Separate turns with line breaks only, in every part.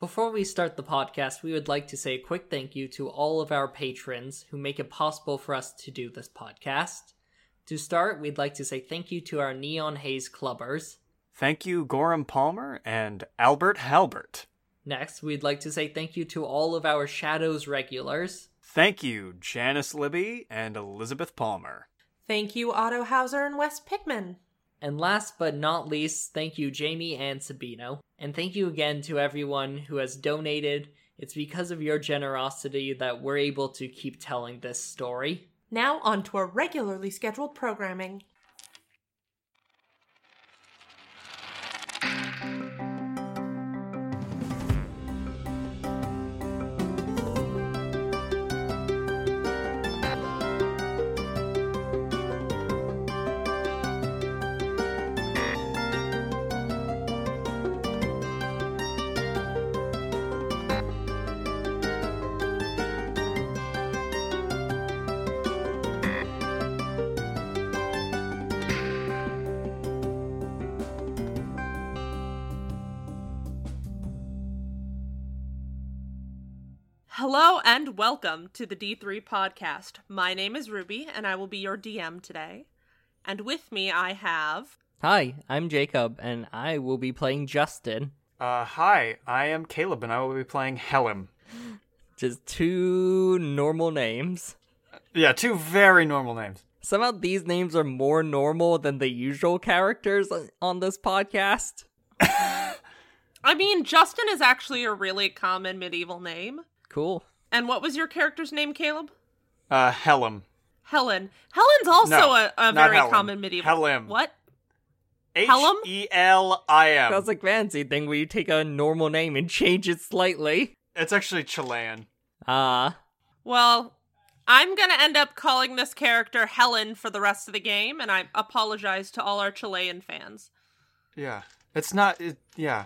Before we start the podcast, we would like to say a quick thank you to all of our patrons who make it possible for us to do this podcast. To start, we'd like to say thank you to our Neon Haze Clubbers.
Thank you, Gorham Palmer and Albert Halbert.
Next, we'd like to say thank you to all of our Shadows regulars.
Thank you, Janice Libby and Elizabeth Palmer.
Thank you, Otto Hauser and Wes Pickman.
And last but not least, thank you, Jamie and Sabino. And thank you again to everyone who has donated. It's because of your generosity that we're able to keep telling this story.
Now on to our regularly scheduled programming. Hello and welcome to the D3 podcast. My name is Ruby and I will be your DM today. And with me I have
Hi, I'm Jacob, and I will be playing Justin.
Uh, hi, I am Caleb, and I will be playing Helim.
Just two normal names.
Yeah, two very normal names.
Somehow these names are more normal than the usual characters on this podcast.
I mean Justin is actually a really common medieval name.
Cool.
And what was your character's name, Caleb?
Uh, Helim.
Helen. Helen's also
No,
a, a
not
very
Helen.
common medieval
Helim.
What? Helim?
H E L I M.
Sounds like fancy thing where you take a normal name and change it slightly.
It's actually Chilean.
Ah.
Well, I'm going to end up calling this character Helen for the rest of the game, and I apologize to all our Chilean fans.
Yeah. It's not. It, yeah.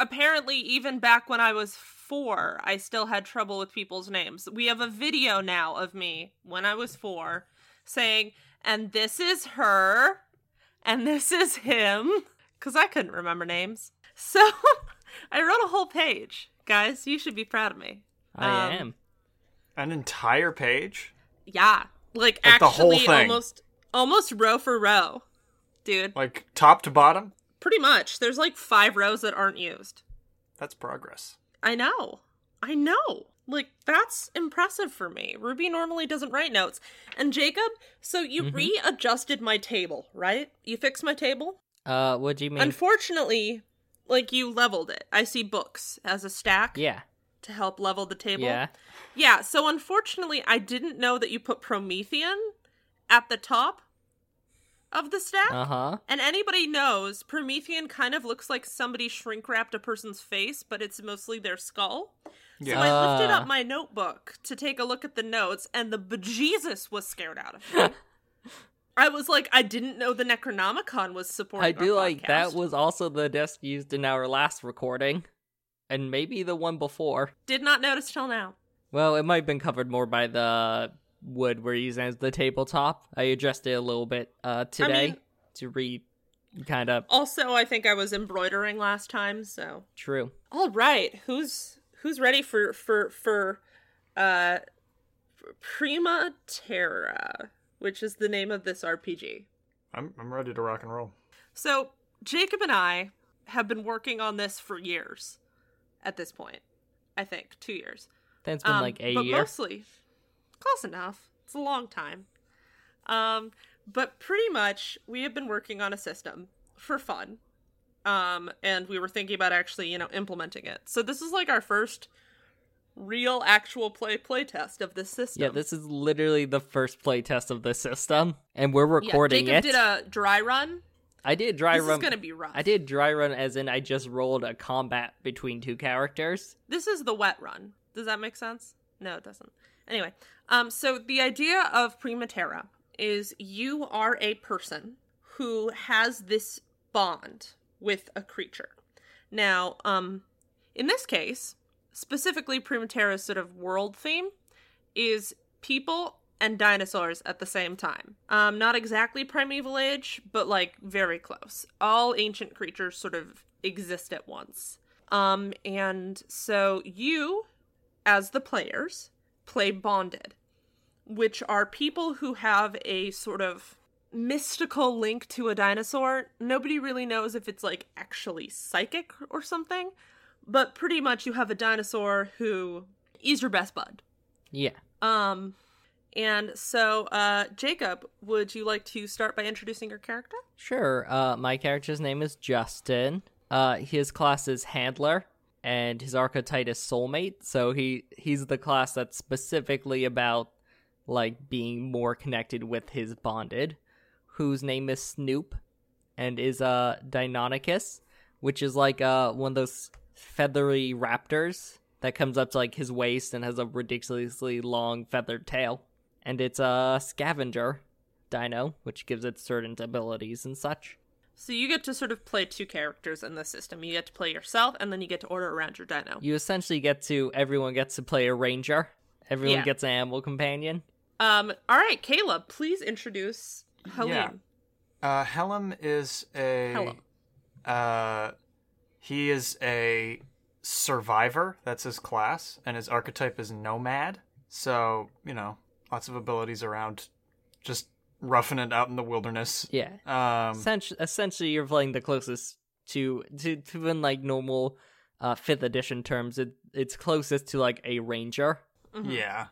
Apparently, even back when I was four, I still had trouble with people's names. We have a video now of me when I was four saying, and this is her, and this is him, because I couldn't remember names. So I wrote a whole page. Guys, you should be proud of me.
I
Um,
am.
An entire page?
Yeah.
Like,
Like, actually
the whole thing.
almost almost row for row. Dude.
Like, top to bottom?
Pretty much. There's like five rows that aren't used.
That's progress.
I know. I know. Like that's impressive for me. Ruby normally doesn't write notes. And Jacob, so you
Mhm.
readjusted my table, right? You fixed my table?
Uh, what do you mean?
Unfortunately, like you leveled it. I see books as a stack
yeah,
to help level the table.
yeah.
Yeah, so unfortunately, I didn't know that you put Promethean at the top of the stack.
Uh huh.
And anybody knows, Promethean kind of looks like somebody shrink wrapped a person's face, but it's mostly their skull. So
Yeah.
I lifted
Ah.
up my notebook to take a look at the notes, and the bejesus was scared out of me. I was like, I didn't know the Necronomicon was supporting.
I do
our
like
podcast.
that was also the desk used in our last recording, and maybe the one before.
Did not notice till now.
Well, it might have been covered more by the wood we're using as the tabletop. I adjusted it a little bit uh today
mean-
to re kind of
Also, I think I was embroidering last time, so
true.
All right, who's who's ready for for for uh for Prima Terra, which is the name of this RPG.
I'm, I'm ready to rock and roll.
So, Jacob and I have been working on this for years at this point. I think 2 years.
That's been
Um,
like a
but
year.
mostly close enough. It's a long time. Um, but pretty much we have been working on a system for fun. Um, and we were thinking about actually, you know, implementing it. So this is like our first real actual play play test of this system.
yeah, this is literally the first playtest of this system, and we're
Yeah,
recording
Jacob
it.
did a dry run.
I did dry
this
run.
is gonna be rough.
I did dry run as in I just rolled a combat between two characters.
This is the wet run. Does that make sense? No, it doesn't. Anyway, um, so the idea of Primaterra is you are a person who has this bond with a creature. Now, um, in this case, specifically Primaterra's sort of world theme is people and dinosaurs at the same time. Um, not exactly primeval age, but like very close. All ancient creatures sort of exist at once. Um, and so you, as the players, play bonded, which are people who have a sort of mystical link to a dinosaur. Nobody really knows if it's like actually psychic or something, but pretty much you have a dinosaur who is your best bud.
Yeah.
Um, and so, uh, Jacob, would you like to start by introducing your character?
Sure. Uh, my character's name is Justin. Uh, his class is Handler, and his archetype is Soulmate. So he he's the class that's specifically about like being more connected with his bonded, whose name is Snoop, and is uh Deinonychus, which is like uh one of those feathery raptors that comes up to like his waist and has a ridiculously long feathered tail, and it's a scavenger dino, which gives it certain abilities and such.
So you get to sort of play two characters in the system. You get to play yourself, and then you get to order around your dino.
You essentially get to everyone gets to play a ranger. Everyone
Yeah.
gets an animal companion.
Um, all right, Caleb, please introduce Helene.
Yeah. Uh, Helm is a.
Helm.
Uh, he is a survivor. That's his class, and his archetype is nomad. So you know, lots of abilities around, just roughing it out in the wilderness.
Yeah.
Um,
Essentially, essentially, you're playing the closest to to, to in like normal uh, fifth edition terms. It, it's closest to like a ranger.
Mhm.
yeah.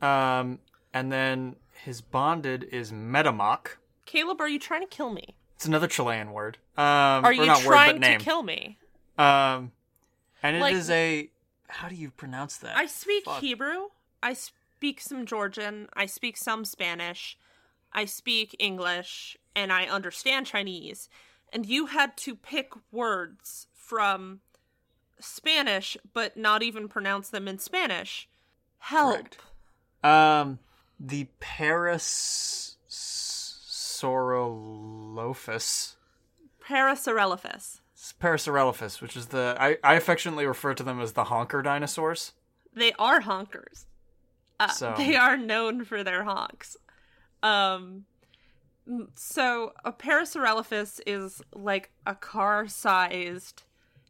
Um, and then his bonded is metamoc.
Caleb, are you trying to kill me?
It's another Chilean word. Um,
are
or
you
not
trying
word, but name.
to kill me?
Um, and it is
Like-
a. How do you pronounce that?
I speak
Fuck.
Hebrew. I speak some Georgian. I speak some Spanish. I speak English, and I understand Chinese. And you had to pick words from Spanish, but not even pronounce them in Spanish. Help.
Correct. Um, the Paris Sorolophus.
Parasaurolophus.
Parasaurolophus, which is the I, I affectionately refer to them as the honker dinosaurs.
They are honkers. Uh,
So-
Um,
They are known for their honks. Um, m- so a Parasaurolophus is like a car-sized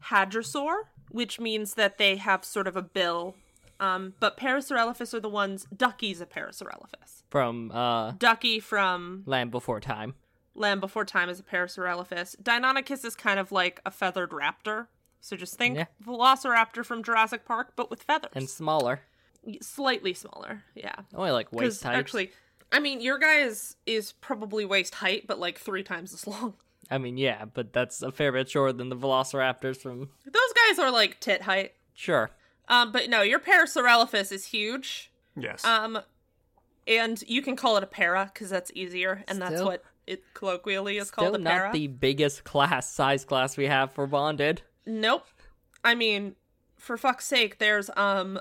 hadrosaur, which means that they have sort of a bill. Um, but Parasaurolophus are the ones. Ducky's a Parasaurolophus.
From uh,
Ducky from
Land Before Time.
Land Before Time is a Parasaurolophus. Deinonychus is kind of like a feathered raptor. So just think
Yeah.
Velociraptor from Jurassic Park, but with feathers
and smaller.
slightly smaller yeah
Only like waist
because
height.
actually i mean your guy is is probably waist height but like three times as long
I mean, yeah, but that's a fair bit shorter than the Velociraptors from.
those guys are like tit height
Sure.
um but no your parasaurolophus is huge
Yes.
um and you can call it a para because that's easier and that's
Still-
what it colloquially is
Still
called a para
not the biggest class size class we have for bonded.
Nope. I mean, for fuck's sake, there's um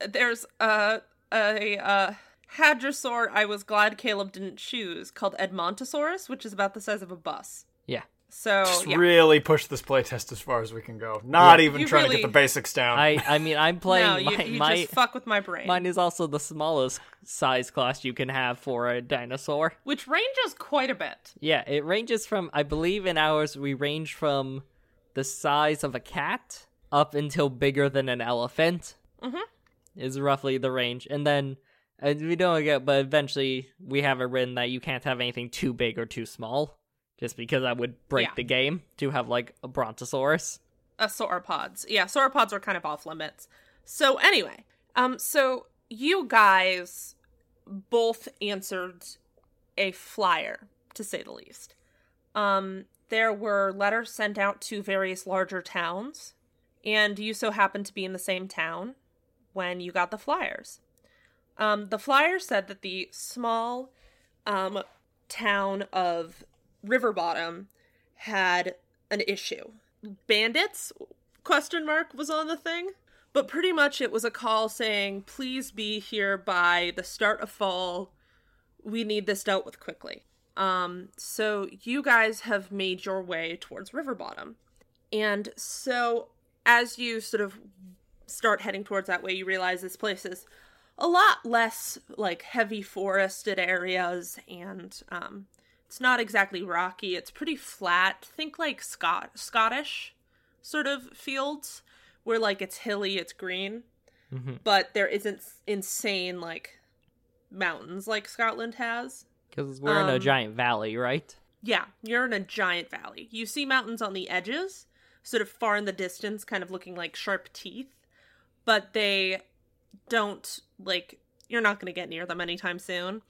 there's a a uh hadrosaur I was glad Caleb didn't choose called Edmontosaurus, which is about the size of a bus.
Yeah.
So
Just
yeah.
really push this playtest as far as we can go. Not
Yeah.
even
You
trying
really-
to get the basics down.
I I mean, I'm playing
no, you,
my
you
my.
just fuck with my brain.
Mine is also the smallest size class you can have for a dinosaur.
which ranges quite a bit.
Yeah, it ranges from I believe in ours we range from the size of a cat up until bigger than an elephant.
Mhm.
Is roughly the range, and then and we don't get, but eventually we have it written that you can't have anything too big or too small, just because that would break
Yeah.
the game to have like a brontosaurus.
uh, sauropods. Yeah, sauropods are kind of off limits. So anyway, um, so you guys both answered a flyer, to say the least. Um, there were letters sent out to various larger towns, and you so happened to be in the same town when you got the flyers. Um, the flyer said that the small um, town of Riverbottom had an issue bandits question mark was on the thing but pretty much it was a call saying please be here by the start of fall we need this dealt with quickly um so you guys have made your way towards riverbottom and so as you sort of start heading towards that way you realize this place is a lot less like heavy forested areas and um it's not exactly rocky. It's pretty flat. Think like Scot- Scottish sort of fields where like it's hilly, it's green,
hmm
but there isn't s- insane like mountains like Scotland has.
Because we're in a
Um,
giant valley, right?
Yeah, you're in a giant valley. You see mountains on the edges, sort of far in the distance, kind of looking like sharp teeth, but they don't like you're not going to get near them anytime soon.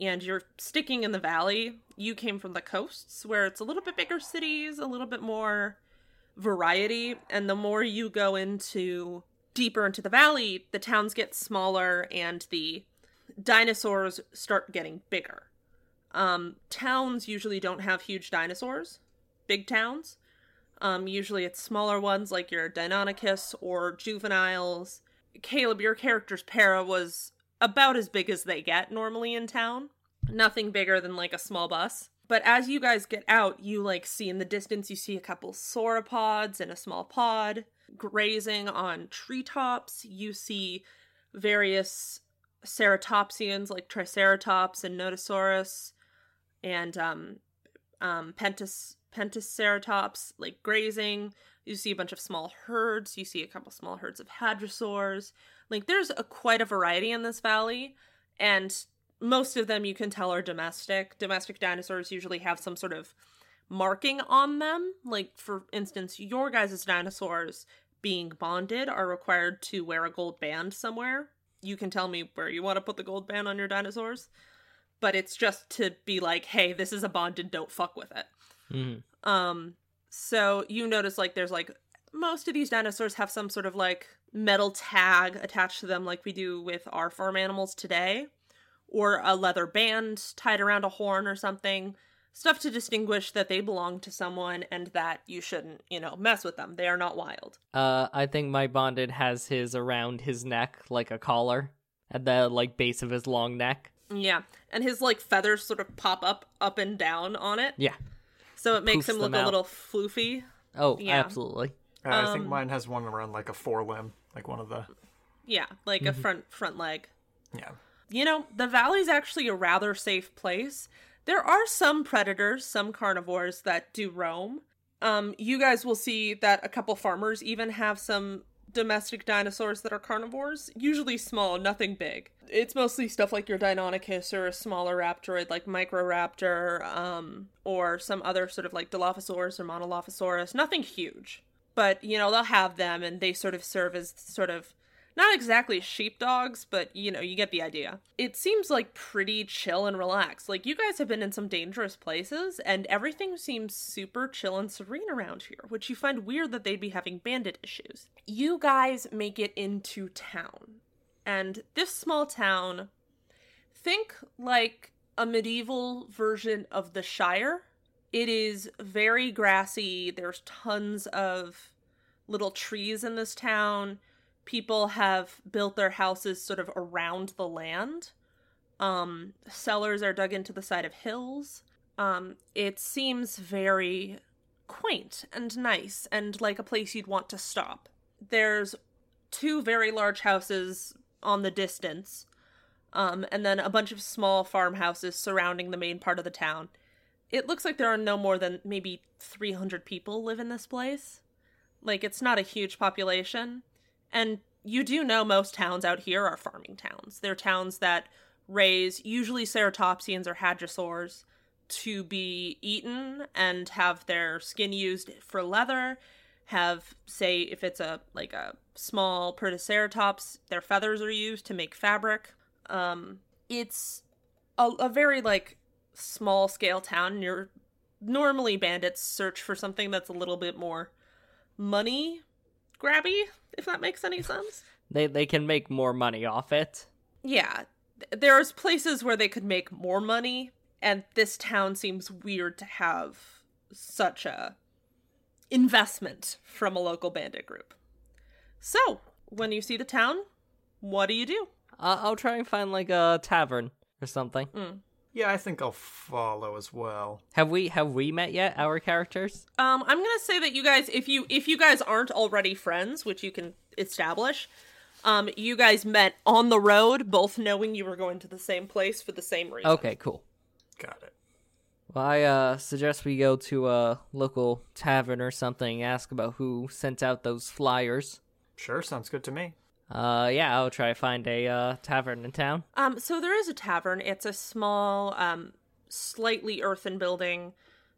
And you're sticking in the valley. You came from the coasts where it's a little bit bigger cities, a little bit more variety, and the more you go into deeper into the valley, the towns get smaller and the dinosaurs start getting bigger um, towns usually don't have huge dinosaurs, big towns. Um, usually it's smaller ones like your Deinonychus or juveniles. Caleb, your character's para was about as big as they get normally in town. Nothing bigger than like a small bus. But as you guys get out, you like see in the distance, you see a couple sauropods and a small pod grazing on treetops. You see various ceratopsians like Triceratops and Notosaurus and um, um, pentis pentaceratops like grazing. You see a bunch of small herds. You see a couple small herds of hadrosaurs. Like there's a quite a variety in this valley, and most of them you can tell are domestic. Domestic dinosaurs usually have some sort of marking on them. Like for instance, your guys' dinosaurs being bonded are required to wear a gold band somewhere. You can tell me where you want to put the gold band on your dinosaurs but it's just to be like, hey, this is a bond and don't fuck with it.
Mm-hmm.
Um, so you notice like there's like most of these dinosaurs have some sort of like metal tag attached to them, like we do with our farm animals today, or a leather band tied around a horn or something. Stuff to distinguish that they belong to someone and that you shouldn't, you know, mess with them. They are not wild.
Uh, I think my bonded has his around his neck like a collar at the like base of his long neck.
Yeah. And his like feathers sort of pop up up and down on it.
Yeah.
So it makes
Poofs
him look
them
a
out.
little floofy.
Oh,
Yeah.
absolutely.
Uh, I think
Um,
mine has one around like a forelimb, like one of the
Yeah, like
Mm-hmm.
a front front leg.
yeah.
You know, the valley's actually a rather safe place. There are some predators, some carnivores that do roam. Um, you guys will see that a couple farmers even have some domestic dinosaurs that are carnivores, usually small, nothing big. It's mostly stuff like your Deinonychus or a smaller raptoroid like Microraptor, um, or some other sort of like Dilophosaurus or Monolophosaurus, nothing huge. But, you know, they'll have them and they sort of serve as sort of not exactly sheepdogs, but you know, you get the idea. It seems like pretty chill and relaxed. Like you guys have been in some dangerous places and everything seems super chill and serene around here, which you find weird that they'd be having bandit issues. You guys make it into town. And this small town, think like a medieval version of the Shire. It is very grassy. There's tons of little trees in this town people have built their houses sort of around the land. Um, cellars are dug into the side of hills. Um, it seems very quaint and nice and like a place you'd want to stop. There's two very large houses on the distance, um, and then a bunch of small farmhouses surrounding the main part of the town. It looks like there are no more than maybe 300 people live in this place. Like, it's not a huge population. And you do know most towns out here are farming towns. They're towns that raise usually ceratopsians or hadrosaurs to be eaten and have their skin used for leather. Have say if it's a like a small protoceratops, their feathers are used to make fabric. Um, it's a, a very like small scale town. and You're normally bandits search for something that's a little bit more money grabby, if that makes any sense.
They they can make more money off it.
Yeah, th- there's places where they could make more money, and this town seems weird to have such a investment from a local bandit group. So, when you see the town, what do you do?
Uh, I'll try and find like a tavern or something.
Yeah, I think I'll follow as well.
Have we have we met yet? Our characters?
Um, I'm gonna say that you guys, if you if you guys aren't already friends, which you can establish, um, you guys met on the road, both knowing you were going to the same place for the same reason.
Okay, cool.
Got it.
Well, I uh, suggest we go to a local tavern or something, ask about who sent out those flyers.
Sure, sounds good to me.
Uh, yeah, I'll try to find a uh, tavern in town.
Um, so there is a tavern. It's a small, um, slightly earthen building.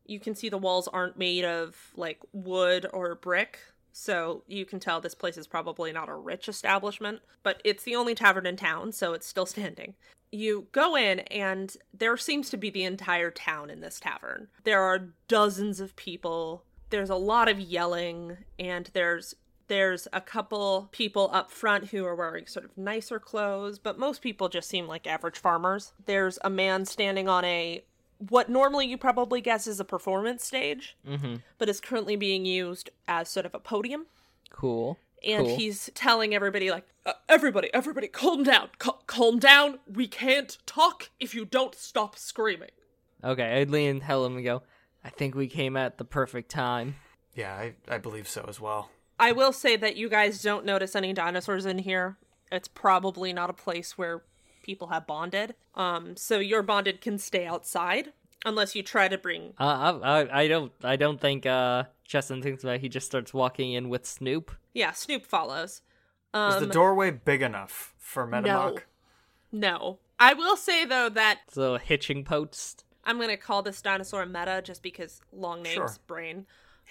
You can see the walls aren't made of like wood or brick, so you can tell this place is probably not a rich establishment. But it's the only tavern in town, so it's still standing. You go in, and there seems to be the entire town in this tavern. There are dozens of people. There's a lot of yelling, and there's there's a couple people up front who are wearing sort of nicer clothes, but most people just seem like average farmers. There's a man standing on a what normally you probably guess is a performance stage,
Mm-hmm.
but is currently being used as sort of a podium.
Cool.
And
Cool.
he's telling everybody, like, "Uh, everybody, everybody, calm down, cal- calm down. We can't talk if you don't stop screaming.
Okay, I'd lean tell him and go, I think we came at the perfect time.
Yeah, I, I believe so as well.
I will say that you guys don't notice any dinosaurs in here. It's probably not a place where people have bonded. Um, so your bonded can stay outside unless you try to bring.
Uh, I, I, I don't, I don't think uh, Justin thinks about. It. He just starts walking in with Snoop.
Yeah, Snoop follows.
Is
Um,
the doorway big enough for Metamock?
no. I will say though that
So hitching post.
I'm gonna call this dinosaur Meta just because long names,
Sure.
brain.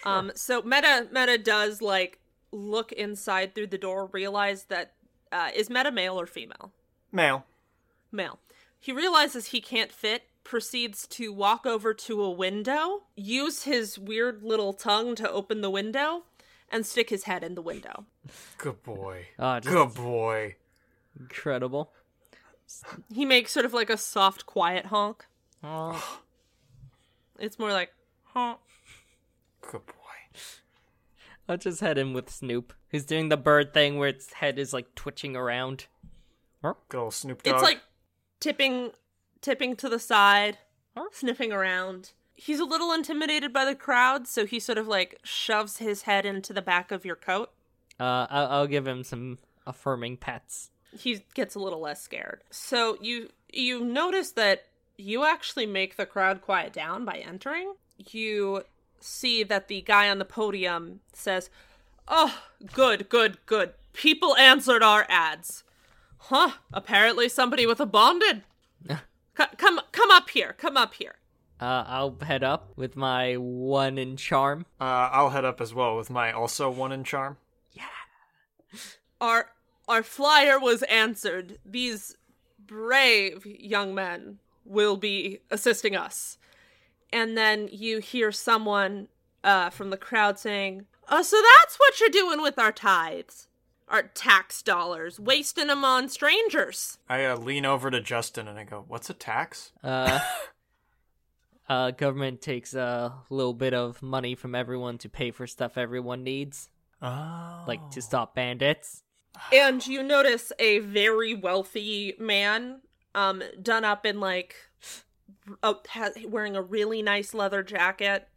Um, so Meta Meta does like look inside through the door, realize that uh, is Meta male or female?
Male.
Male. He realizes he can't fit, proceeds to walk over to a window, use his weird little tongue to open the window, and stick his head in the window.
Good boy.
Ah, just
Good boy.
incredible.
He makes sort of like a soft, quiet honk.
Oh,
It's more like honk.
Good boy.
I'll just head in with Snoop, who's doing the bird thing where its head is like twitching around.
Good old Snoop Dogg.
It's like tipping tipping to the side, sniffing around. He's a little intimidated by the crowd, so he sort of like shoves his head into the back of your coat.
Uh, I'll, I'll give him some affirming pats.
He gets a little less scared. So you you notice that you actually make the crowd quiet down by entering. You see that the guy on the podium says, "Oh, good, good, good. People answered our ads." Huh, apparently somebody with a bonded. C- come come up here. Come up here.
Uh, I'll head up with my one in charm.
uh, I'll head up as well with my also one in charm.
Our our flyer was answered. These brave young men will be assisting us. And then you hear someone uh, from the crowd saying, "Oh, so that's what you're doing with our tithes, our tax dollars, wasting them on strangers."
I uh, lean over to Justin and I go, "What's a tax?"
Uh, uh, government takes a little bit of money from everyone to pay for stuff everyone needs,
Oh,
like to stop bandits.
And you notice a very wealthy man, um, done up in like, a, ha, wearing a really nice leather jacket.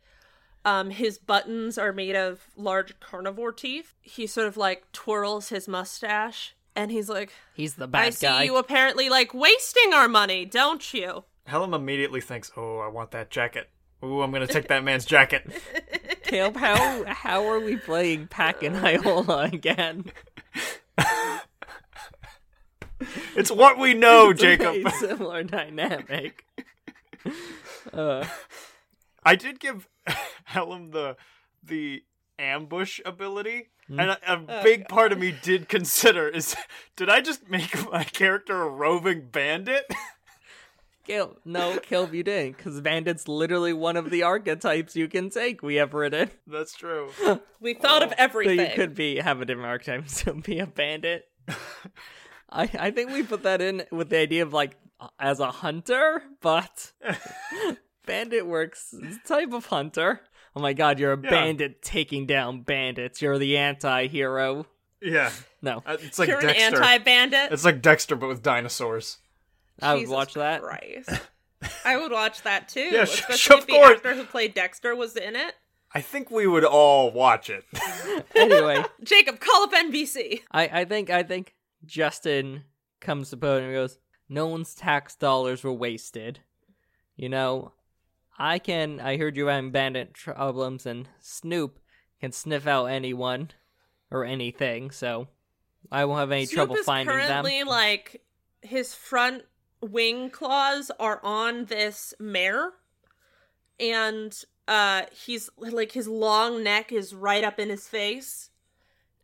Um, his buttons are made of large carnivore teeth. He sort of like twirls his mustache, and he's like,
He's the
"I
bad
see
guy.
you apparently like wasting our money, don't you?"
Helen immediately thinks, "Oh, I want that jacket. Ooh, I'm gonna take that man's jacket."
Caleb, how how are we playing Pack and Iola again?
It's what we know,
It's a
Jacob.
very similar dynamic. Uh,
I did give Helen the the ambush ability,
Hmm?
and a, a
Oh,
big part of me did consider is, did I just make my character a roving bandit?
Caleb, no, Caleb, you didn't, because Bandit's literally one of the archetypes you can take. We have written.
That's true.
We thought of
So
everything.
you could be have a different archetype, so be a bandit. I I think we put that in with the idea of like as a hunter, but bandit works it's a type of hunter. Oh my god, you're a
Yeah.
bandit taking down bandits. You're the anti-hero.
Yeah,
No,
Uh, it's like
You're an
Dexter.
anti-bandit.
It's like Dexter, but with dinosaurs.
I would
Jesus
watch that.
Christ. I would watch that too.
Yeah, sh-
especially
sh-
if
of
the
course.
actor who played Dexter was in it.
I think we would all watch it.
Anyway,
Jacob, call up NBC.
I I think I think Justin comes to Poe and goes, "No one's tax dollars were wasted." You know, I can. I heard you were having bandit problems, and Snoop can sniff out anyone or anything, so I won't have any
Snoop
trouble
is
finding them.
currently like his front wing claws are on this mare, and uh, he's like his long neck is right up in his face,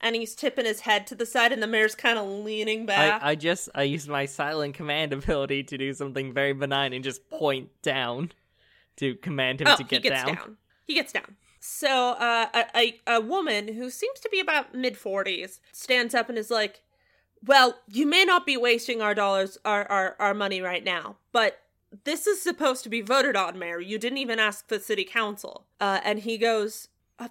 and he's tipping his head to the side, and the mare's kind of leaning back.
I, I just I used my silent command ability to do something very benign and just point down to command him
oh,
to get
he gets down. He gets down. So uh, a, a a woman who seems to be about mid forties stands up and is like, "Well, you may not be wasting our dollars, our, our our money right now, but this is supposed to be voted on, Mayor. You didn't even ask the city council." Uh, and he goes, uh,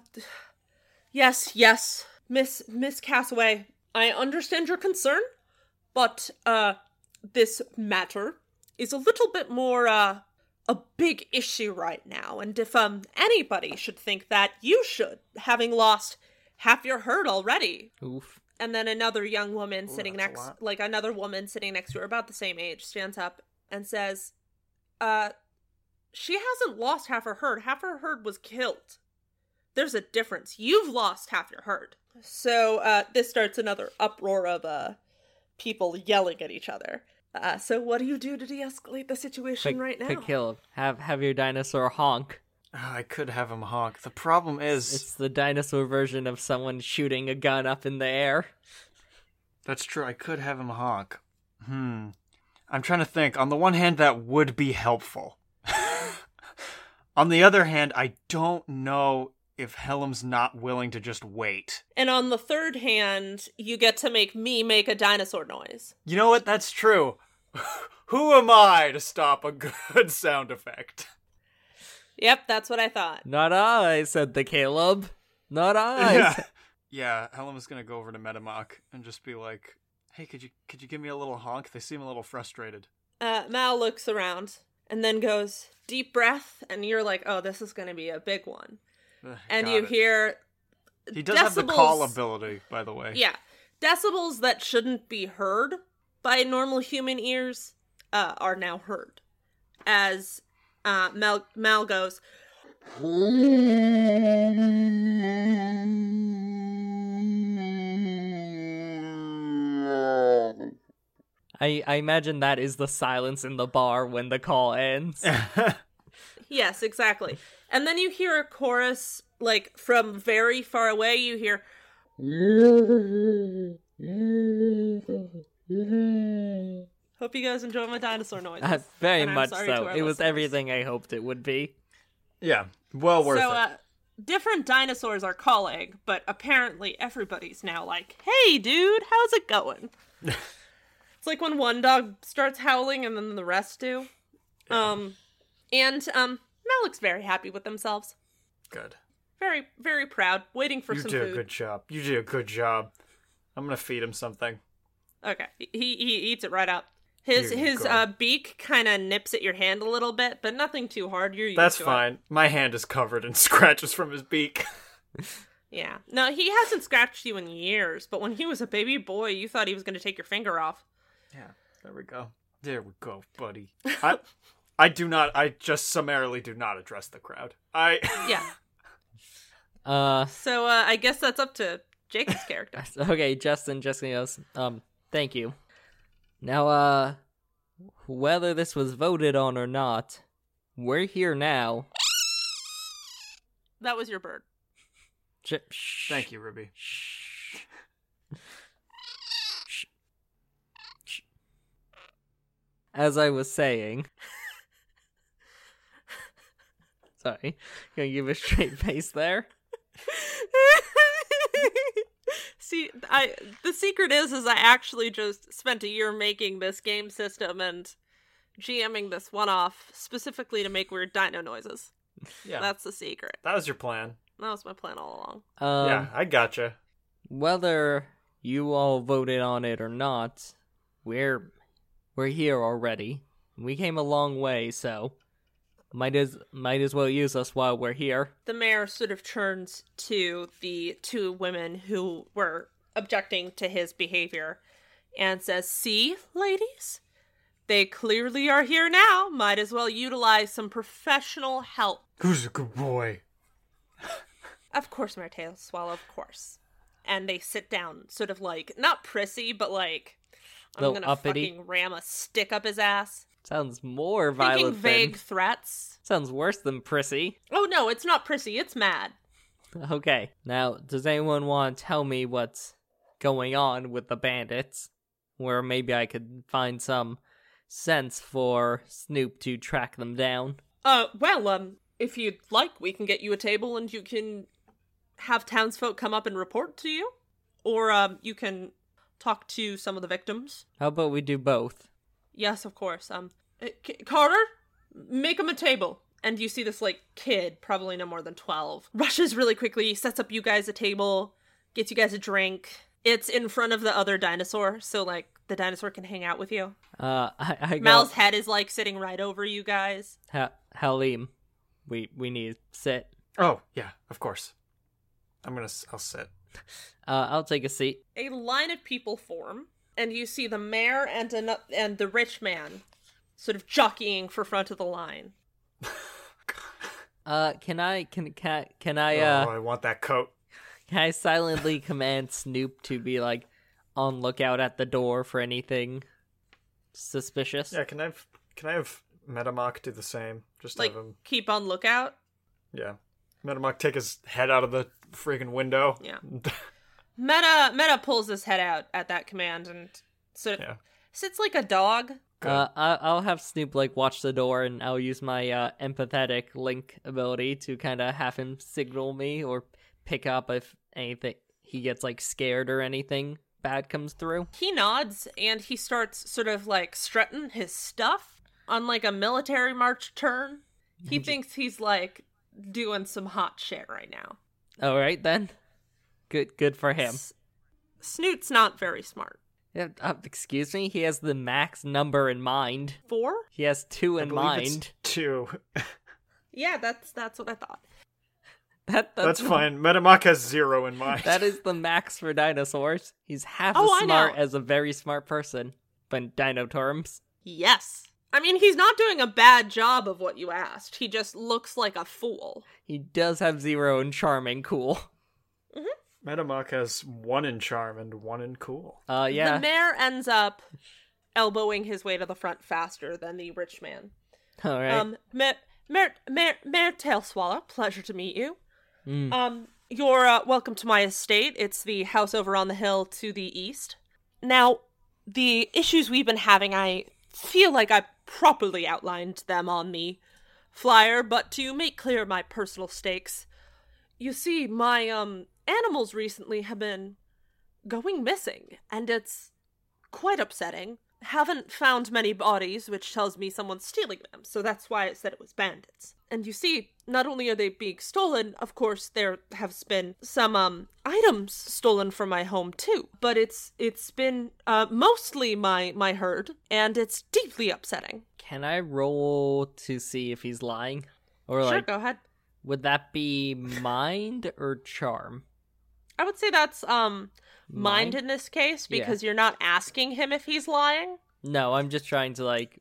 "Yes, yes, Miss Miss Cassaway, I understand your concern, but uh, this matter is a little bit more uh." a big issue right now, and if um anybody should think that, you should, having lost half your herd already.
Oof.
And then another young woman
Ooh,
sitting
that's a
next,
lot.
like another woman sitting next to her, about the same age, stands up and says, "Uh, she hasn't lost half her herd. Half her herd was killed. There's a difference. You've lost half your herd." So uh, this starts another uproar of uh people yelling at each other. Uh, so what do you do to de-escalate the situation
Quick,
right now?
quick kill. Have have your dinosaur honk.
Ah, I could have him honk. The problem is
It's the dinosaur version of someone shooting a gun up in the air.
that's true. I could have him honk. Hmm. I'm trying to think. On the one hand, that would be helpful. On the other hand, I don't know if Helm's not willing to just wait.
And on the third hand, you get to make me make a dinosaur noise.
You know what? That's true. Who am I to stop a good sound effect?
Yep, that's what I thought.
Not I, said the Caleb. Not I.
Yeah. Yeah, Helm is gonna go over to Metamok and just be like, "Hey, could you could you give me a little honk? They seem a little frustrated."
Uh, Mal looks around and then goes, deep breath, and you're like, oh, this is going to be a big one.
Ugh,
And
got
you
it.
hear
he does have the call
decibels.
ability, by the way.
Yeah. Decibels that shouldn't be heard by normal human ears uh, are now heard. As uh, Mal-, Mal goes,
I, I imagine that is the silence in the bar when the call ends.
yes, exactly. And then you hear a chorus, like from very far away, you hear, Hope you guys enjoy my dinosaur noise.
Uh, very
And I'm
much
sorry
so.
to our
It was
listeners.
everything I hoped it would be.
yeah, well worth
so,
it.
uh, different dinosaurs are calling, but apparently everybody's now like, "Hey, dude, how's it going?" it's like when one dog starts howling and then the rest do. Um, and um, Malik's very happy with themselves.
good.
Very, very proud. Waiting for
You
some
did a
food.
good job. You did a good job. I'm gonna feed him something.
Okay, he he eats it right up. His
Here you
his
go.
uh, beak kind of nips at your hand a little bit, but nothing too hard. You're used
That's
to it.
fine. My hand is covered in scratches from his beak.
Yeah. No, he hasn't scratched you in years, but when he was a baby boy, you thought he was going to take your finger off.
Yeah, there we go. There we go, buddy. I, I do not. I just summarily do not address the crowd. I.
Yeah.
Uh,
So uh, I guess that's up to Jacob's character.
okay, Justin, Justin goes, um, thank you. Now, uh, whether this was voted on or not, we're here now.
That was your bird.
J- shh,
Thank you, Ruby.
Shh. Shh. Shh. As I was saying, sorry, gonna give a straight face there.
See, I the secret is is I actually just spent a year making this game system and GMing this one off specifically to make weird dino noises.
Yeah,
That's the secret.
that was your plan.
That was my plan all along.
Um,
yeah, I gotcha.
whether you all voted on it or not, we're we're here already. We came a long way, so might as might as well use us while we're here.
the mayor sort of turns to the two women who were objecting to his behavior and says, See, ladies, They clearly are here now. Might as well utilize some professional help.
Who's a good boy?
Of course, Martell Swallow, of course. And they sit down, sort of like, not prissy, but like, I'm
Little
gonna
uppity.
fucking ram a stick up his ass.
Sounds more violent
Thinking vague
than
threats.
sounds worse than prissy.
Oh no, it's not prissy, it's mad.
Okay. Now, does anyone want to tell me what's going on with the bandits? Where maybe I could find some sense for Snoop to track them down.
Uh, well, um, if you'd like, we can get you a table and you can have townsfolk come up and report to you. Or, um, you can talk to some of the victims.
How about we do both?
Yes, of course. Um, uh, C- Carter, make him a table. And you see this like kid, probably no more than twelve, rushes really quickly, sets up you guys a table, gets you guys a drink. It's in front of the other dinosaur, so like the dinosaur can hang out with you.
Uh, I, I go,
Mal's head is like sitting right over you guys.
ha- Halim, we we need to sit.
Oh yeah, of course. I'm gonna. s- I'll sit.
Uh, I'll take a seat.
a line of people form, and you see the mayor and an- and the rich man sort of jockeying for front of the line.
Uh, can I can can can I uh
Oh, I want that coat.
can I silently command Snoop to be like on lookout at the door for anything suspicious?
Yeah, can I? Have, can I have Metamok do the same? Just
Like,
have him.
keep on lookout.
Yeah, Metamok take his head out of the freaking window.
Yeah. Meta Meta pulls his head out at that command and sort of
Yeah.
sits like a dog.
Good.
Uh, I- I'll have Snoop like watch the door, and I'll use my uh, empathetic link ability to kind of have him signal me or pick up if anything he gets like scared or anything bad comes through.
He nods and he starts sort of like strutting his stuff on like a military march turn. He thinks he's like doing some hot shit right now.
All right then, good good for him.
S- Snoot's not very smart.
Yeah, Uh, excuse me, he has the max number in mind.
Four?
He has two
I
in
believe it's
mind.
two.
Yeah, that's that's what I thought.
That,
That's
the-
fine. Metamok has zero in mind.
That is the max for dinosaurs. He's half
Oh, I
as smart
know.
as a very smart person, but in dino terms.
Yes. I mean, he's not doing a bad job of what you asked. He just looks like a fool.
He does have zero in charming cool.
Metamok has one in charm and one in cool.
Uh yeah.
The mayor ends up elbowing his way to the front faster than the rich man.
All right.
Um, Mayor, Mayor, Mayor, Mayor Tailswallow, pleasure to meet you.
Mm.
Um, you're uh, welcome to my estate. It's the house over on the hill to the east. Now, the issues we've been having, I feel like I properly outlined them on the flyer, but to make clear my personal stakes, you see, my um animals recently have been going missing, and it's quite upsetting. Haven't found many bodies, which tells me someone's stealing them, so that's why it said it was bandits. And you see, not only are they being stolen, of course there have been some um items stolen from my home too. But it's it's been uh mostly my my herd, and it's deeply upsetting.
Can I roll to see if he's lying? Or
sure,
like
go ahead.
would that be mind or charm?
I would say that's um mind,
Mind?
in this case
Yeah.
because you're not asking him if he's lying.
No, I'm just trying to like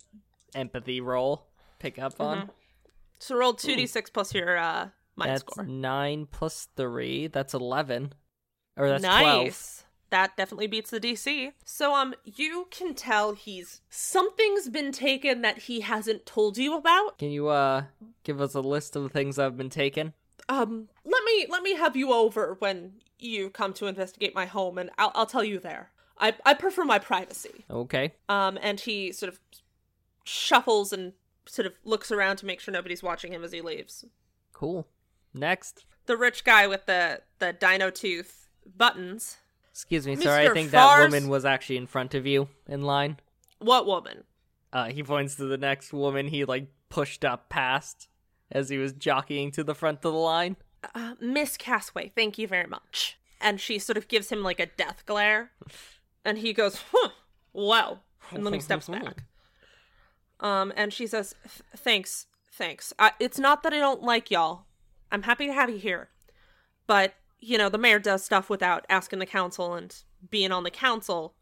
empathy roll pick up on.
So roll two d six plus your uh Mm-hmm. mind
That's
score.
9 plus 3, that's 11. Or that's 12.
nice. That definitely beats the DC. So um you can tell he's something's been taken that he hasn't told you about.
Can you uh give us a list of the things that have been taken?
Um let me let me have you over when you come to investigate my home and I'll I'll tell you there. I I prefer my privacy.
Okay.
Um, and he sort of shuffles and sort of looks around to make sure nobody's watching him as he leaves.
Cool. Next.
The rich guy with the the dino tooth buttons.
Excuse me, sorry. I
Mr.
think
Fars-
that woman was actually in front of you in line.
What woman?
Uh, he points to the next woman he like pushed up past as he was jockeying to the front of the line.
Uh, Miss Cassway. Thank you very much. And she sort of gives him like a death glare, and he goes, "Huh, wow!" And then he steps back. Um, and she says, "Th- "Thanks, thanks. I, it's not that I don't like y'all. I'm happy to have you here, but you know the mayor does stuff without asking the council, and being on the council,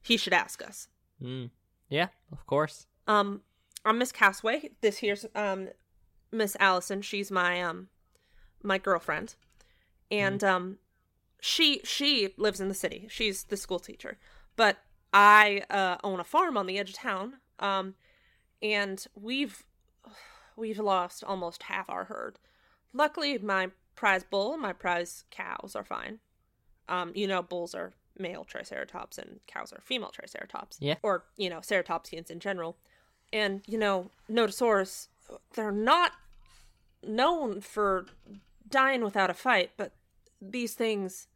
he should ask us."
Mm. Yeah, of course.
Um, I'm Miss Casway. This here's um Miss Allison. She's my um my girlfriend, and um she she lives in the city. She's the school teacher, but I uh, own a farm on the edge of town. Um, and we've we've lost almost half our herd. Luckily, my prize bull, my prize cows are fine. Um, you know, bulls are male triceratops and cows are female triceratops.
Yeah.
Or, you know, ceratopsians in general. And, you know, Notosaurus, they're not known for dying without a fight, but these things,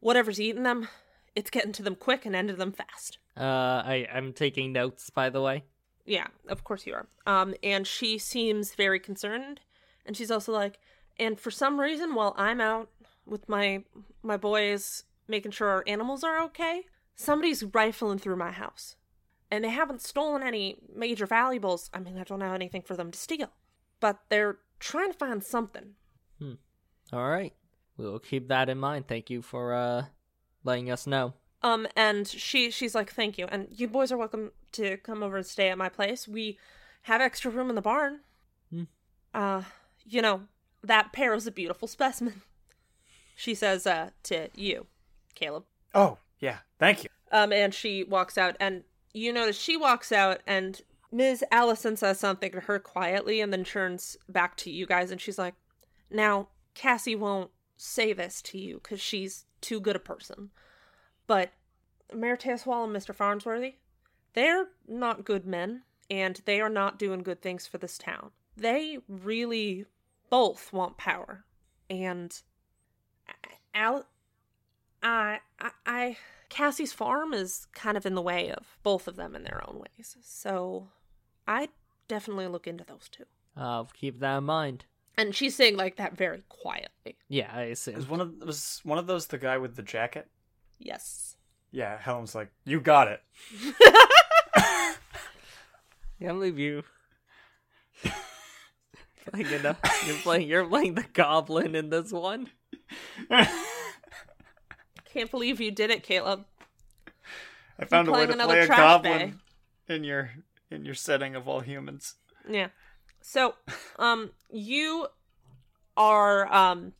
whatever's eating them, it's getting to them quick and ending them fast.
Uh, I I'm taking notes by the way.
Yeah, of course you are. Um, and she seems very concerned, and she's also like, and for some reason, while I'm out with my my boys making sure our animals are okay, somebody's rifling through my house, and they haven't stolen any major valuables. I mean, I don't have anything for them to steal, but they're trying to find something.
All right, we will keep that in mind. Thank you for uh letting us know.
Um, and she she's like, "Thank you, and you boys are welcome to come over and stay at my place. We have extra room in the barn.
Hmm.
Uh, you know that pair is a beautiful specimen." She says, "Uh, to you, Caleb."
Oh, yeah. Thank you.
Um, and she walks out, and you notice she walks out, and Ms. Allison says something to her quietly, and then turns back to you guys, and she's like, "Now, Cassie won't say this to you because she's too good a person, but Mayor Taswell and Mister Farnsworthy, they're not good men, and they are not doing good things for this town. They really both want power, and Al, I, I, I Cassie's farm is kind of in the way of both of them in their own ways. So I definitely look into those two.
Uh, keep that in mind.
And she's saying like that very quietly.
Yeah, I assume.
Was one of was one of those the guy with the jacket?
Yes.
Yeah, Helm's like, you got it.
I can't believe you. playing enough. You're playing. You're playing the goblin in this one.
Can't believe you did it, Caleb.
I found a way
playing
to
another
play a
trash
goblin in your in your setting of all humans.
Yeah. So, um, you are um,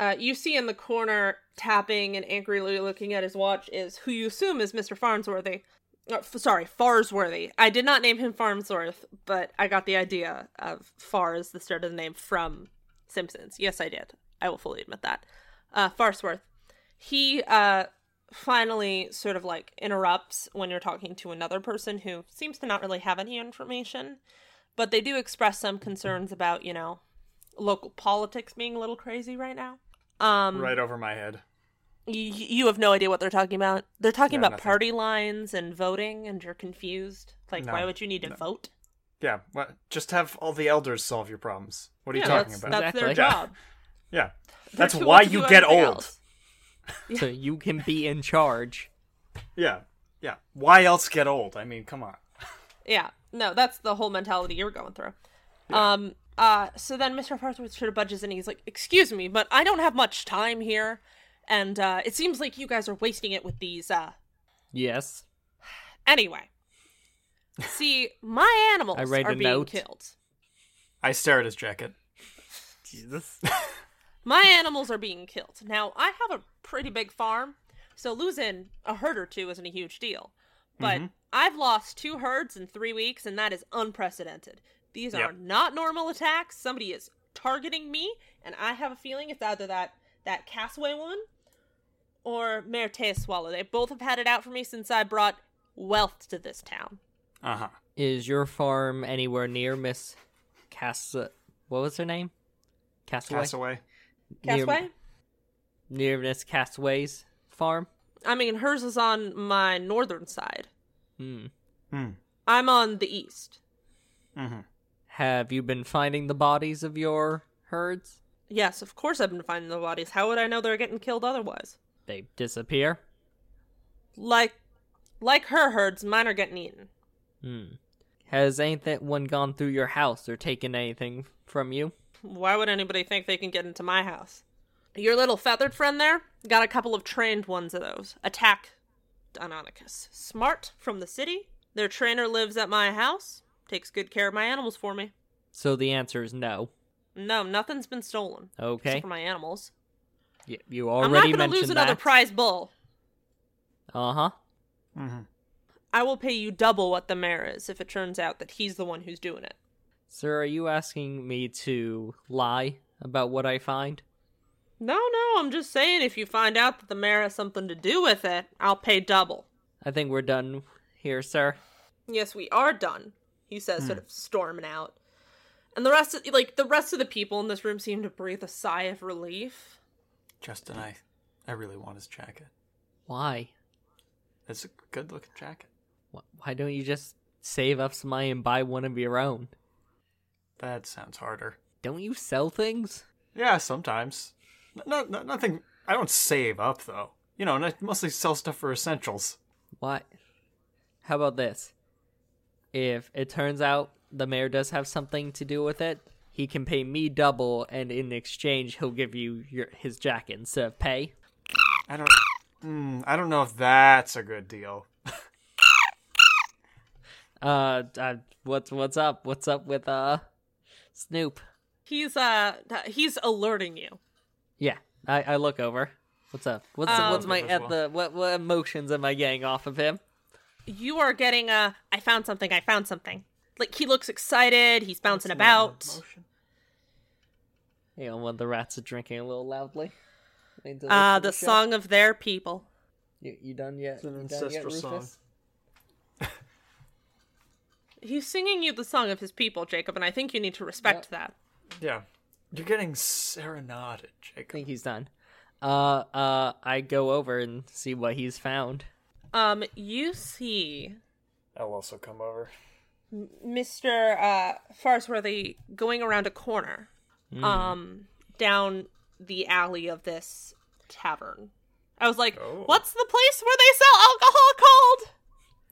uh, you see in the corner tapping and angrily looking at his watch is who you assume is Mister Farnsworthy. Uh, f- sorry, Farsworthy. I did not name him Farnsworth, but I got the idea of Far as the start of the name from Simpsons. Yes, I did. I will fully admit that. Uh, Farsworth. He uh finally sort of like interrupts when you're talking to another person who seems to not really have any information but they do express some concerns about you know local politics being a little crazy right now um
Right over my head.
y- you have no idea what they're talking about they're talking
No,
about
nothing.
party lines and voting and you're confused like
No,
why would you need to vote
Yeah, what? Just have all the elders solve your problems. What are you
yeah,
talking
that's,
about?
that's their
Exactly. Yeah.
job
yeah,
They're
that's
too old
why
to
you
do
get
anything
old.
else.
So you can be in charge.
Yeah, yeah. Why else get old? I mean, come on.
Yeah. No, that's the whole mentality you're going through. Um uh so then Mr. Farnsworth sort of budges in and he's like, "Excuse me, but I don't have much time here and uh it seems like you guys are wasting it with these uh
Yes.
anyway. See, my animals
I write
are
a
being
note.
killed.
I stare at his jacket.
Jesus.
My animals are being killed. Now, I have a pretty big farm, so losing a herd or two isn't a huge deal. But
Mm-hmm.
I've lost two herds in three weeks, and that is unprecedented. These are
Yep.
not normal attacks. Somebody is targeting me, and I have a feeling it's either that, that Castaway woman or Mayor Tea Swallow. They both have had it out for me since I brought wealth to this town.
Uh huh.
Is your farm anywhere near Miss Cass? What was her name? Castaway.
Castaway.
Near-
Castaway?
Near Miss Castaway's farm.
I mean, hers is on my northern side.
Hmm.
Hmm.
I'm on the east.
Mm-hmm.
Have you been finding the bodies of your herds?
Yes, of course I've been finding the bodies. How would I know they're getting killed otherwise?
They disappear.
Like, like her herds, mine are getting eaten.
Hmm. Has anyone gone through your house or taken anything from you?
Why would anybody think they can get into my house? Your little feathered friend there got a couple of trained ones of those. Attack Deinonychus. Smart from the city. Their trainer lives at my house. takes good care of my animals for me.
So the answer is no.
No, nothing's been stolen.
Okay.
Except for my animals.
Y- you
I'm not
already
going to lose
mentioned
another
that.
prize bull.
uh huh.
Mm-hmm.
I will pay you double what the mayor is if it turns out that he's the one who's doing it.
Sir, are you asking me to lie about what I find?
No, no, I'm just saying if you find out that the mayor has something to do with it, I'll pay double.
I think we're done here, sir.
Yes, we are done, he says, sort of storming out. And the rest of like the rest of the people in this room seem to breathe a sigh of relief.
Justin, I, I really want his jacket.
Why?
It's a good looking jacket.
Wh- Why don't you just save up some money and buy one of your own?
That sounds harder.
Don't you sell things?
Yeah, sometimes. N- No, no, nothing. I don't save up though. You know, and I mostly sell stuff for essentials.
Why? How about this? If it turns out the mayor does have something to do with it, he can pay me double, and in exchange, he'll give you your, his jacket instead of pay.
I don't. Mm, I don't know if that's a good deal.
Uh, uh what's what's up? What's up with uh Snoop?
He's uh he's alerting you.
Yeah, I, I look over. What's up? What's
Um,
what's my
Look
at
over
the what what emotions am I getting off of him?
You are getting a I found something, I found something. Like he looks excited, he's bouncing
It's not
about.
an emotion.
You know, when the rats are drinking a little loudly. I mean, do they
Uh the
finish up?
song of their people.
You, you done yet?
It's an
You done yet,
ancestral song.
Rufus?
He's singing you the song of his people, Jacob, and I think you need to respect that.
Yeah, you're getting serenaded,
I
Jacob.
think he's done. Uh, uh, I go over and see what he's found.
Um, you see
I'll also come over.
Mr. Uh, Farsworthy going around a corner,
Hmm.
um, down the alley of this tavern. I was like,
Oh.
"What's the place where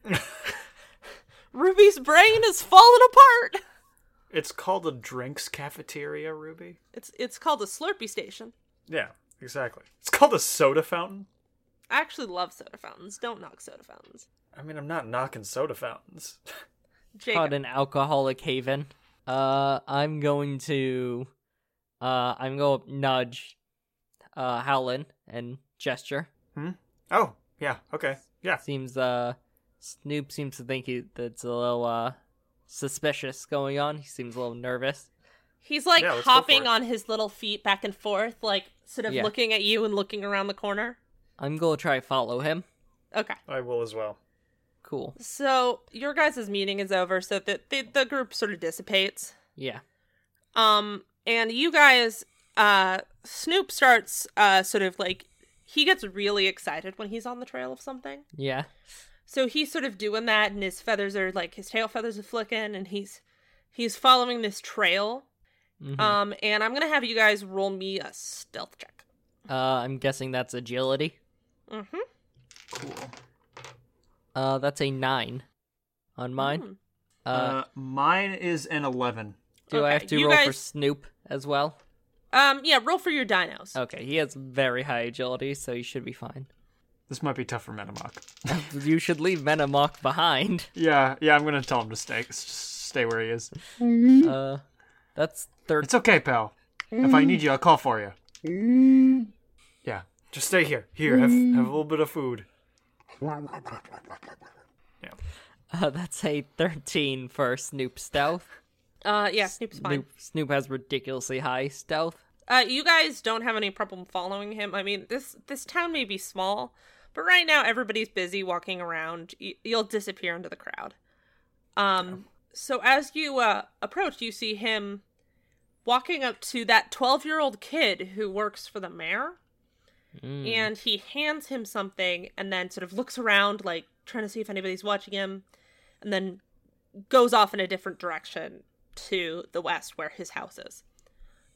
they sell alcohol called?" Ruby's brain is falling apart.
It's called a drinks cafeteria, Ruby.
It's it's called a Slurpee station.
Yeah, exactly. It's called a soda fountain.
I actually love soda fountains. Don't knock soda fountains.
I mean, I'm not knocking soda fountains.
Jacob,
Called an alcoholic haven. Uh, I'm going to, uh, I'm going to nudge, uh, Howlin and gesture.
Oh, yeah, okay. Yeah.
Seems, uh, Snoop seems to think he, that's a little, uh, suspicious going on. He seems a little nervous.
he's like
Yeah, let's go for
hopping
it.
on his little feet back and forth, like sort of
Yeah.
looking at you and looking around the corner.
I'm going to try to follow him.
Okay.
I will as well.
Cool.
So your guys' meeting is over, so the, the the group sort of dissipates.
Yeah.
Um, and you guys, uh, Snoop starts uh sort of like he gets really excited when he's on the trail of something.
Yeah.
So he's sort of doing that, and his feathers are like his tail feathers are flicking, and he's he's following this trail.
Mhm.
Um, and I'm gonna have you guys roll me a stealth check.
uh, I'm guessing that's agility.
Mm-hmm.
Cool.
Uh, that's a nine on mine.
Hmm.
Uh,
Uh,
mine is an 11.
do I
okay,
have to
you
roll for
guys-
Snoop as well?
Um, yeah, roll for your dinos.
Okay, he has very high agility, so he should be fine.
This might be tough for Metamok.
you should leave Menemoc behind.
Yeah, yeah, I'm going to tell him to stay, s- stay where he is.
Uh, that's third.
It's okay, pal. If I need you, I'll call for you. Yeah, just stay here. Here, have, have a little bit of food. Yeah.
Uh, that's a thirteen for Snoop stealth.
Uh, yeah, Snoop's fine.
Snoop, Snoop has ridiculously high stealth.
Uh, you guys don't have any problem following him. I mean, this this town may be small, but right now everybody's busy walking around. Y- you'll disappear into the crowd. Um, so as you uh, approach, you see him walking up to that twelve-year-old kid who works for the mayor,
Mm.
and he hands him something, and then sort of looks around, like trying to see if anybody's watching him, and then goes off in a different direction to the west where his house is.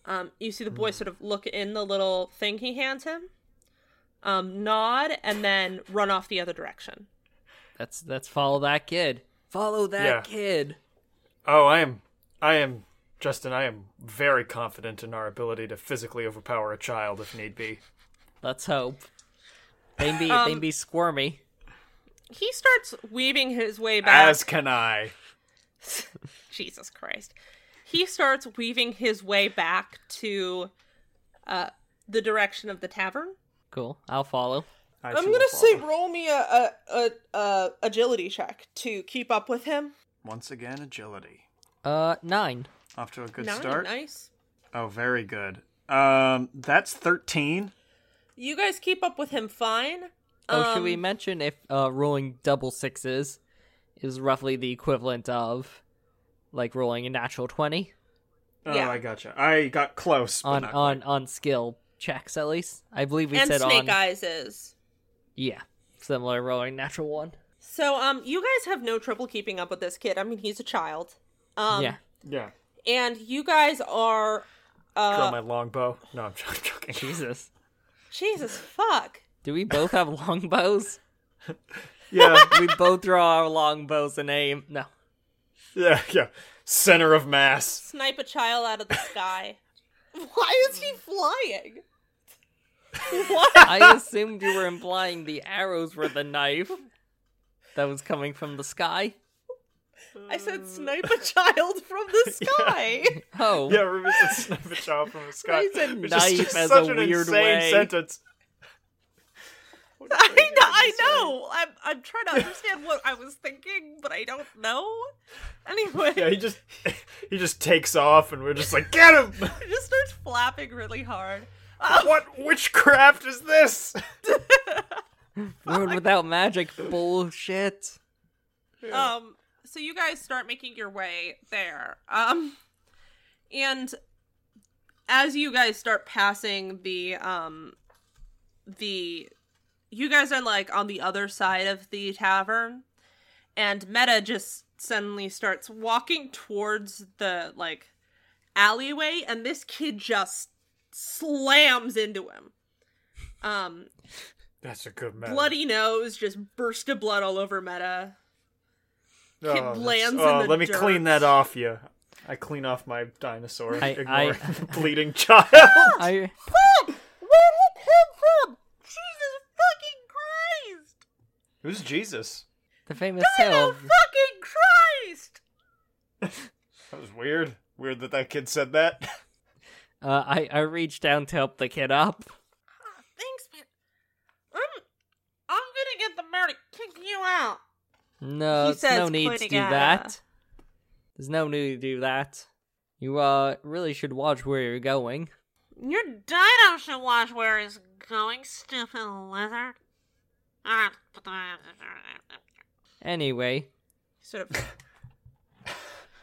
Um, you see the
Hmm.
boy sort of look in the little thing he hands him, um, nod, and then run off the other direction.
That's that's follow that kid. Follow that
Yeah.
kid.
Oh, I am. I am. Justin, I am very confident in our ability to physically overpower a child if need be.
Let's hope. They be they
Um,
be squirmy.
He starts weaving his way back.
As can I.
Jesus Christ. He starts weaving his way back to uh, the direction of the tavern.
Cool. I'll follow.
I
I'm
shall
gonna say
follow.
roll me a, a, a, a agility check to keep up with him.
Once again, agility.
Uh, nine.
Off to a good
Nine,
start.
Nice.
Oh, very good. Um, that's 13.
You guys keep up with him fine.
Oh, should we
Um,
mention if uh, rolling double sixes is roughly the equivalent of like rolling a natural twenty
Oh,
Yeah.
I gotcha. I got close. But
on
not
on on skill checks at least? I believe we
and
said
Snake
on
Eyes is.
yeah, similar rolling natural one.
So um you guys have no trouble keeping up with this kid. I mean he's a child. Um
yeah,
quite. Yeah.
and you guys are
Draw
uh
my longbow. No, I'm, I'm joking.
Jesus.
Jesus fuck.
Do we both have longbows?
yeah,
we both draw our longbows and aim. No.
yeah, yeah. Center of mass.
Snipe a child out of the sky. Why is he flying? What?
I assumed you were implying the arrows were the knife that was coming from the sky.
I said snipe a child from the sky.
Oh,
Yeah, Ruben said snipe a child from the sky.
He said
which is just
knife as
such
a
an
weird
insane
way.
sentence.
I, kn- I know. I'm I'm trying to understand what I was thinking, but I don't know. Anyway,
Yeah, he just he just takes off, and we're just like, get him!
it just starts flapping really hard.
What witchcraft is this?
World without magic bullshit.
Um, so you guys start making your way there. Um, and as you guys start passing the um, the you guys are like on the other side of the tavern, and Meta just suddenly starts walking towards the like alleyway, and this kid just slams into him. Um,
That's a good man.
bloody nose, just burst of blood all over Meta. kid lands in the
Oh, Let me
dirt.
clean that off you. I clean off my dinosaur,
I-
ignoring
I-
the bleeding child.
I
Where did it come from? Jesus fucking Christ!
Who's Jesus?
the famous
Dino
tale.
fucking Christ!
That was weird. Weird that that kid said that.
Uh, I I reached down to help the kid up.
Ah, thanks, man. I'm, I'm gonna get the mayor to kick you out.
No,
He
it's no
says
need to do
Koiniga.
that. There's no need to do that. You uh really should watch where you're going.
Your dino should watch where he's going, stupid lizard. Ah,
Anyway,
sort of.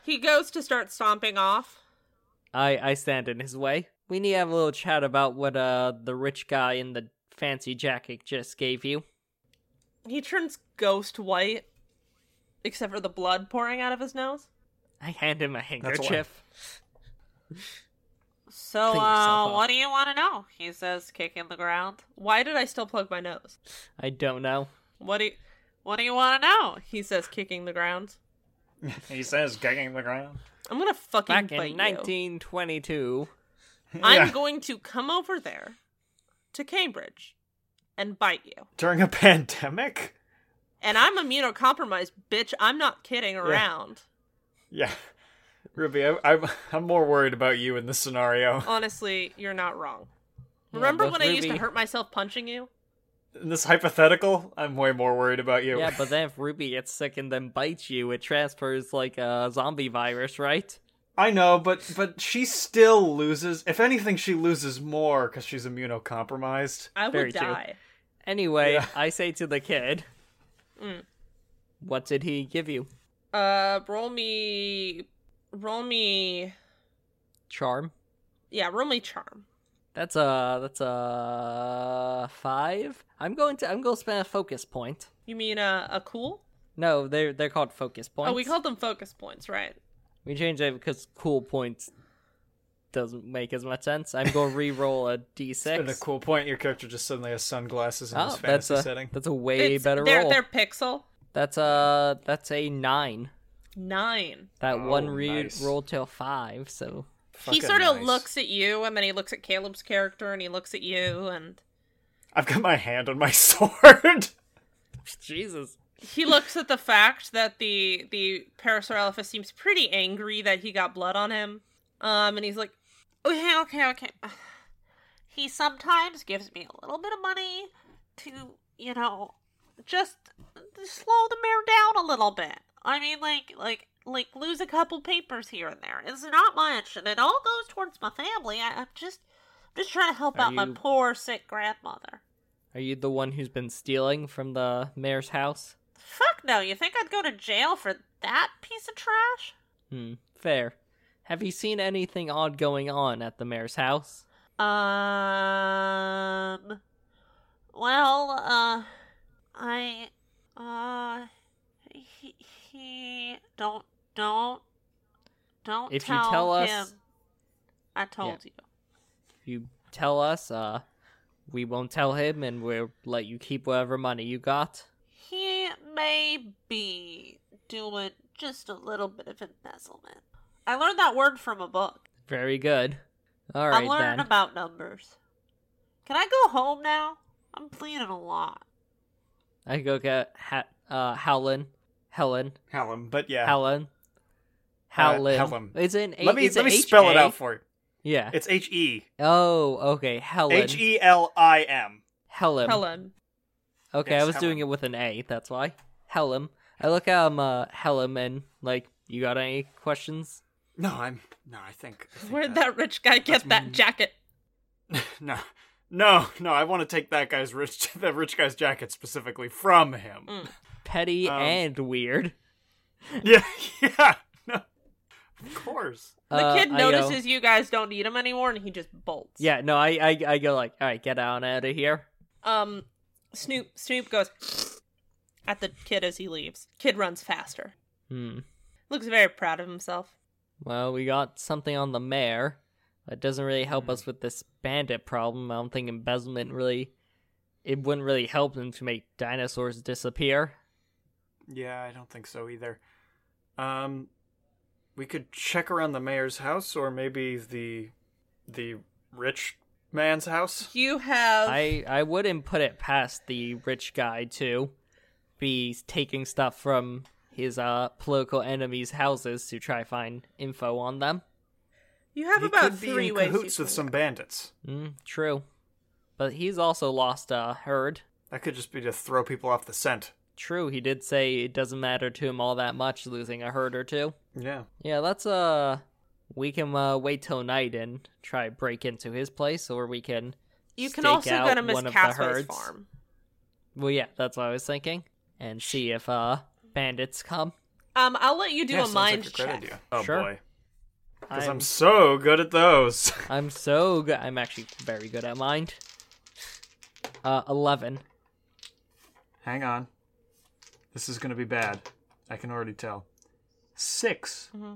he goes to start stomping off.
I I stand in his way. We need to have a little chat about what uh the rich guy in the fancy jacket just gave you.
He turns ghost white, except for the blood pouring out of his nose.
I hand him a
why.
handkerchief.
So,
Clean yourself
uh,
up.
what do you want to know? He says, kicking the ground. Why did I still plug my nose?
I don't know.
What do you, what do you want to know? He says, kicking the ground.
He says, gagging the ground.
I'm gonna fucking
Back in
bite you.
1922,
I'm going to come over there to Cambridge and bite you.
During a pandemic?
And I'm immunocompromised, bitch. I'm not kidding around.
Yeah. Ruby, I, I'm, I'm more worried about you in this scenario.
Honestly, you're not wrong.
Yeah,
Remember
but
when I used to
Ruby-
hurt myself punching you?
In this hypothetical, I'm way more worried about you.
yeah, but then if Ruby gets sick and then bites you, it transfers like a zombie virus, right?
I know, but but she still loses. If anything, she loses more because she's immunocompromised.
I would
Very true.
die.
Anyway,
Yeah.
I say to the kid,
Mm.
"What did he give you?
Uh, roll me, roll me,
Charm?
yeah, roll me charm.
That's a that's a five. I'm going to I'm going to spend a focus point.
You mean uh, a a cool?
No, they're they're called focus points.
Oh, we called them focus points, right?
we changed it because cool points doesn't make as much sense. I'm going to re-roll a d6.
And a cool point, your character just suddenly has sunglasses in this
oh, that's
fantasy
a
setting.
that's a way
It's-
better
they're,
roll.
They're pixel
That's a that's a nine.
nine.
That
Oh,
one re-
nice.
roll till five. So
he
Fucking
sort of
nice.
looks at you, and then he looks at Caleb's character, and he looks at you, and
I've got my hand on my sword.
Jesus,
he looks at the fact that the the Parasaurolophus seems pretty angry that he got blood on him. Um, and he's like, okay, okay, okay. He sometimes gives me a little bit of money to, you know, just slow the mare down a little bit. I mean, like, like, like, lose a couple papers here and there. It's not much, and it all goes towards my family. I, I'm just, just trying to help
Are
out my
you-
poor sick grandmother.
Are you the one who's been stealing from the mayor's house?
Fuck no! You think I'd go to jail for that piece of trash?
Hmm, fair. Have you seen anything odd going on at the mayor's house?
Um. Well, uh, I, uh, he, he don't, don't, don't.
If you
tell,
tell us-
him. I told you.
You tell us, uh, we won't tell him and we'll let you keep whatever money you got.
He may be doing just a little bit of embezzlement. I learned that word from a book.
Very good. All
I'm
right,
learning
then.
about numbers. Can I go home now? I'm bleeding a lot.
I go get ha- uh, Howlin. Helen.
Hallam, but yeah. Uh,
Helen. Howlin.
Helen.
It's an A-
Let me
it's
let
a
me spell it
H-A?
out for you.
Yeah.
It's H E
Oh, okay. Helen.
H E L I M.
Helen.
Helen.
Okay, I
Yes,
was doing
Helen.
it with an A, that's why. Hellum. I look at him, uh, Hellum, and, like, you got any questions?
No, I'm no. I think, I think
Where'd that rich guy get that jacket?
No, no, no. I want to take that guy's rich that rich guy's jacket specifically from him.
Mm.
Petty
Um,
and weird.
Yeah, yeah. No, of course.
The
Uh,
kid
I go-
notices you guys don't need him anymore, and he just bolts.
yeah, no, I, I, I go, like, alright, get on out of here.
Um, Snoop Snoop goes at the kid as he leaves. Kid runs faster.
Hmm.
Looks very proud of himself.
Well, we got something on the mayor. That doesn't really help us with this bandit problem. I don't think embezzlement really. It wouldn't really help them to make dinosaurs disappear.
Yeah, I don't think so either. Um, we could check around the mayor's house, or maybe the the rich man's house.
You have
I I wouldn't put it past the rich guy to be taking stuff from his uh political enemies' houses to try find info on them.
you have
He
about
could be
three
in
ways.
cahoots
you
with
can
some
look.
bandits.
Mm, true, but he's also lost a herd.
That could just be to throw people off the scent.
True, he did say it doesn't matter to him all that much losing a herd or two.
Yeah.
Yeah, that's uh we can uh, wait till night and try break into his place, or we can.
You can
stake
also go
out
to Miss
one of the
Caswell's
herds.
farm.
Well, yeah, that's what I was thinking, and see if uh bandits come.
Um, I'll let you do
Yeah,
a
sounds like
mind
a great
check.
idea. Oh
Sure.
boy, because I'm so good at those.
I'm so good. I'm actually very good at mind. Uh, eleven.
Hang on. This is going to be bad. I can already tell. Six.
Mm-hmm.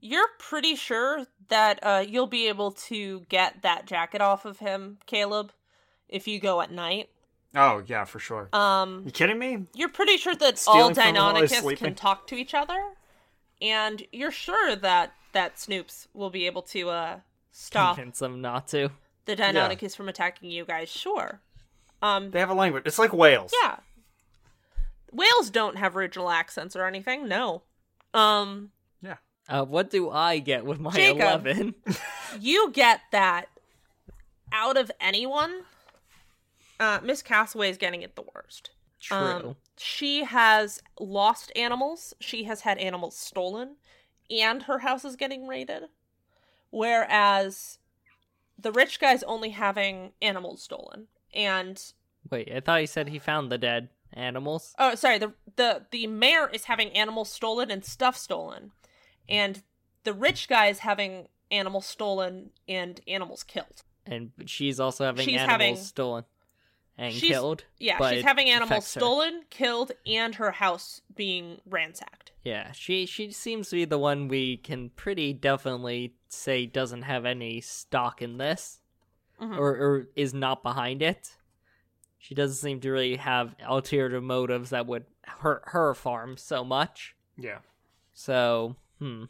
You're pretty sure that uh, you'll be able to get that jacket off of him, Caleb, if you go at night.
Oh, yeah, for sure.
Um,
You kidding me?
You're pretty sure that all
Stealing from him while he's
Deinonychus can
sleeping?
talk to each other, and you're sure that that Snoops will be able to uh, stop
Convince them not to.
the Deinonychus from attacking you guys. Sure. Um.
They have a language. It's like whales.
Yeah. Whales don't have original accents or anything. No. Um.
Yeah.
Uh, what do I get with my
Jacob.
eleven?
You get that out of anyone. Uh, Miss Castaway is getting it the worst.
True.
Um, she has lost animals. She has had animals stolen, and her house is getting raided. Whereas the rich guy's only having animals stolen. And
Wait, I thought he said he found the dead animals.
oh, sorry, the the the mayor is having animals stolen and stuff stolen, and the rich guy is having animals stolen and animals killed.
and she's also having
She's
animals
having-
stolen and
She's-
killed.
Yeah,
but
she's
it
having animals
affects her.
stolen, killed, and her house being ransacked.
Yeah, she she seems to be the one we can pretty definitely say doesn't have any stock in this,
Mhm.
or or is not behind it. She doesn't seem to really have ulterior motives that would hurt her farm so much.
Yeah.
So, hmm.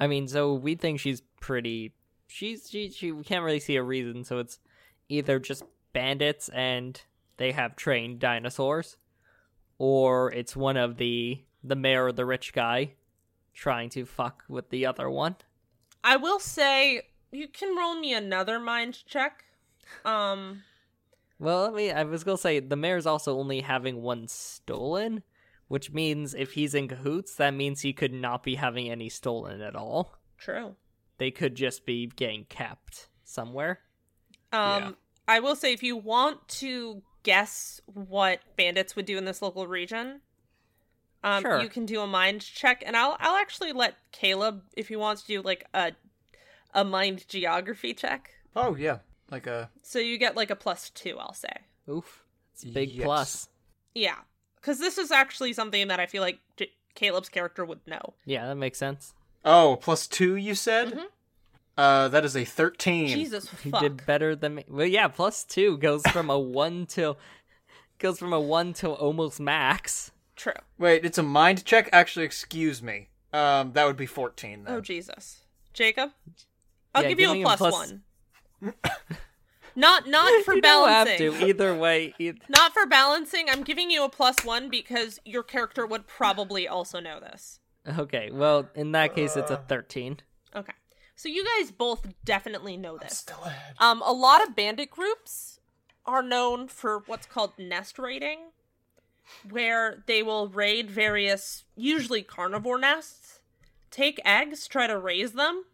I mean, so we think she's pretty. She's she she we can't really see a reason. So it's either just bandits and they have trained dinosaurs, or it's one of the the mayor or the rich guy trying to fuck with the other one.
I will say you can roll me another mind check. Um,
Well, let me. I was gonna say the mayor's also only having one stolen, which means if he's in cahoots, that means he could not be having any stolen at all.
true.
They could just be getting kept somewhere.
Um,
Yeah.
I will say if you want to guess what bandits would do in this local region, um,
Sure.
you can do a mind check, and I'll I'll actually let Caleb if he wants to do like a a mind geography check.
Oh yeah, like a
So you get like a plus two, I'll say.
Oof, it's a big
Yes.
plus.
Yeah, because this is actually something that I feel like J- Caleb's character would know.
Yeah, that makes sense.
oh plus two. You said. Uh, that is a thirteen.
Mm-hmm. Jesus
He
fuck.
did better than me. Well, yeah, plus two goes from a one to goes from a one to almost max.
True.
Wait, it's a mind check. Actually, excuse me. Um, that would be fourteen. Then.
Oh Jesus, Jacob. I'll
Yeah,
give you
giving
a
him
plus,
plus-
one. not not for
you
balancing.
don't have to either way. eith-
Not for balancing. I'm giving you a plus one because your character would probably also know this.
Okay, well, in that case, it's a thirteen.
Okay. So you guys both definitely know this.
Still ahead.
Um, a lot of bandit groups are known for what's called nest raiding, where they will raid various, usually carnivore nests, take eggs, try to raise them.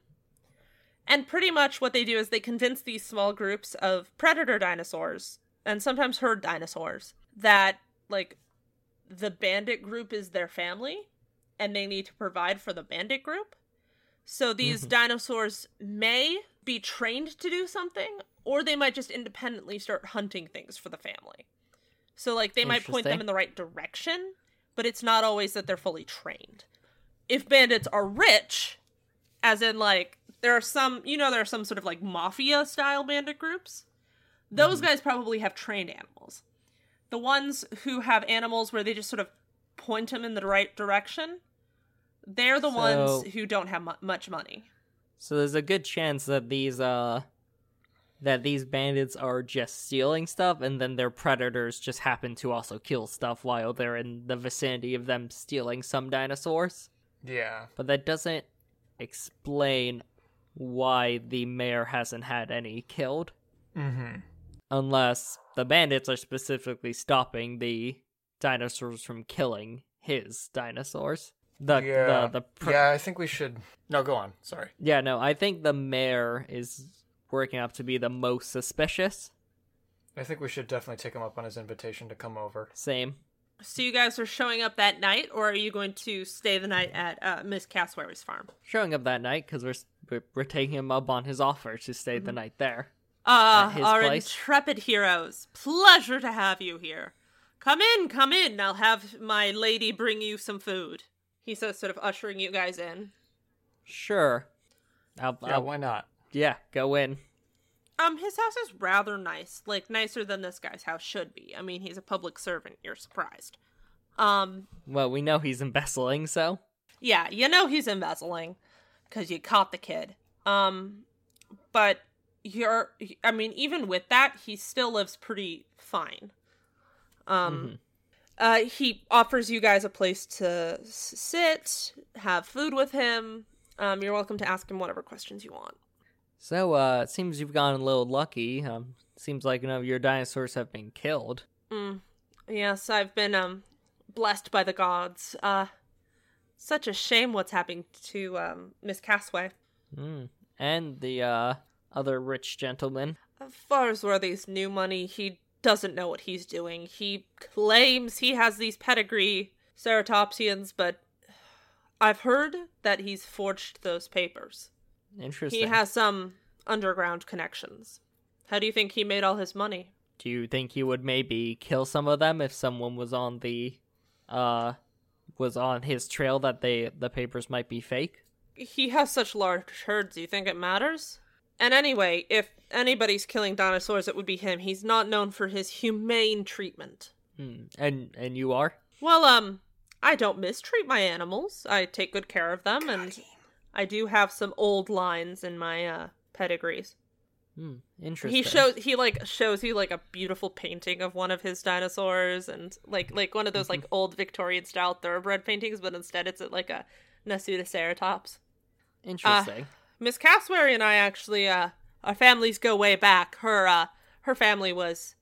And pretty much what they do is they convince these small groups of predator dinosaurs and sometimes herd dinosaurs that, like, the bandit group is their family and they need to provide for the bandit group. So these dinosaurs may be trained to do something, or they might just independently start hunting things for the family. So, like, they might point
Interesting.
them in the right direction, but it's not always that they're fully trained. If bandits are rich, as in, like, there are some, you know, there are some sort of like mafia style bandit groups, those
Mm-hmm.
guys probably have trained animals. The ones who have animals where they just sort of point them in the right direction, they're the
So-
ones who don't have mu- much money.
So there's a good chance that these uh that these bandits are just stealing stuff and then their predators just happen to also kill stuff while they're in the vicinity of them stealing some dinosaurs.
Yeah.
But that doesn't explain why the mayor hasn't had any killed
Mm-hmm.
unless the bandits are specifically stopping the dinosaurs from killing his dinosaurs. The
yeah.
the the pre-
yeah, I think we should. No, go on. Sorry.
Yeah, no, I think the mayor is working up to be the most suspicious.
I think we should definitely take him up on his invitation to come over.
Same.
So, you guys are showing up that night, or are you going to stay the night at uh, Miss Casswary's farm?
Showing up that night because we're, s- we're we're taking him up on his offer to stay
Mm-hmm.
the night there.
Ah,
At his
our
place.
intrepid heroes. Pleasure to have you here. Come in, come in. I'll have my lady bring you some food. He says, sort of ushering you guys in.
Sure. I'll,
Yeah,
I'll-
Uh, why not?
yeah, go in.
Um, his house is rather nice, like nicer than this guy's house should be. I mean, he's a public servant. You're surprised. Um,
Well, we know he's embezzling, so
yeah, you know he's embezzling, cause you caught the kid. Um, but you're, I mean, even with that, he still lives pretty fine. Um, uh, he offers you guys a place to s- sit, have food with him. Um, you're welcome to ask him whatever questions you want.
so uh, it seems you've gotten a little lucky. Um, seems like none of your dinosaurs have been killed.
Mm. Yes, I've been um blessed by the gods. Uh such a shame what's happening to um Miss Cassway.
Mm. And the uh, other rich gentleman.
Farsworthy's new money, he doesn't know what he's doing. He claims he has these pedigree ceratopsians, but I've heard that he's forged those papers.
Interesting.
He has some underground connections. How do you think he made all his money?
Do you think he would maybe kill some of them if someone was on the uh was on his trail that they the papers might be fake?
he has such large herds. Do you think it matters? And anyway, if anybody's killing dinosaurs, it would be him. He's not known for his humane treatment.
Hmm. And and you are?
Well, um, I don't mistreat my animals. I take good care of them, and I do have some old lines in my uh, pedigrees.
Hmm, interesting.
He shows he like shows you like a beautiful painting of one of his dinosaurs and like like one of those like old Victorian style thoroughbred paintings, but instead it's at like a Nasuda ceratops.
Interesting.
Miss Cassowary and I actually uh our families go way back. Her uh her family was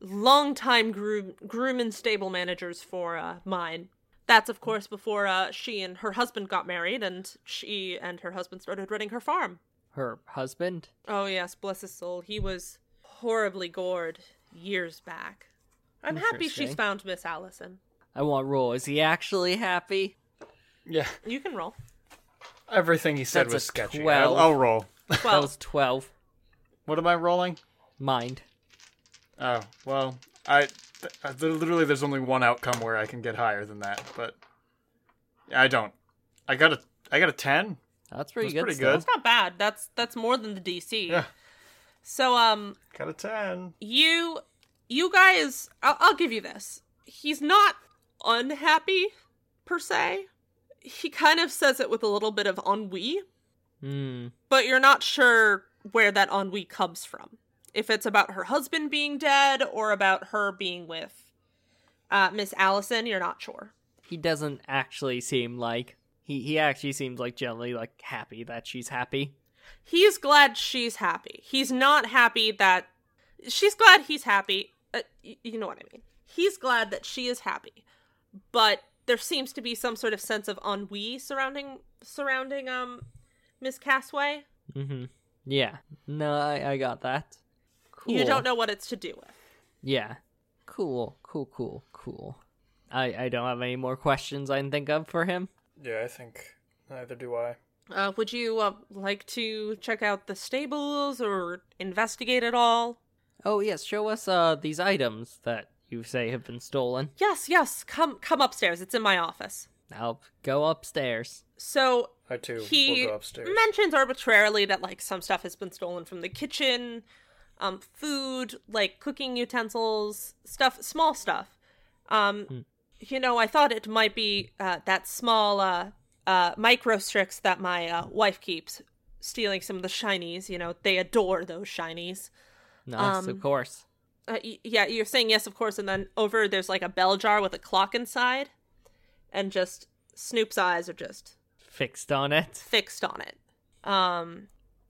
longtime groom groom and stable managers for uh mine. That's of course before uh she and her husband got married and she and her husband started running her farm.
Her husband?
Oh yes, bless his soul. He was horribly gored years back. I'm happy she's
Interesting.
found Miss Allison.
I want rule. Is he actually happy?
Yeah,
You can roll.
everything he said
That's
was
a
sketchy.
12.
I'll, I'll roll.
That
Well,
was 12.
What am I rolling?
Mind.
Oh well, I, th- I literally there's only one outcome where I can get higher than that, but I don't. I got a I got a ten.
That's pretty
That's
good.
pretty
still.
good.
that's not bad. That's that's more than the DC.
Yeah.
So um
Got a ten.
you you guys I'll, I'll give you this he's not unhappy per se he kind of says it with a little bit of ennui
Hmm.
but you're not sure where that ennui comes from if it's about her husband being dead or about her being with uh, miss allison you're not sure
He doesn't actually seem like. He, he actually seems like generally like happy that she's happy.
he's glad she's happy he's not happy that she's glad he's happy uh, y- you know what i mean he's glad that she is happy but there seems to be some sort of sense of ennui surrounding surrounding um miss cassway
Mm-hmm. Yeah. No, I, I got that. Cool.
you don't know what it's to do with
Yeah. Cool. Cool. Cool. Cool. I I don't have any more questions I can think of for him.
Yeah, I think neither do I.
uh, would you uh, like to check out the stables or investigate at all
Oh yes, show us uh these items that you say have been stolen.
yes yes come come upstairs it's in my office
I'll go upstairs.
so
I too
he mentions arbitrarily that like some stuff has been stolen from the kitchen um food like cooking utensils stuff small stuff um you know i thought it might be uh, that small uh uh micro sticks that my uh, wife keeps stealing some of the shinies you know they adore those shinies
Nice,
Um,
of course.
uh, y- yeah you're saying yes of course and then over there's like a bell jar with a clock inside and just snoop's eyes are just
Fixed on it.
fixed on it um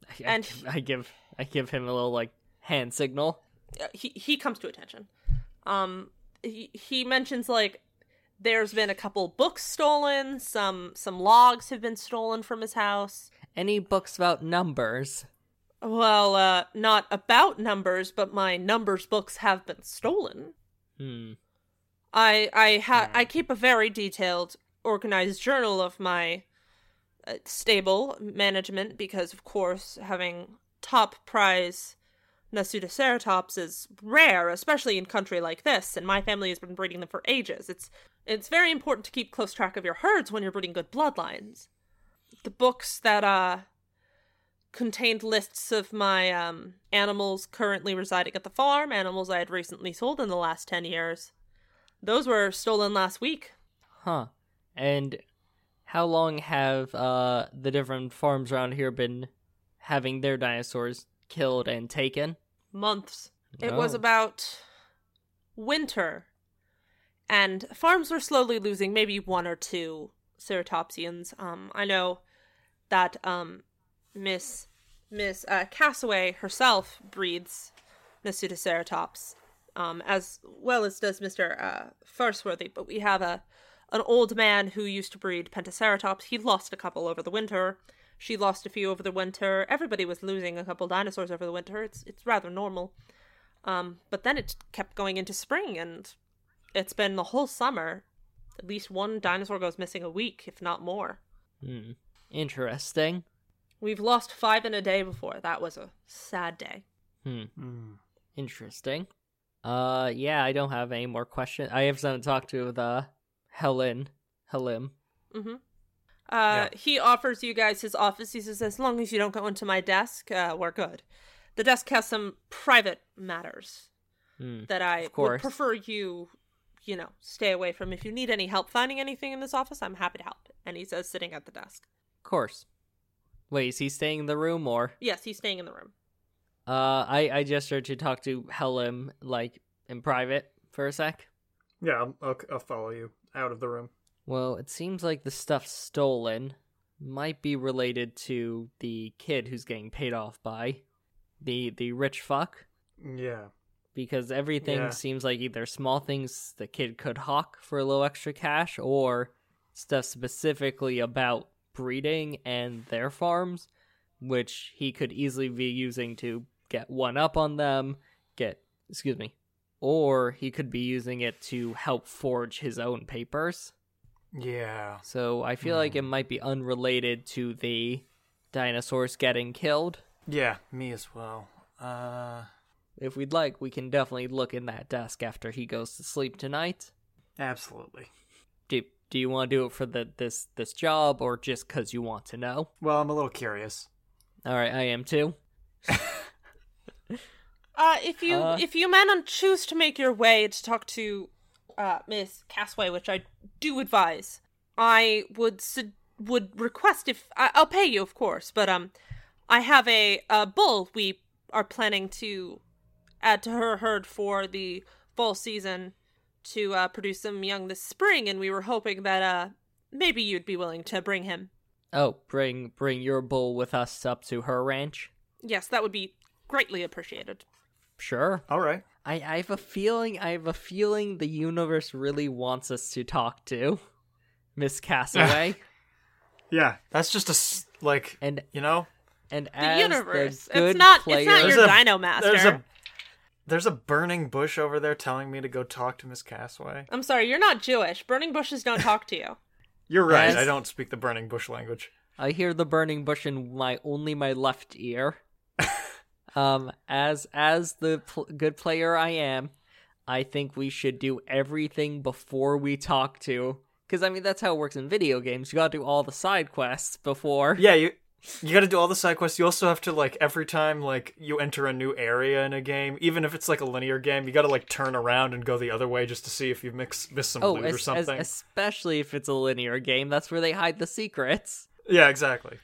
I- I,
And-
give- I give I give him a little like hand signal.
he he comes to attention. Um, he he mentions like there's been a couple books stolen, some some logs have been stolen from his house.
Any books about numbers?
Well, uh, not about numbers, but my numbers books have been stolen.
Hmm.
I I ha- I keep a very detailed, organized journal of my uh, stable management because, of course, having top prize Nasutoceratops is rare, especially in country like this. And my family has been breeding them for ages. It's it's very important to keep close track of your herds when you're breeding good bloodlines. The books that uh contained lists of my um animals currently residing at the farm, animals I had recently sold in the last ten years. Those were stolen last week.
Huh. And how long have uh the different farms around here been having their dinosaurs killed and taken?
Months. It was
Oh.
about winter. And farms were slowly losing maybe one or two ceratopsians. Um, I know that um, Miss Miss uh, Cassaway herself breeds Nasutoceratops, um, as well as does Mister uh, Farsworthy. But we have a an old man who used to breed Pentaceratops. He lost a couple over the winter. She lost a few over the winter. Everybody was losing a couple dinosaurs over the winter. It's it's rather normal. Um, but then it kept going into spring, and it's been the whole summer. At least one dinosaur goes missing a week, if not more.
Hmm. Interesting.
We've lost five in a day before. That was a sad day.
Hmm. Interesting. Uh, yeah, I don't have any more questions. I have someone to talk to with, uh, Helen. Helim.
Mm-hmm. Uh, He offers you guys his office. He says, as long as you don't go into my desk, uh, we're good. The desk has some private matters
Hmm.
that I
Of
would
course.
prefer you, you know, stay away from. If you need any help finding anything in this office, I'm happy to help. And he says, sitting at the desk.
Of course. Wait, is he staying in the room or?
Yes, he's staying in the room.
Uh, I I gesture to talk to Helim like in private for a sec.
Yeah, I'll, I'll, I'll follow you out of the room.
Well, it seems like the stuff stolen might be related to the kid who's getting paid off by the the rich fuck
Yeah.
because everything
Yeah.
seems like either small things the kid could hawk for a little extra cash or stuff specifically about breeding and their farms which he could easily be using to get one up on them get excuse me or he could be using it to help forge his own papers
Yeah.
so i feel like it might be unrelated to the dinosaurs getting killed
Yeah, me as well. Uh,
if we'd like we can definitely look in that desk after he goes to sleep tonight
absolutely.
do do you want to do it for the this this job or just because you want to know
Well, I'm a little curious.
all right i am too
Uh, if you
Uh.
if you men on- choose to make your way to talk to uh, Miss Cassaway, which I do advise, I would su- would request if I- I'll pay you, of course. But um, I have a, a bull we are planning to add to her herd for the fall season to uh, produce some young this spring, and we were hoping that uh maybe you'd be willing to bring him.
oh bring bring your bull with us up to her ranch
Yes, that would be greatly appreciated.
sure
All right.
i i have a feeling i have a feeling the universe really wants us to talk to miss cassaway
Yeah, that's just a s- like
and
you know.
and
The
as
universe.
the good
it's not.
player,
It's not your
There's a-
Dino Master.
There's a there's a burning bush over there telling me to go talk to Miss Cassaway.
I'm sorry, you're not Jewish. Burning bushes don't talk to you.
You're right.
Yes.
I don't speak the burning bush language.
I hear the burning bush in my only my left ear. um, as as the pl- good player I am, I think we should do everything before we talk to. Because I mean that's how it works in video games. You gotta do all the side quests before.
Yeah, you you got to do all the side quests. You also have to like every time like you enter a new area in a game, even if it's like a linear game, you got to like turn around and go the other way just to see if you mix miss some
oh,
loot or
es- es-
something.
especially if it's a linear game. That's where they hide the secrets.
yeah, exactly.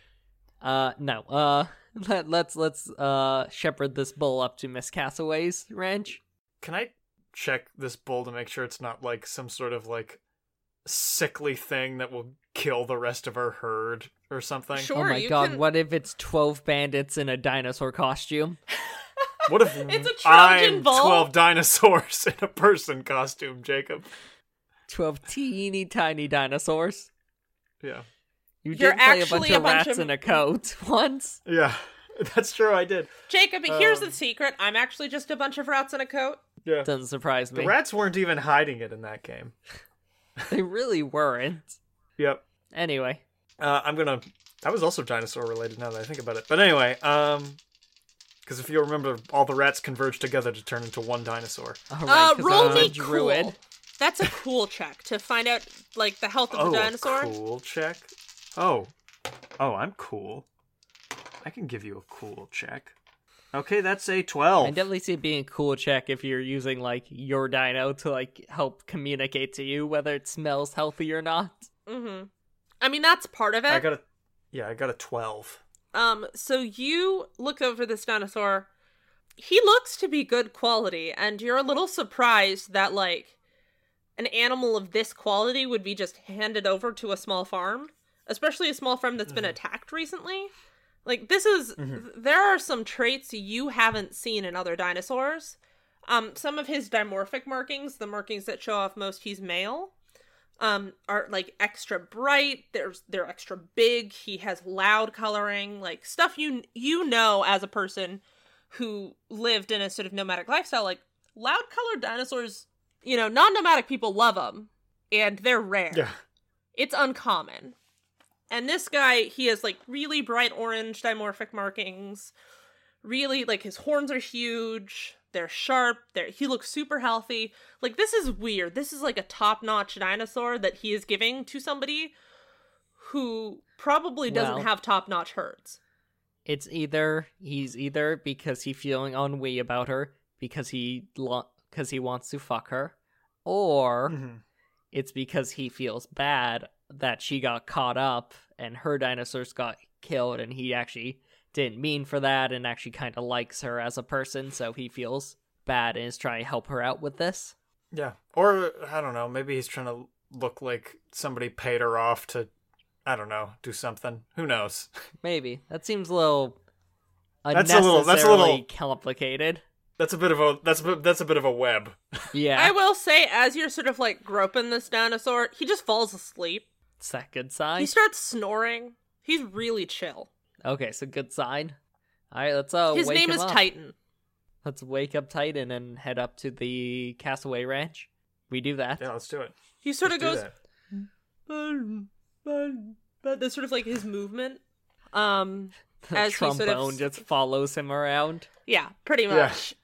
Uh, no. Uh, let, let's let's uh shepherd this bull up to Miss Cassaway's ranch.
Can I check this bull to make sure it's not like some sort of like sickly thing that will kill the rest of her herd or something?
Sure.
Oh my
you
god!
can-
What if it's twelve bandits in a dinosaur costume?
What if
It's a Trojan
I'm
bull.
twelve dinosaurs in a person costume, Jacob?
12 teeny tiny dinosaurs.
Yeah,
You did
You're
play a bunch
actually
of
a bunch
rats
of-
in a coat once.
yeah, that's true. I did.
Jacob, here's
Um,
the secret. I'm actually just a bunch of rats in a coat.
Yeah,
Doesn't surprise
the
me.
rats weren't even hiding it in that game.
they really weren't.
Yep.
Anyway,
Uh, I'm gonna. That was also dinosaur related. Now that I think about it, but anyway, um, because if you remember, all the rats converged together to turn into one dinosaur.
all right, 'cause
Uh, roll
I'm
me
a druid.
cool. That's a cool check to find out like the health of
oh,
the
a
dinosaur.
cool check. Oh, oh, I'm cool. I can give you a cool check. Okay, that's a
I
twelve.
definitely see it being a cool check if you're using like your dino to like help communicate to you whether it smells healthy or not.
Mm-hmm. I mean, that's part of
I
it.
got a. Yeah, I got a twelve.
Um, so you look over this dinosaur. He looks to be good quality, and you're a little surprised that like an animal of this quality would be just handed over to a small farm, especially a small farm that's been attacked recently. Like this is th- there are some traits you haven't seen in other dinosaurs. Um, some of his dimorphic markings, the markings that show off most he's male, um, are like extra bright. There's they're extra big. He has loud coloring, like stuff you you know as a person who lived in a sort of nomadic lifestyle. Like loud colored dinosaurs, you know, non nomadic people love them, and they're rare it's uncommon. And this guy, he has like really bright orange dimorphic markings. Really, like his horns are huge. They're sharp. They're, he looks super healthy. Like this is weird. This is like a top-notch dinosaur that he is giving to somebody who probably doesn't
Well-
have top-notch herds.
It's either he's either because he feeling ennui about her because he lo- cuz he wants to fuck her or
Mhm.
it's because he feels bad that she got caught up and her dinosaurs got killed and he actually didn't mean for that and actually kind of likes her as a person, so he feels bad and is trying to help her out with this.
Yeah. Or I don't know, maybe he's trying to look like somebody paid her off to I don't know, do something. Who knows?
Maybe. That seems a little
That's a little- that's a little-
unnecessarily complicated.
That's a bit of a that's a, bit- that's a bit of a web.
Yeah.
I will say, as you're sort of like groping this dinosaur, he just falls asleep.
It's that good sign.
He starts snoring. He's really chill.
Okay, so good sign. All right, let's uh,
His
wake
name
him
is
up.
Titan.
Let's wake up Titan and head up to the Castaway Ranch. We do that.
Yeah, let's do it.
He sort of
Let's do
goes,
that.
"Bun, bun, bun." that's sort of like his movement. Um,
The
As he sort of
trombone
s-
just follows him around.
yeah, pretty
Yeah.
much.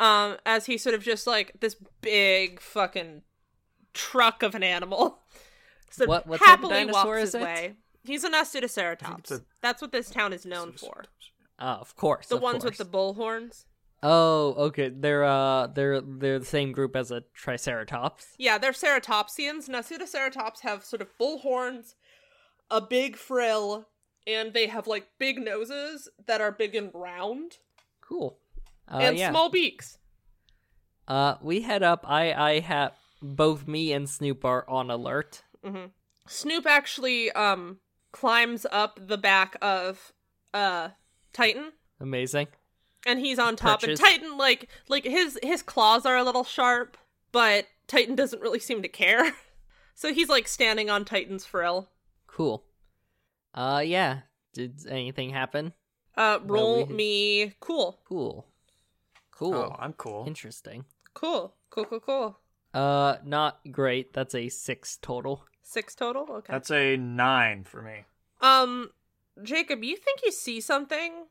Um, as he sort of just like this big fucking truck of an animal. So
What- what type of
happily
dinosaur
walks
is
his
it?
way. He's an Astutoceratops.
a-
That's what this town is known for.
Uh, of course,
The
of
ones with
course.
the bull horns.
Oh, okay. They're uh, they're they're the same group as a Triceratops.
Yeah, they're ceratopsians. Now, pseudoceratops have sort of bull horns, a big frill, and they have like big noses that are big and round,
Cool. Uh,
and
yeah.
small beaks.
Uh, we head up. I I have both me and Snoop are on alert.
Snoop actually um climbs up the back of uh Titan,
Amazing.
and he's on top.
Perches.
And Titan like like his his claws are a little sharp, but Titan doesn't really seem to care. So he's like standing on Titan's frill.
Cool. Uh, yeah. Did anything happen?
Uh, roll
we-
me cool,
Cool. Cool.
Oh, I'm cool.
Interesting.
cool, cool, cool, cool.
Uh, not great. That's a six total.
Six total. Okay.
That's a 9 for me.
Um, Jacob, you think you see something?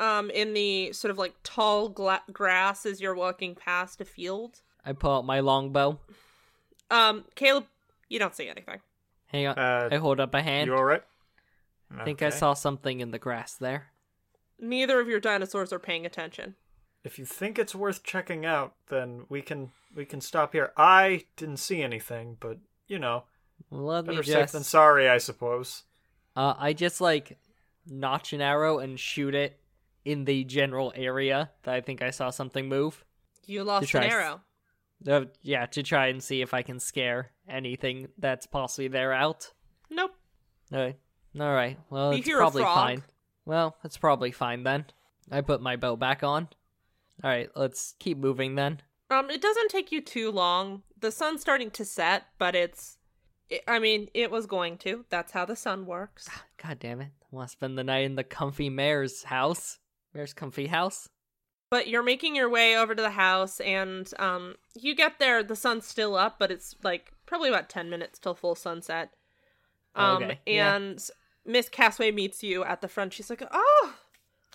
Um, in the sort of like tall gla- grass as you're walking past a field.
I pull out my longbow.
Um, Caleb, you don't see anything.
Hang on.
Uh,
I hold up a hand.
you all right?
I think I saw something in the grass there.
Neither of your dinosaurs are paying attention.
If you think it's worth checking out, then we can we can stop here. I didn't see anything, but you know,
Let me
better safe
just.
than sorry, I suppose.
Uh, I just like notch an arrow and shoot it in the general area that I think I saw something move.
You lost
try
an
s-
arrow.
Uh, yeah, to try and see if I can scare anything that's possibly there out.
Nope.
Uh, all right. Well,
You
it's
hear a
probably
frog.
fine. Well, it's probably fine then. I put my bow back on. All right, let's keep moving then.
Um, it doesn't take you too long. The sun's starting to set, but it's. i I mean, it was going to. That's how the sun works.
God damn it! I want to spend the night in the comfy mayor's house. Mayor's comfy house.
But you're making your way over to the house, and um, you get there. The sun's still up, but it's like probably about ten minutes till full sunset. Um,
Oh, Okay, yeah.
and Miss Cassaway meets you at the front. She's like, "Oh,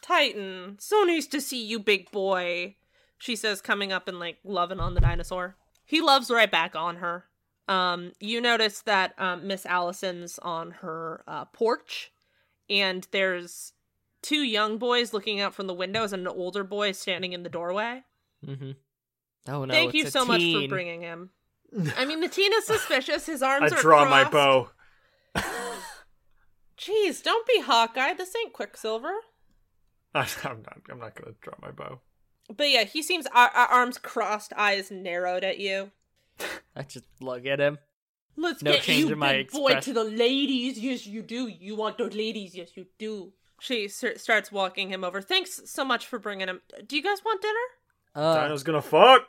Titan, so nice to see you, big boy." She says, coming up and like loving on the dinosaur. He loves right back on her. Um, you notice that um, Miss Allison's on her uh, porch, and there's two young boys looking out from the windows and an older boy standing in the doorway.
Mm-hmm. Oh no!
Thank
it's
you
a
so much for
teen.
bringing him. I mean, the teen is suspicious. His arms
I
are
draw my
crossed.
bow.
Jeez, don't be Hawkeye. This ain't Quicksilver.
I'm not I'm not going to draw my bow.
But yeah, he seems ar- ar- arms crossed, eyes narrowed at you.
I just look at him.
Let's
No
get
change
you,
in my
big boy,
express-
to the ladies. Yes, you do. You want those ladies? Yes, you do. She ser- starts walking him over. Thanks so much for bringing him. Do you guys want dinner?
Uh,
Dino's going to fuck.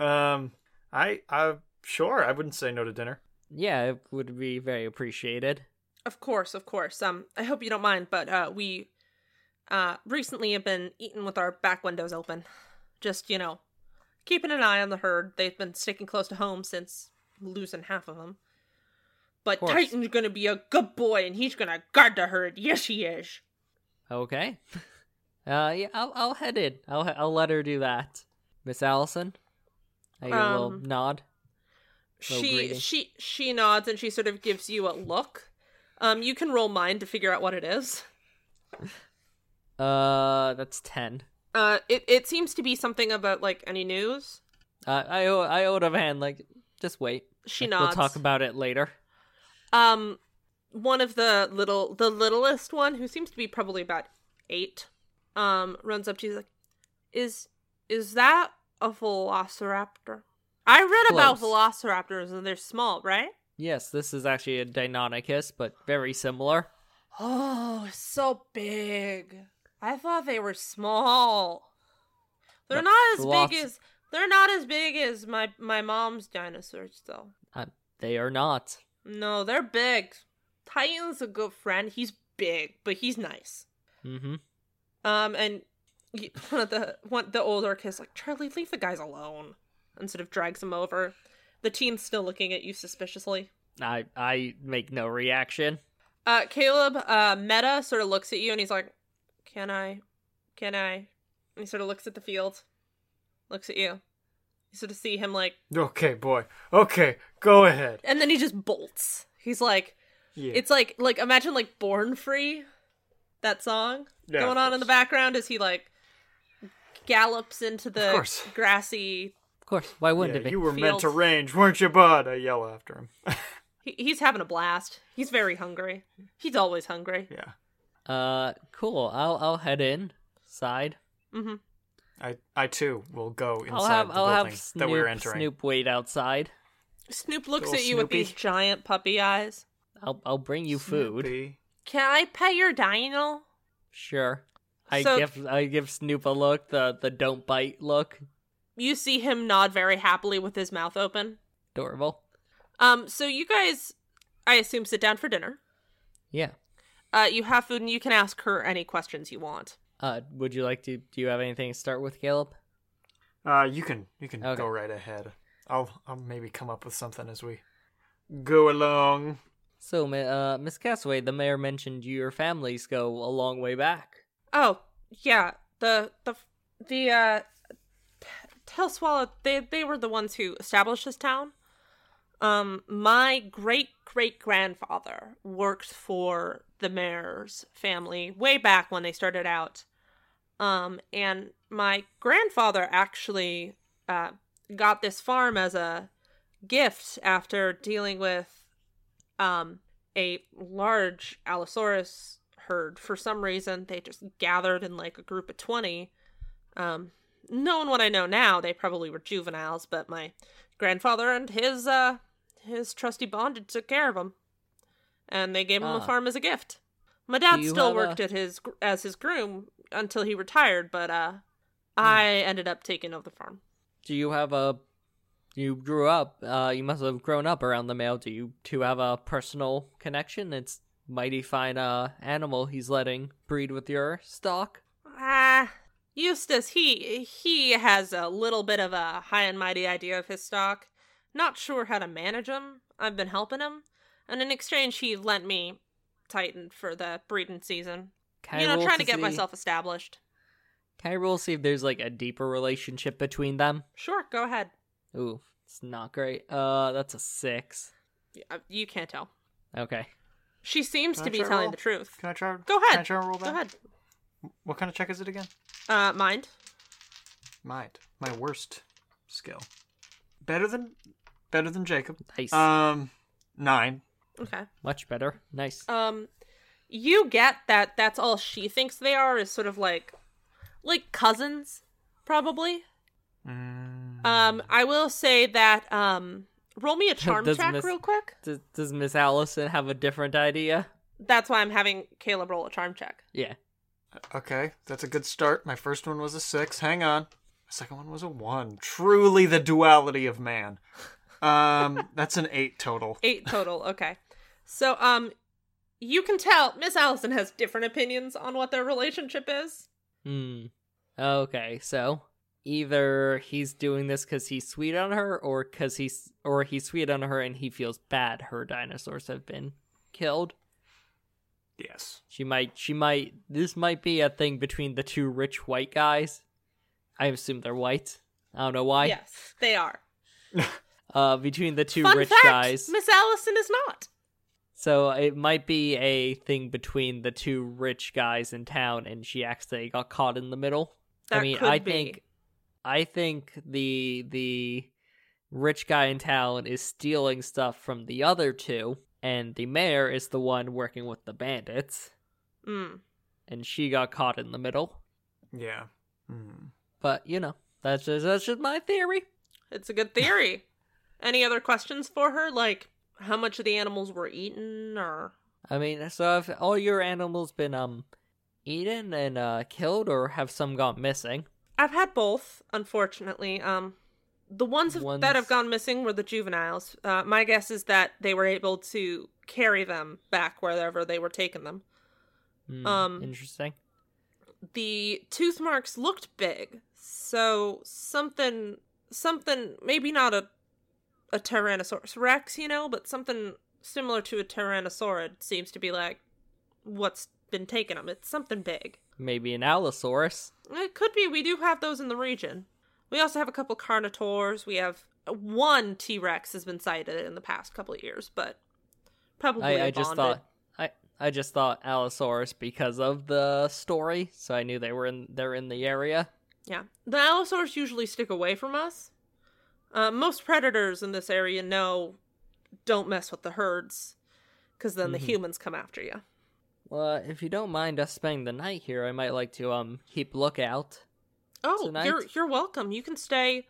Um I I sure, I wouldn't say no to dinner.
yeah, it would be very appreciated.
Of course, of course. Um, I hope you don't mind, but uh, we uh recently have been eating with our back windows open. Just you know, keeping an eye on the herd. They've been sticking close to home since losing half of them. But
course.
Titan's gonna be a good boy, and he's gonna guard the herd. Yes, he is.
Oh, Okay. Uh, yeah, I'll, I'll head in. I'll I'll let her do that. Miss Allison, I give a little
Um,
nod. Little
she
greeting.
she she nods and she sort of gives you a look. Um, you can roll mine to figure out what it is.
Uh, that's ten.
Uh, it it seems to be something about like any news.
Uh, I owe I owed a hand. Like, just wait.
She
Like,
nods.
We'll talk about it later.
Um, one of the little, the littlest one, who seems to be probably about eight, um, runs up to you like, "Is is that a velociraptor? I read about
Close.
velociraptors and they're small, right?
Yes, this is actually a Deinonychus, but very similar.
Oh, so big. I thought they were small. They're not as
Veloc-
big as they're not as big as my my mom's dinosaurs though.
They are not.
No, they're big. Titan's a good friend. He's big, but he's nice.
Mm-hmm.
Um, and y- one of the one the older kid's like, Charlie, leave the guys alone, and sort of drags him over. The teen's still looking at you suspiciously.
I I make no reaction.
Uh, Caleb, uh, Meta sort of looks at you and he's like, "Can I? Can I?" And he sort of looks at the field, looks at you. You sort of see him like,
Okay, boy. Okay, go ahead.
and then he just bolts. He's like,
Yeah.
it's like like imagine like Born Free, that song
Yeah, of
going on in the
course.
background as he like gallops into
Of
the
course.
grassy
Of course, why wouldn't
Yeah,
it be?
you were meant to
Field.
range, weren't you, bud? I yell after him.
He- He's having a blast. He's very hungry. He's always hungry.
yeah.
Uh, cool. I'll I'll head in. Side.
hmm
I I too will go inside
I'll have
the
I'll
building
have Snoop,
that we're entering.
Snoop wait outside.
Snoop looks
Little
at you with
Snoopy.
these giant puppy eyes.
I'll I'll bring you food.
Snoopy.
Can I pet your dino?
Sure. I
So-
give I give Snoop a look, the the don't bite look.
You see him nod very happily with his mouth open.
Adorable.
Um, so you guys, I assume, sit down for dinner.
Yeah.
Uh, you have food and you can ask her any questions you want.
Uh, would you like to? Do you have anything to start with, Caleb?
Uh, you can you can
Okay.
go right ahead. I'll I'll maybe come up with something as we go along.
So, ma- uh, Miss Cassaway, the mayor mentioned your families go a long way back.
Oh yeah, the the the uh, Tell Swallow they they were the ones who established this town. Um, my great great grandfather worked for the mayor's family way back when they started out. Um, and my grandfather actually uh, got this farm as a gift after dealing with um, a large Allosaurus herd. For some reason, they just gathered in like a group of 20. Um, knowing what I know now, they probably were juveniles, but my grandfather and his uh, his trusty bonded took care of them, and they gave him a
Ah.
farm as a gift. My dad
Do you
still
have
worked
a-
at his gr- as his groom until he retired, but uh,
Hmm.
I ended up taking over the farm.
Do you have a? You grew up. Uh, you must have grown up around the mayor. Do you two have a personal connection? It's mighty fine uh animal he's letting breed with your stock.
Ah, Eustace, he he has a little bit of a high and mighty idea of his stock. Not sure how to manage him. I've been helping him, and in exchange, he lent me Titan for the breeding season.
Can
you
I
know,
roll
trying to get
see-
myself established.
Can I roll see if there's like a deeper relationship between them?
Sure, go ahead.
Ooh, it's not great. Uh, that's a six.
Y- uh, You can't tell.
Okay.
She seems
Can I
to be
try to
telling
roll?
the truth.
Can I try?
Go
Can I
ahead.
try and roll
Go
back?
ahead.
What kind of check is it again?
Uh, mind.
Might my worst skill. Better than better than Jacob.
Nice.
Um, nine.
Okay.
Much better. Nice.
Um, you get that that's all she thinks they are is sort of like, like cousins, probably.
Mm,
Um, I will say that um, roll me a charm
Does
check
miss-
real quick.
does, does Miss Allison have a different idea?
That's why I'm having Caleb roll a charm check.
Yeah.
Okay, that's a good start. My first one was a six. Hang on. My second one was a one. Truly the duality of man. Um, that's an eight total.
Eight total. okay, so um, you can tell Miss Allison has different opinions on what their relationship is.
Hmm. Okay, so either he's doing this because he's sweet on her, or because he's or he's sweet on her and he feels bad her dinosaurs have been killed.
Yes.
She might. She might. This might be a thing between the two rich white guys. I assume they're white. I don't know why.
yes, they are.
Uh, between the two
Fun
rich
fact:
guys.
Miss Allison is not.
So it might be a thing between the two rich guys in town, and she actually got caught in the middle. I
That
mean,
could
I
be.
think, I think the the rich guy in town is stealing stuff from the other two, and the mayor is the one working with the bandits.
Mm.
and she got caught in the middle.
Yeah. Hmm.
But you know, that's just that's just my theory.
It's a good theory. Any other questions for her? Like how much of the animals were eaten or
I mean, so have all your animals been um eaten and uh killed or have some gone missing?
I've had both, unfortunately. Um the ones, have-
Ones-
that have gone missing were the juveniles. Uh, my guess is that they were able to carry them back wherever they were taking them.
Hmm,
Um,
interesting.
the tooth marks looked big so something something maybe not a a tyrannosaurus rex you know but something similar to a tyrannosaurid seems to be like what's been taking them it's something big
Maybe an allosaurus.
it could be we do have those in the region we also have a couple carnitores we have one t-rex has been sighted in the past couple of years but probably
I,
a
I just
bonded.
thought I I just thought Allosaurus because of the story, so I knew they were in they're in the area.
Yeah. The allosaurs usually stick away from us. Uh, most predators in this area know don't mess with the herds because then the
Mhm.
humans come after you.
Well, if you don't mind us spending the night here, I might like to um keep lookout.
Oh,
Tonight?
you're you're welcome. You can stay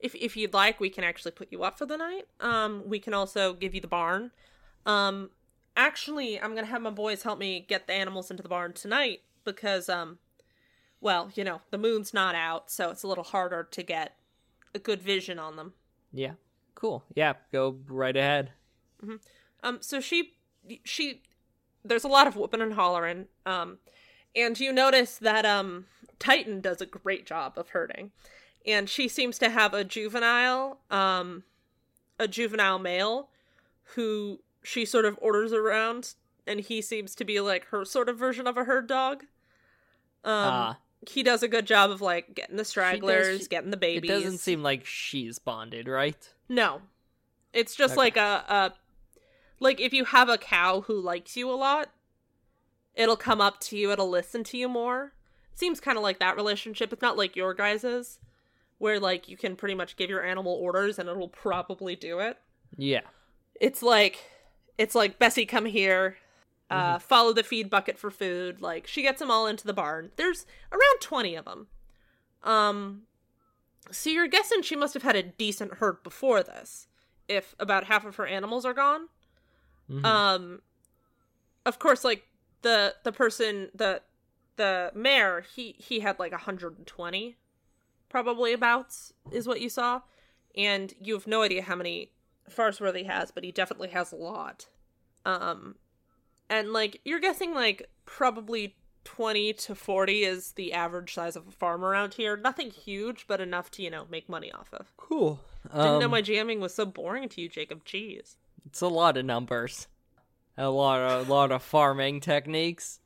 if if you'd like. We can actually put you up for the night. Um, we can also give you the barn. Um, actually, I'm gonna have my boys help me get the animals into the barn tonight because um, well, you know, the moon's not out, so it's a little harder to get a good vision on them.
Yeah. Cool. Yeah, go right ahead.
Um, so she, she, there's a lot of whooping and hollering. Um, and you notice that um, Titan does a great job of herding, and she seems to have a juvenile, um, a juvenile male, who she sort of orders around, and he seems to be like her sort of version of a herd dog. Um,
Ah,
he does a good job of like getting the stragglers,
she-
getting the
it
babies.
doesn't seem like she's bonded, right?
No. It's just
Okay.
like a, a like if you have a cow who likes you a lot, it'll come up to you, it'll listen to you more. seems kind of like that relationship. It's not like your guys's where like you can pretty much give your animal orders and it'll probably do it.
Yeah.
It's like it's like Bessie come here, uh follow the feed bucket for food. Like she gets them all into the barn. There's around 20 of them. Um, so you're guessing she must have had a decent herd before this, if about half of her animals are gone.
Mhm.
Um, of course, like the the person the the mayor he he had like 120, probably about is what you saw, and you have no idea how many Farsworthy has, but he definitely has a lot. Um, and like you're guessing like probably 20 to 40 is the average size of a farm around here. Nothing huge, but enough to, you know, make money off of.
cool.
Didn't know
Um,
my jamming was so boring to you, Jacob. Jeez.
It's a lot of numbers. A lot of a lot of farming techniques.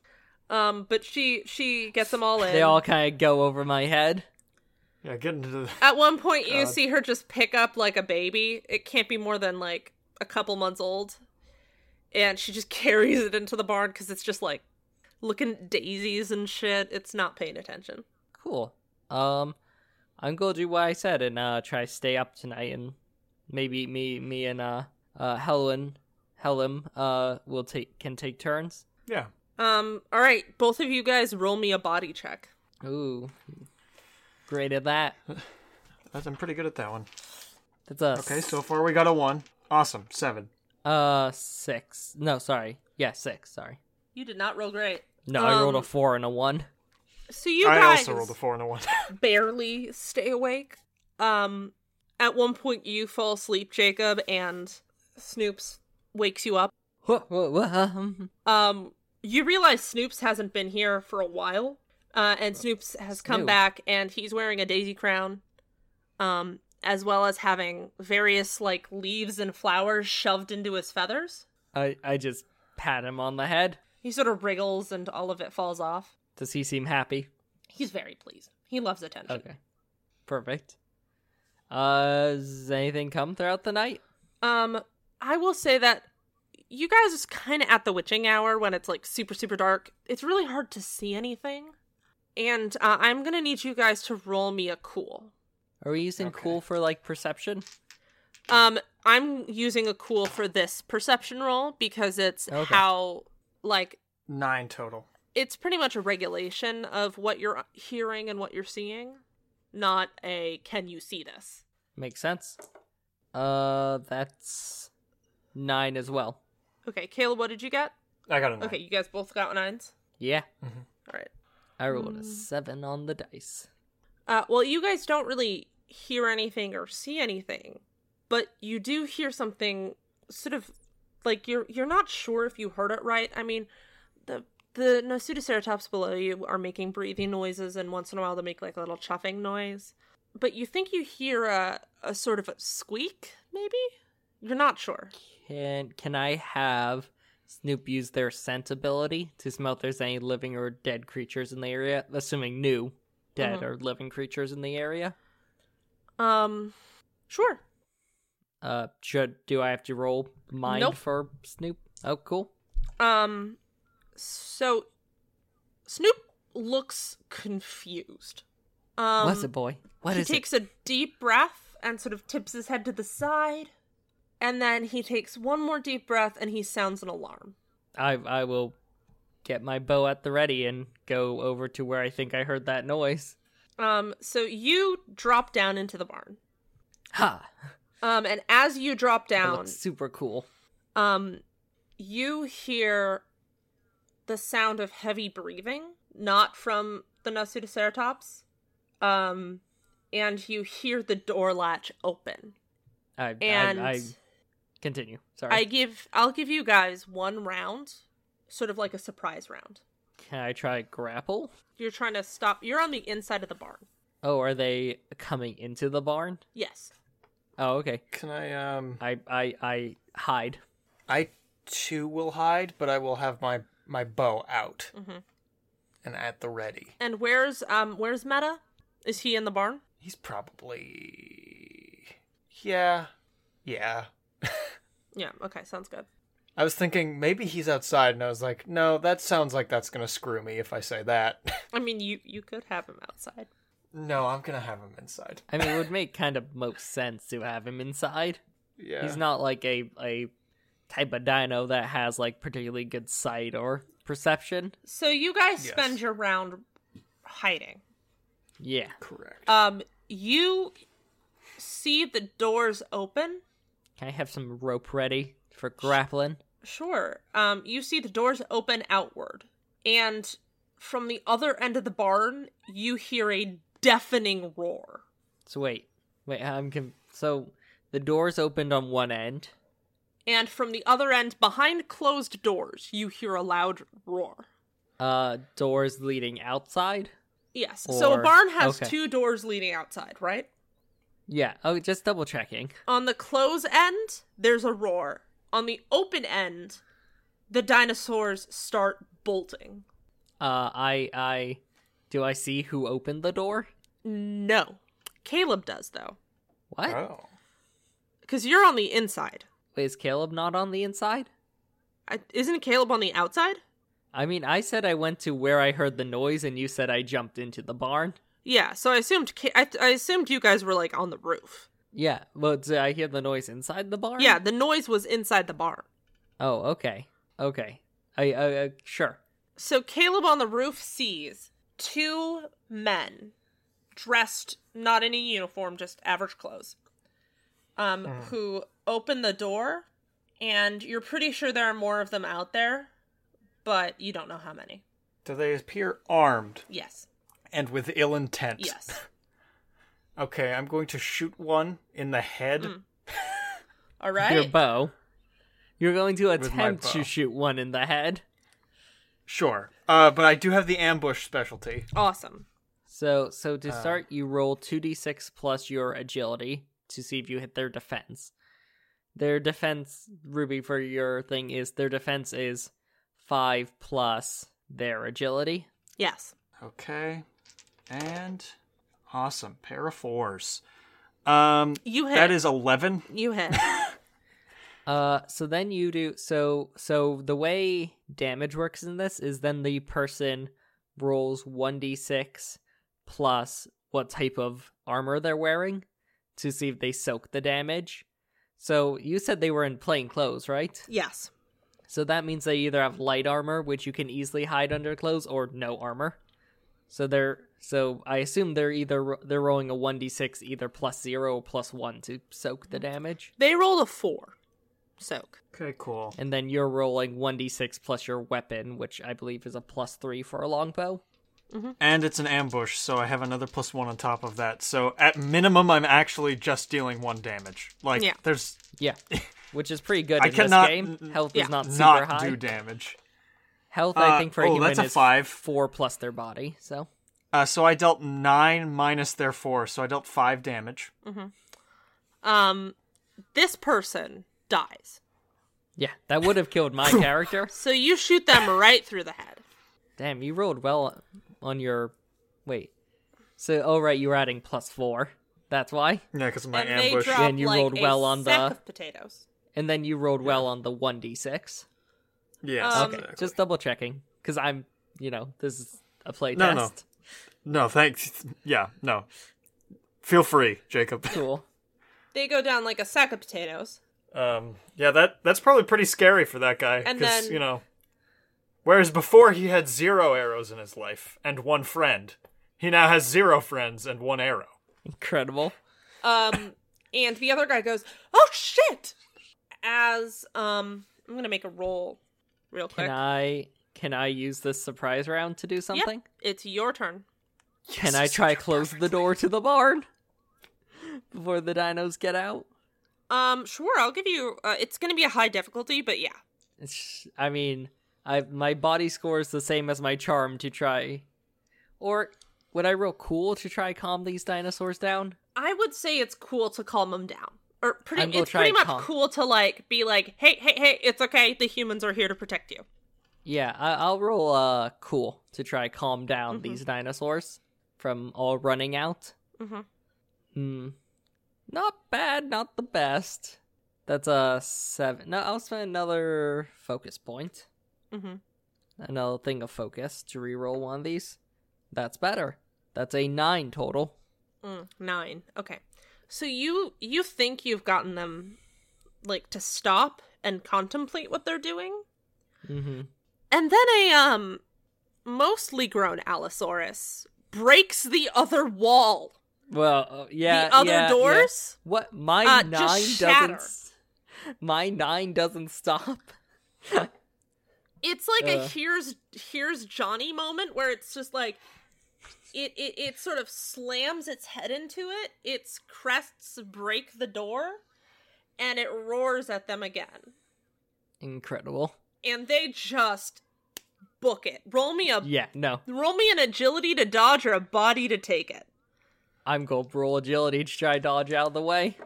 Um, but she she gets them all in.
They all kind of go over my head.
Yeah, get into the.
At one point, you
God.
see her just pick up like a baby. It can't be more than like a couple months old, and she just carries it into the barn because it's just like looking at daisies and shit. It's not paying attention.
Cool. Um, I'm gonna do what I said and uh try to stay up tonight and maybe me me and uh uh Helen Helen uh will take can take turns.
Yeah.
Um, all right, both of you guys roll me a body check.
Ooh, great at that.
That's, I'm pretty good at that one.
That's a
Okay, so far we got a one. Awesome. Seven.
uh six. No, sorry. Yeah, six. Sorry.
You did not roll great.
No, I rolled a
Um,
four and a one.
So you
I
guys
also rolled a four and a one.
barely stay awake. Um, at one point, you fall asleep, Jacob, and Snoop's wakes you up.
Whoa, whoa, whoa, um,
Um, you realize Snoop's hasn't been here for a while, uh, and Snoop's has come
Snoop.
back, and he's wearing a daisy crown, um, as well as having various like leaves and flowers shoved into his feathers.
I I just pat him on the head.
He sort of wriggles, and all of it falls off.
Does he seem happy?
He's very pleased. He loves attention.
Okay. Perfect. Uh, does anything come throughout the night?
Um, I will say that you guys is kind of at the witching hour when it's like super super dark. It's really hard to see anything, and uh, I'm gonna need you guys to roll me a cool.
Are we using
Okay.
cool for like perception?
Um, I'm using a cool for this perception roll because it's
Okay.
how like
Nine total.
it's pretty much a regulation of what you're hearing and what you're seeing, not a can you see this.
Makes sense. Uh, that's nine as well.
Okay, Caleb, what did you get?
I got a nine.
Okay, you guys both got nines.
Yeah,
All right.
I rolled
Hmm.
a seven on the dice.
Uh, well, you guys don't really hear anything or see anything, but you do hear something sort of like you're you're not sure if you heard it right. I mean, the the Nosudoceratops below you are making breathing noises, and once in a while they make like a little chuffing noise. But you think you hear a a sort of a squeak, maybe? You're not sure.
Can can I have Snoop use their scent ability to smell if there's any living or dead creatures in the area? Assuming new dead
Mhm.
or living creatures in the area.
Um, sure.
Uh, should do I have to roll mind
Nope.
for Snoop? Oh, cool.
Um, so Snoop looks confused. Um,
What's it, boy? What
he
is
takes a deep breath and sort of tips his head to the side, and then he takes one more deep breath and he sounds an alarm.
it? I I will get my bow at the ready and go over to where I think I heard that noise.
Um, so you drop down into the barn.
Ha!
Um, and as you drop
That
down,
looks super cool.
um, you hear the sound of heavy breathing, not from the Nasutoceratops. Um, and you hear the door latch open.
I
And
I, I continue. Sorry.
I give I'll give you guys one round, sort of like a surprise round.
Can I try grapple?
You're trying to stop you're on the inside of the barn.
Oh, are they coming into the barn?
Yes.
Oh, okay.
Can I um
I I I hide.
I too will hide, but I will have my my bow out
Mhm.
and at the ready.
And where's um where's Meta? Is he in the barn?
He's probably yeah, yeah.
Yeah, okay, sounds good.
I was thinking maybe he's outside, and I was like, no, that sounds like that's gonna screw me if I say that.
I mean you you could have him outside.
no, I'm gonna have him inside.
I mean, it would make kind of most sense to have him inside.
Yeah,
He's not like a a type of dino that has like particularly good sight or perception.
So you guys
Yes.
spend your round hiding.
Yeah.
correct.
Um you see the doors open.
Can I have some rope ready for grappling?
Sure. Um, you see the doors open outward, and from the other end of the barn, you hear a deafening roar.
So wait, wait. I'm conf- so the doors opened on one end.
And from the other end, behind closed doors, you hear a loud roar.
Uh, doors leading outside.
Yes. so a
Or-
barn has
okay.
two doors leading outside, right?
Yeah. Oh, just double checking.
On the close end, there's a roar. On the open end, the dinosaurs start bolting.
Uh, I I do I see who opened the door?
No. Caleb does, though,
What?
oh,
because you're on the inside.
Is Caleb not on the inside?
I- Isn't Caleb on the outside?
I mean, I said I went to where I heard the noise, and you said I jumped into the barn.
Yeah, so I assumed ca- I, I assumed you guys were like on the roof.
Yeah, well, did I hear the noise inside the barn?
Yeah, the noise was inside the barn.
Oh, okay, okay. I, I, I sure.
So Caleb on the roof sees two men dressed not in a uniform, just average clothes, um,
Mhm.
who open the door, and you're pretty sure there are more of them out there, but you don't know how many.
do they appear armed
Yes,
and with ill intent?
yes.
Okay, I'm going to shoot one in the head.
Mm. All
Your
right.
bow. You're going to
my
attempt
bow.
to shoot one in the head.
Sure. Uh, but I do have the ambush specialty.
awesome.
So, so to
Uh.
start, you roll two d six plus your agility to see if you hit their defense. Their defense, Ruby, for your thing is their defense is five plus their agility.
Yes.
Okay. And awesome. Pair of fours. Um
You hit.
that is eleven.
You hit.
Uh, so then you do so so the way damage works in this is then the person rolls 1d6 plus what type of armor they're wearing to see if they soak the damage. So you said they were in plain clothes, right?
yes.
So that means they either have light armor, which you can easily hide under clothes, or no armor. So they're so I assume they're either they're rolling a one d six either plus zero or plus one to soak the
Mm-hmm.
damage,
They rolled a four. Soak.
Okay, cool.
and then you're rolling one d six plus your weapon, which I believe is a plus three for a longbow.
And it's an ambush, so I have another plus one on top of that. So at minimum, I'm actually just dealing one damage. Like,
Yeah.
there's
Yeah, which is pretty good
I
in this
cannot-
game. Health
yeah,
is not super
not
high.
do damage.
Health,
Uh,
I think, for a
oh,
human
that's a
is
five.
four plus their body. So
Uh, so I dealt nine minus their four, so I dealt five damage.
Um, this person dies.
yeah, that would have killed my character.
So you shoot them right through the head.
Damn, you rolled well on your. Wait. So, oh right, you were adding plus four. That's why.
Yeah, because of my
and
ambush.
they drop
Then you
like
rolled
a
well on
sack
the-
of potatoes.
And then you rolled well on the one d six.
Yes,
Um,
Okay, just double checking because I'm, you know, this is a play
No, no.
test.
No, thanks. Yeah, no. Feel free, Jacob.
Cool.
They go down like a sack of potatoes.
Um, yeah, that that's probably pretty scary for that guy.
And
'cause,
then-
you know, whereas before he had zero arrows in his life and one friend, he now has zero friends and one arrow.
Incredible.
Um, and the other guy goes, "Oh shit!" As um, I'm gonna make a roll real quick.
Can I? Can I use this surprise round to do something?
It's your turn.
Can I try close the door to the barn before the dinos get out?
Um, sure, I'll give you. Uh, it's gonna be a high difficulty, but yeah.
It's, I mean, I my body score is the same as my charm to try, or would I roll cool to try calm these dinosaurs down?
I would say it's cool to calm them down. Or
I'm
pretty,
gonna
it's
try
pretty
and
much
calm-
cool to like be like, hey, hey, hey, it's okay. The humans are here to protect you.
Yeah, I, I'll roll uh cool to try calm down these dinosaurs from all running out.
Mhm.
Hmm, not bad, not the best. That's a seven. No, I'll spend another focus point.
Mm-hmm.
another thing of focus to reroll one of these. That's better. That's a nine total.
Mm, nine. Okay. So you you think you've gotten them like to stop and contemplate what they're doing,
Mm-hmm.
and then a um mostly grown Allosaurus breaks the other wall,
Well, uh, yeah,
the other
yeah, yeah.
doors.
What my
Uh,
nine
just
doesn't.
shatter.
s- My nine doesn't stop.
It's like a
Uh.
here's here's Johnny moment where it's just like. It, it, it sort of slams its head into it, its crests break the door, and it roars at them again.
Incredible.
and they just book it. Roll me a
Yeah, no,
roll me an agility to dodge or a body to take it.
I'm going to roll agility to try dodge out of the way.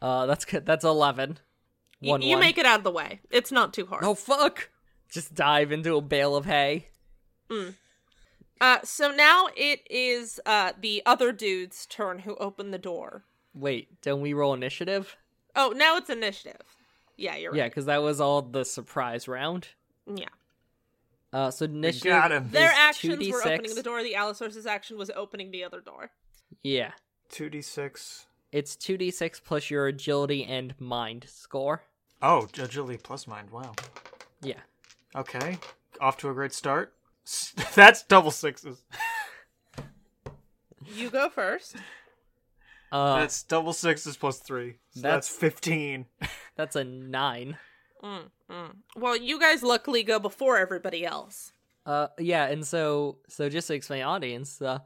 Uh, that's good. That's eleven.
Y-
One.
you
one.
make it out of the way. It's not too hard.
Oh fuck! Just dive into a bale of hay.
Uh, so now it is uh, the other dude's turn who opened the door.
Wait, don't we roll initiative?
Oh, now it's initiative. Yeah, you're
Yeah,
right.
because that was all the surprise round.
Yeah.
Uh, so initiative.
got him.
Their
is
actions
2d6.
were opening the door. The Allosaurus's action was opening the other door.
Yeah,
Two d six.
it's two d six plus your agility and mind score.
Oh, agility plus mind. Wow.
Yeah,
Okay, off to a great start. S- That's double sixes.
You go first.
uh, that's
that's double sixes plus three. So that's,
that's-
fifteen.
a nine.
Mm, mm. Well, you guys luckily go before everybody else.
Uh, yeah, and so so just to explain, audience, uh,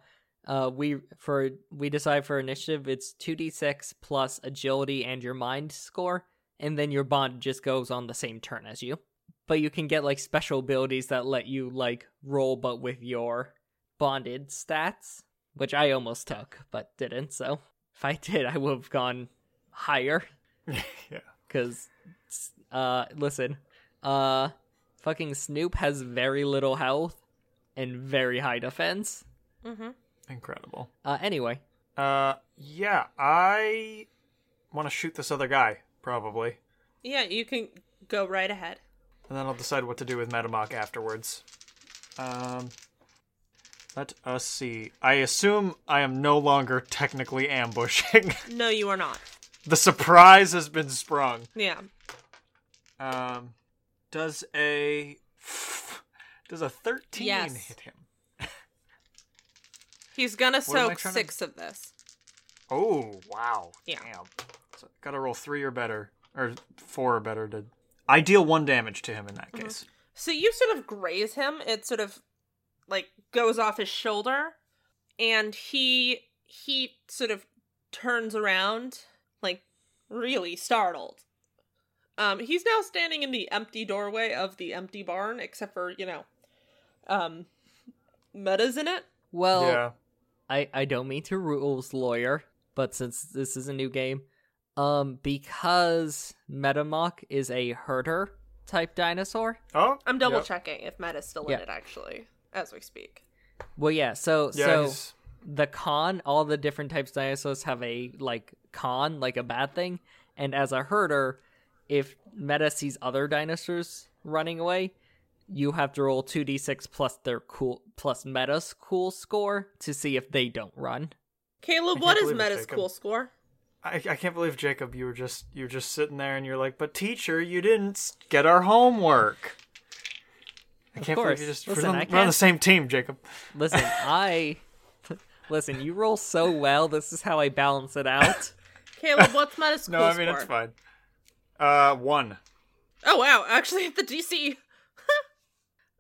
uh, we for we decide for initiative, it's two d six plus agility and your mind score, and then your bond just goes on the same turn as you. But you can get like special abilities that let you like roll, but with your bonded stats, which I almost took but didn't. So if I did, I would have gone higher.
yeah.
Cause, uh, listen, uh, fucking Snoop has very little health and very high defense.
Mm-hmm.
Incredible.
Uh, anyway,
Uh, yeah, I want to shoot this other guy probably,
Yeah, you can go right ahead.
and then I'll decide what to do with Metamok afterwards. Um, let us see. I assume I am no longer technically ambushing.
No, you are not.
the surprise has been sprung.
Yeah.
Um, Does a does a thirteen
Yes.
hit him?
He's gonna
What am I
soak
trying to-
six of this.
Oh wow!
Yeah.
Damn. So gotta roll three or better, or four or better to. I deal one damage to him in that
Mm-hmm.
case.
So you sort of graze him. It sort of like goes off his shoulder, and he he sort of turns around, like really startled. Um, he's now standing in the empty doorway of the empty barn, except for you know, um, Meta's in it.
Well,
Yeah.
I, I don't mean to rules lawyer, but since this is a new game, um, because Metamok is a herder type dinosaur.
Oh,
I'm double
yeah.
checking if Meta's still
Yeah.
in it actually, as we speak.
Well, yeah. So
Yeah,
so
he's-
the con, all the different types of dinosaurs have a like con, like a bad thing, and as a herder, if Meta sees other dinosaurs running away, you have to roll two d six plus their cool plus Meta's cool score to see if they don't run.
Caleb,
can't
what is
believe it,
Meta's
Jacob.
cool score?
I, I can't believe Jacob, you were just you were just sitting there and you're like, but teacher, you didn't s- get our homework. I can't
course.
believe you just
Listen,
we're,
I
on, we're on the
can't-
same team, Jacob.
Listen, I listen. You roll so well. This is how I balance it out.
Caleb, what's Meta's cool
No, I mean
score?
it's fine. Uh, one.
Oh wow, actually hit the DC.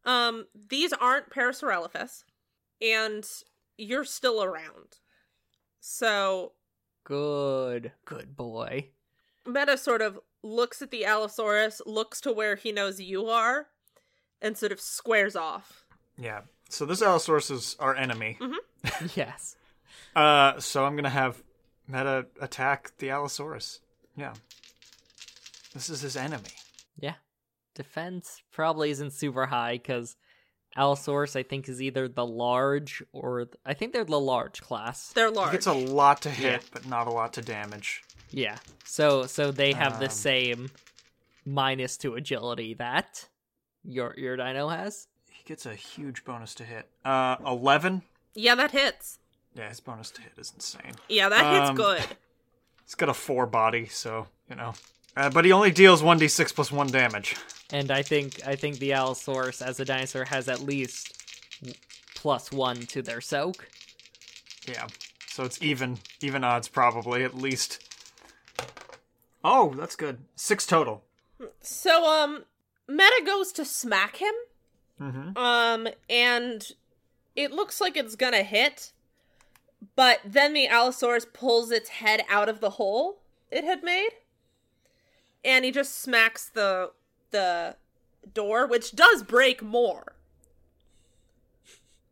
um, these aren't Parasaurolophus, and you're still around. So
Good, good boy.
Meta sort of looks at the Allosaurus, looks to where he knows you are, and sort of squares off.
Yeah. So this Allosaurus is our enemy.
Yes.
Uh, so I'm gonna have Meta attack the Allosaurus. Yeah. This is his enemy.
Yeah. Defense probably isn't super high because Allosaurus, I think, is either the large or th- I think they're the large class.
They're
He
large.
gets a lot to hit, but not a lot to damage.
Yeah. So so they have the
Um.
same minus to agility that your your dino has.
He gets a huge bonus to hit. Uh, eleven.
yeah, that hits.
Yeah, his bonus to hit is insane.
Yeah, that
Um,
hits good.
He's got a four body, so you know. Uh, but he only deals one d six plus one damage.
And I think I think the Allosaurus as a dinosaur has at least w- plus one to their soak.
Yeah, so it's even even odds probably at least. Oh, that's good. Six total.
So um, Meta goes to smack him.
Mm-hmm.
Um, and it looks like it's gonna hit, but then the Allosaurus pulls its head out of the hole it had made, and he just smacks the the door, which does break more.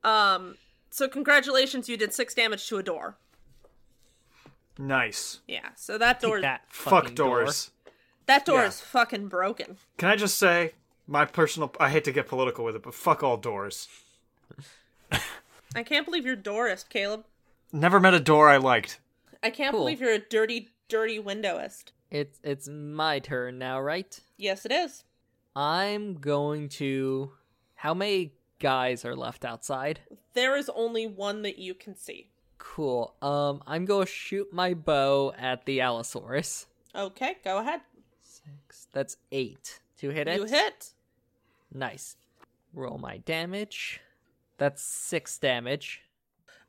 Um, so congratulations, you did six damage to a door.
Nice.
Yeah, so that door
That
that,
Fuck
fucking door.
doors.
door
yeah.
is fucking broken.
Can I just say my personal? I hate to get political with it, but fuck all doors.
I can't believe you're Dorist, Caleb.
Never met a door I liked.
I can't
Cool.
believe you're a dirty, dirty windowist.
It's it's my turn now, right?
Yes, it is.
I'm going to. How many guys are left outside?
There is only one that you can see.
Cool. Um, I'm going to shoot my bow at the Allosaurus.
Okay, go ahead.
Six. That's eight. To hit it.
You hit.
Nice. Roll my damage. That's six damage.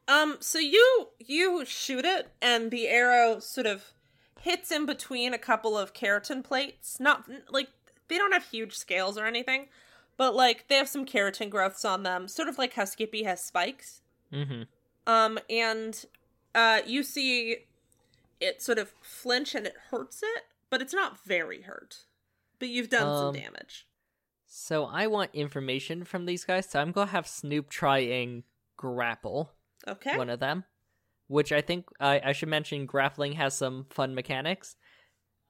Um, so you you shoot it, and the arrow sort of hits in between a couple of keratin plates. Not like they don't have huge scales or anything, but like they have some keratin growths on them, sort of like how Skippy has spikes.
Mm-hmm.
Um, and uh, you see it sort of flinch, and it hurts it, but it's not very hurt. But you've done
Um,
some damage.
So I want information from these guys, so I'm going to have Snoop try and grapple
Okay.
one of them, which I think I, I should mention. Grappling has some fun mechanics.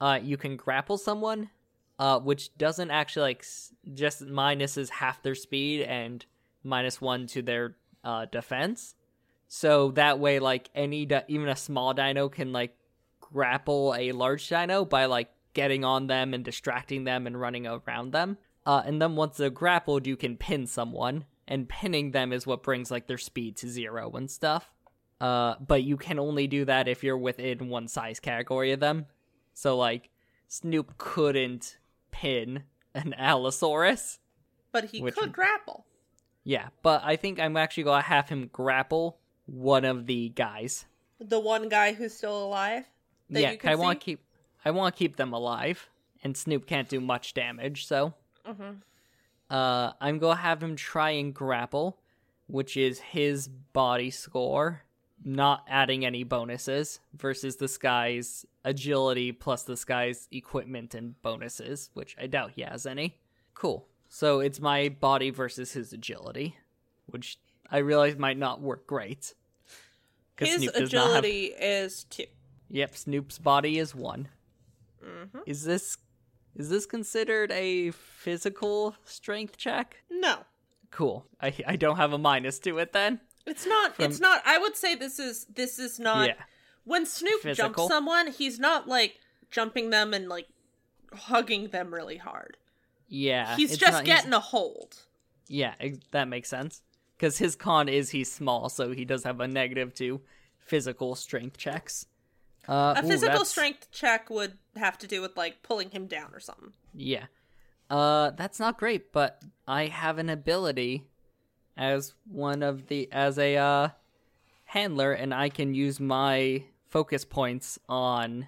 Uh, you can grapple someone, uh, which doesn't actually like s- just minuses half their speed and minus one to their uh, defense. So that way, like any di- even a small dino can like grapple a large dino by like getting on them and distracting them and running around them. Uh, and then once they're grappled, you can pin someone, and pinning them is what brings like their speed to zero and stuff. Uh, but you can only do that if you're within one size category of them. So like Snoop couldn't pin an Allosaurus.
but he
Which-
could grapple.
Yeah, but I think I'm actually gonna have him grapple one of the guys.
The one guy who's still alive. That
yeah,
you
'cause I
can
want
see?
to keep I want to keep them alive, and Snoop can't do much damage, so
Mm-hmm.
uh, I'm gonna have him try and grapple, which is his body score, not adding any bonuses versus this guy's agility plus this guy's equipment and bonuses, which I doubt he has any. Cool. So it's my body versus his agility, which I realize might not work great. 'Cause
His
Snoop does not have-
agility is two.
Yep, Snoop's body is one.
Mm-hmm.
Is this is this considered a physical strength check?
No,
Cool. I I don't have a minus to it then.
it's not.
From-
It's not. I would say this is this is not.
yeah.
When Snoop
Physical.
jumps someone, he's not like jumping them and like hugging them really hard.
Yeah.
he's
Uh, it's
just
not-
getting a hold.
Yeah, ex- that makes sense. Cuz his con is he's small, so he does have a negative to physical strength checks. Uh,
A
ooh,
physical
that's-
strength check would have to do with like pulling him down or something.
Yeah. Uh that's not great, but I have an ability as one of the as a uh handler and I can use my focus points on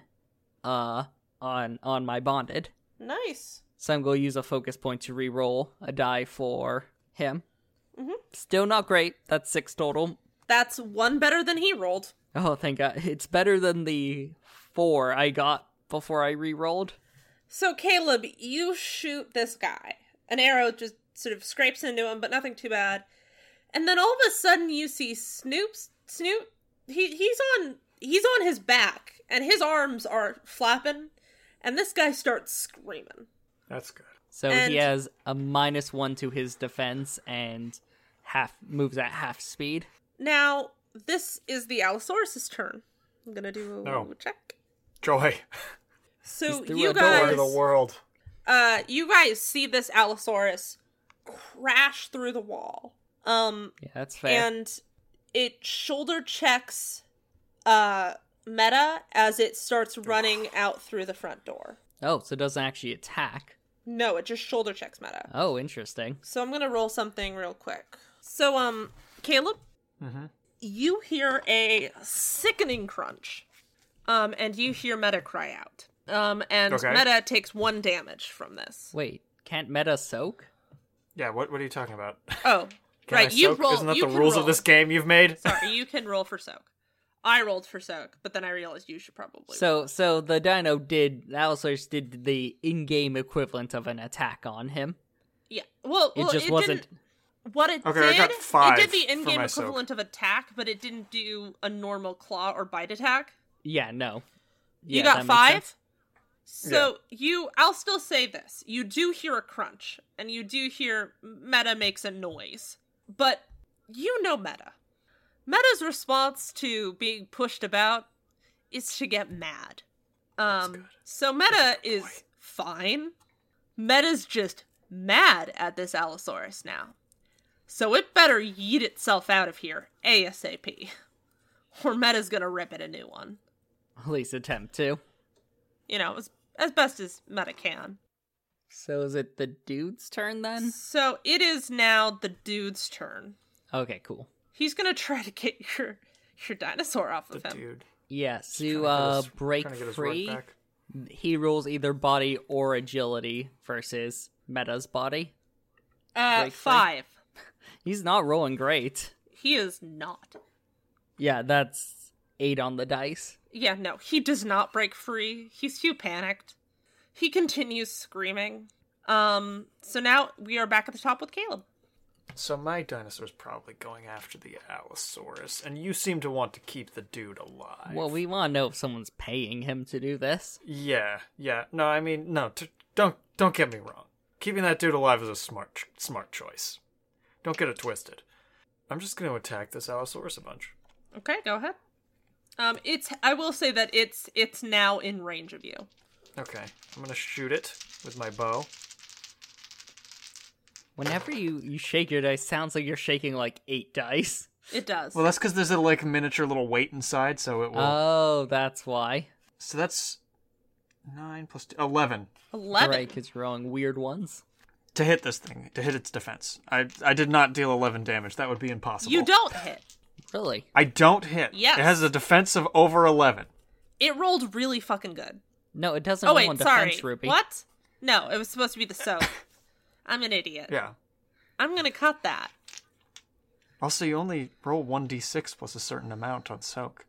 uh on on my bonded.
Nice.
So I'm going to use a focus point to re-roll a die for him.
Mhm.
Still not great. That's 6 total.
That's one better than he rolled.
Oh, thank God. It's better than the 4 I got before I re-rolled.
So Caleb, you shoot this guy. An arrow just sort of scrapes into him, but nothing too bad. And then all of a sudden you see Snoop's Snoop he he's on he's on his back and his arms are flapping and this guy starts screaming.
That's good.
So
And-
he has a minus one to his defense and half moves at half speed.
Now, this is the Allosaurus' turn. I'm gonna do a
No.
check.
Joy,
So
Oh. He's through
you
a door.
joy
Nice.
to
guys
the world.
uh you guys see this Allosaurus crash through the wall. Um
Yeah, that's fair.
and it shoulder checks uh meta as it starts running out through the front door
oh, so it doesn't actually attack.
no it just shoulder checks meta
Oh, interesting.
so i'm gonna roll something real quick so um caleb
Mm-hmm.
you hear a sickening crunch um and you hear meta cry out um and
Okay.
meta takes one damage from this
Wait, can't meta soak?
Yeah. What What are you talking about? Can
oh right
I
you
soak?
roll
Isn't that
you
the
can
rules
roll.
of this game you've made?
sorry you can roll for soak i rolled for soak but then i realized you should probably
So, so the dino did Allosaurus did the in-game equivalent of an attack on him.
Yeah. Well,
It
well,
just
it
wasn't.
Didn't, what it
Okay, I
did,
got five
it did the
for
in-game
my soak.
equivalent of attack, but it didn't do a normal claw or bite attack.
Yeah, no.
you
Yeah, that
got
makes sense.
five. So you, I'll still say this: you do hear a crunch, and you do hear Meta makes a noise, but you know Meta. Meta's response to being pushed about is to get mad. Um, so Meta is fine. Meta's just mad at this Allosaurus now. So it better yeet itself out of here ASAP. Or Meta's gonna rip it a new one.
At least attempt to.
You know, as, as best as Meta can.
So is it the dude's turn then?
So it is now the dude's turn.
Okay, cool.
He's gonna try to get your your dinosaur off
The
of him.
dude.
Yeah, to
Trying
uh,
get his-
break
trying to get his work
free.
back.
he rolls either body or agility versus Meta's body.
Uh,
Break free.
five.
He's not rolling great.
He is not.
Yeah, that's eight on the dice.
Yeah, no, he does not break free. He's too panicked. He continues screaming. Um, so now we are back at the top with Caleb.
So my dinosaur's probably going after the Allosaurus, and you seem to want to keep the dude alive.
Well, we want to know if someone's paying him to do this.
Yeah, yeah. No, I mean, no. T- don't don't get me wrong. Keeping that dude alive is a smart ch- smart choice. Don't get it twisted. I'm just going to attack this Allosaurus a bunch.
Okay, go ahead. Um, it's I will say that it's it's now in range of you.
Okay, I'm going to shoot it with my bow.
Whenever you, you shake your dice, sounds like you're shaking like eight dice.
It does.
Well, that's because there's a
Uh.
like miniature little weight inside, so it will.
Oh, that's why.
so that's Nine plus two, 11
11.
Right, because you're rolling weird ones.
to hit this thing, to hit its defense. I I did not deal 11 damage. That would be impossible.
You don't hit.
Really?
I don't hit.
Yes.
It has a defense of over 11.
It rolled really fucking good.
No, it doesn't
Oh,
roll
wait,
on
sorry.
defense, Ruby.
What? No, it was supposed to be the soap. I'm an idiot.
Yeah.
I'm going to cut that.
Also, you only roll 1d6 plus a certain amount on soak.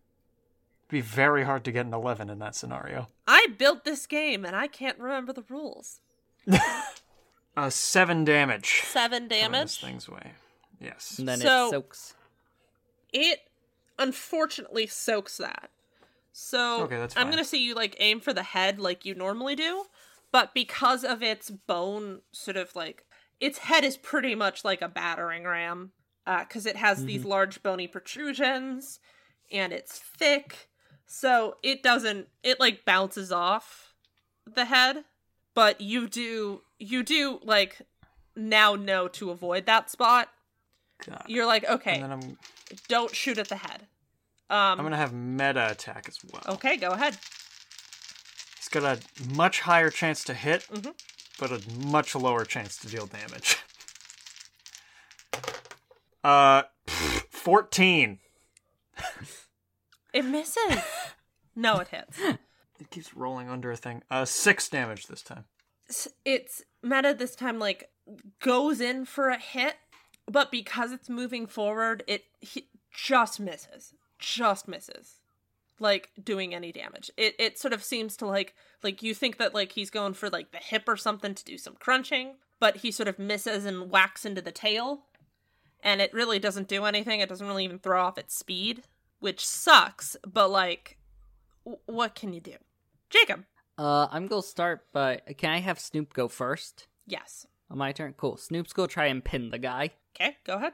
It'd be very hard to get an 11 in that scenario.
I built this game and I can't remember the rules.
Uh, 7 damage.
Seven
Coming This
damage.
thing's way. Yes.
And then
So-
it soaks.
It unfortunately soaks that. So
Okay, that's
I'm
fine.
going to say you like aim for the head like you normally do, but because of its bone sort of like its head is pretty much like a battering ram because it has these
Mm-hmm.
large bony protrusions and it's thick. So it doesn't it like bounces off the head, but you do you do like now know to avoid that spot.
God.
You're like, okay, um,
And then I'm,
don't shoot at the head.
I'm
Um,
going to have meta attack as well.
okay, go ahead.
He's got a much higher chance to hit,
Mhm.
but a much lower chance to deal damage. Uh, pff, 14.
It misses. no, it hits.
It keeps rolling under a thing. Uh, 6 damage this time.
S- It's meta this time, like goes in for a hit, but because it's moving forward, it he just misses, just misses, like doing any damage. It it sort of seems to like like you think that like he's going for like the hip or something to do some crunching, but he sort of misses and whacks into the tail, and it really doesn't do anything. It doesn't really even throw off its speed, which sucks. But like, w- what can you do, Jacob?
Uh, I'm gonna start, but can I have Snoop go first?
Yes.
On my turn? Cool. Snoop's gonna try and pin the guy.
Okay, go ahead.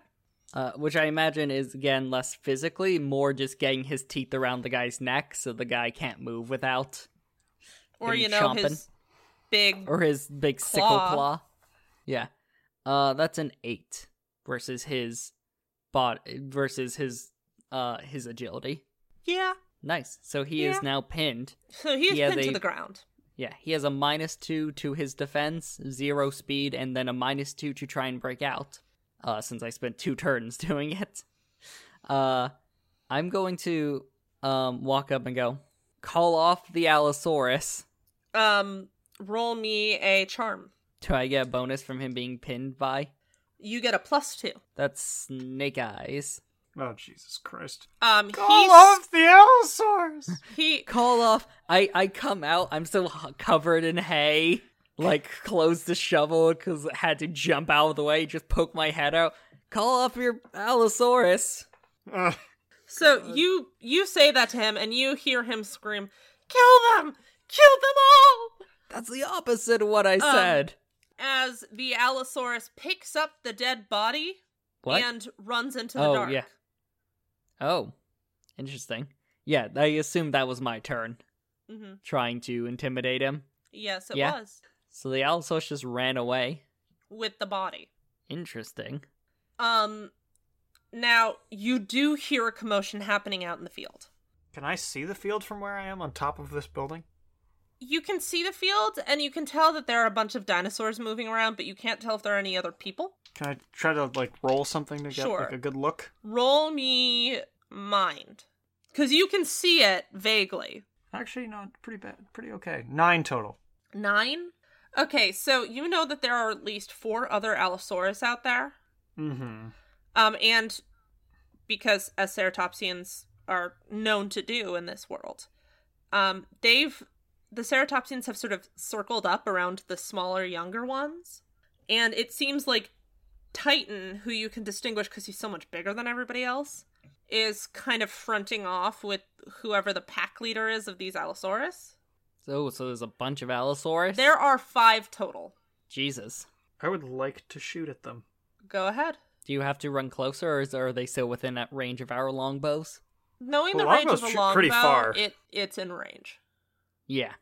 Uh, which I imagine is again less physically, more just getting his teeth around the guy's neck so the guy can't move without,
Or
Him
you know
chomping.
his big
or his big sickle
Claw.
claw. Yeah, uh, that's an eight versus his bot versus his uh his agility.
yeah.
Nice. So he
Yeah.
is now pinned.
So he's
Yeah,
pinned
they-
to the ground.
Yeah, he has a minus two to his defense, zero speed, and then a minus two to try and break out. Uh, since I spent two turns doing it, uh, I'm going to um walk up and go call off the Allosaurus.
Um, roll me a charm.
Do I get a bonus from him being pinned by?
You get a plus two.
That's Snake Eyes.
Oh, Jesus Christ.
Um,
Call
he's,
off the Allosaurus!
he
Call off. I I come out. I'm still h- covered in hay. Like close the shovel because I had to jump out of the way. Just poke my head out. Call off your Allosaurus.
Uh,
so you you say that to him and you hear him scream, "Kill them! Kill them all!"
That's the opposite of what I
Um,
said.
As the Allosaurus picks up the dead body
What?
and runs into the
Oh,
dark.
yeah. oh, interesting. Yeah, I assumed that was my turn,
hmm
trying to intimidate him.
Yes, it
Yeah.
was
So the Allosaurus just ran away.
with the body.
Interesting.
Um, now you do hear a commotion happening out in the field.
can I see the field from where I am on top of this building?
you can see the field and you can tell that there are a bunch of dinosaurs moving around, but you can't tell if there are any other people.
Can I try to, like, roll something to get,
Sure.
like, a good look?
Roll me mind. Because you can see it vaguely.
Actually, no, pretty bad. Pretty okay. Nine total.
Nine? Okay, so you know that there are at least four other Allosaurus out there.
Mm-hmm.
Um, and because as ceratopsians are known to do in this world, um, they've the ceratopsians have sort of circled up around the smaller, younger ones, and it seems like Titan, who you can distinguish because he's so much bigger than everybody else, is kind of fronting off with whoever the pack leader is of these Allosaurus.
So, so there's a bunch of Allosaurus.
There are five total.
Jesus.
I would like to shoot at them.
Go ahead.
Do you have to run closer, or, is, are they still within that range of our longbows?
Knowing the
Well,
range of a
longbows shoot pretty
longbow,
far.
it it's in range.
Yeah.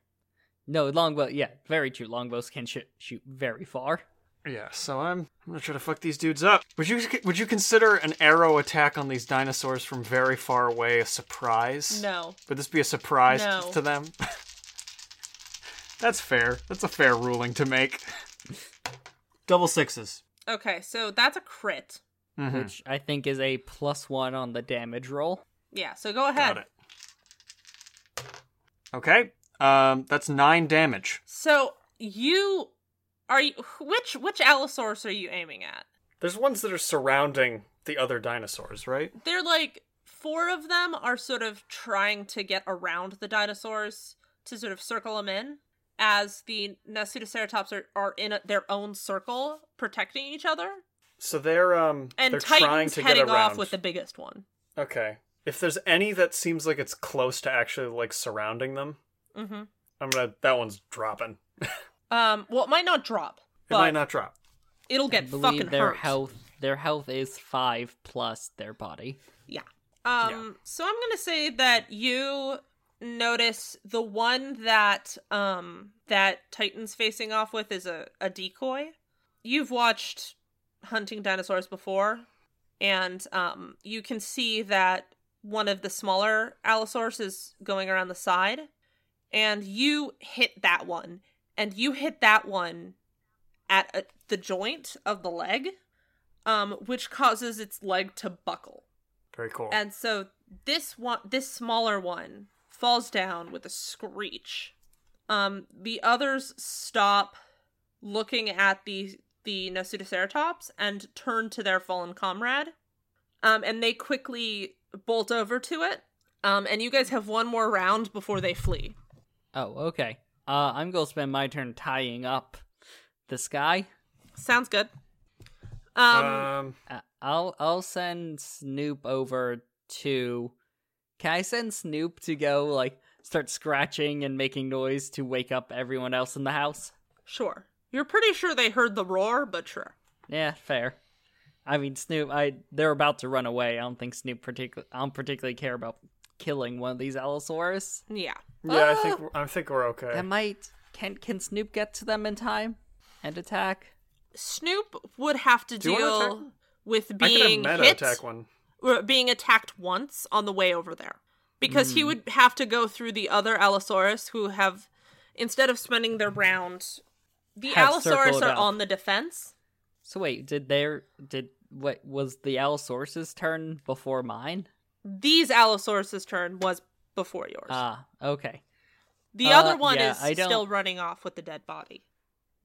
No, longbow. Yeah, very true. Longbows can sh- shoot very far.
Yeah, so I'm I'm gonna try to fuck these dudes up. Would you would you consider an arrow attack on these dinosaurs from very far away a surprise?
No,
Would this be a surprise
No.
to them? That's fair. That's a fair ruling to make. Double sixes.
Okay, so that's a crit.
Mhm.
which I think is a plus one on the damage roll.
Yeah, so go
Got
ahead.
it. Okay. Um, that's nine damage.
So you are you, which which Allosaurus are you aiming at?
There's ones that are surrounding the other dinosaurs, right?
They're like four of them are sort of trying to get around the dinosaurs to sort of circle them in as the Nasutoceratops are, are in a, their own circle protecting each other
So they're um
and
they're trying
Titan's
to
heading
get around.
off with the biggest one.
Okay. If there's any that seems like it's close to actually like surrounding them,
Mhm.
I'm gonna that one's dropping.
Um well it might not drop,
It might
but
not drop.
it'll
I
get
believe
fucking
their
hurt.
health their health is five plus their body.
Um, so I'm gonna say that you notice the one that um that Titan's facing off with is a, a decoy. You've watched hunting dinosaurs before, and um you can see that one of the smaller Allosaurus is going around the side, and you hit that one, and you hit that one at uh the joint of the leg, um, which causes its leg to buckle.
Very cool.
And so this one, this smaller one, falls down with a screech. Um, the others stop looking at the the Nasutoceratops and turn to their fallen comrade. Um, and they quickly bolt over to it. Um, and you guys have one more round before they flee.
Oh, okay. Uh, I'm gonna spend my turn tying up this guy.
Sounds good.
Um,
Um,
Uh, I'll I'll send Snoop over to. Can I send Snoop to go like start scratching and making noise to wake up everyone else in the house?
sure. You're pretty sure they heard the roar, but sure.
Yeah, fair. I mean, Snoop. I they're about to run away. I don't think Snoop particular. I don't particularly care about killing one of these Allosaurus.
Yeah.
yeah, I
Ah!
oh,
think I think we're okay.
That might. Can can Snoop get to them in time and attack?
Snoop would have to
Do you wanna attack
deal
them?
with
I could have
being
meta
hit.
attack one.
were being attacked once on the way over there because
Hmm.
he would have to go through the other allosaurus who have instead of spending their round the
Have
allosaurus
circled
are
up.
on the defense
So wait, did there did what was the Allosaurus's turn before mine?
these allosaurus's turn was before yours
Ah, okay.
the
uh,
other one
yeah,
is
I don't-
still running off with the dead body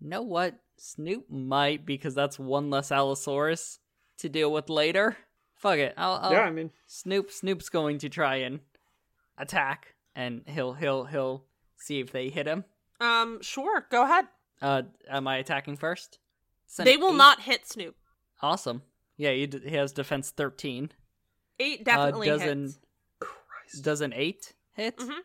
Know what? Snoop might because that's one less Allosaurus to deal with later. Fuck it. I'll,
Oh.
I'll
yeah, I mean
Snoop Snoop's going to try and attack, and he'll he'll he'll see if they hit him.
um sure go ahead
Uh, am I attacking first? It's an
they will
eight.
not hit snoop
Awesome. Yeah, he, d- he has defense thirteen. Uh,
eight definitely
does an-
hits
Does an eight hit?
Mhm.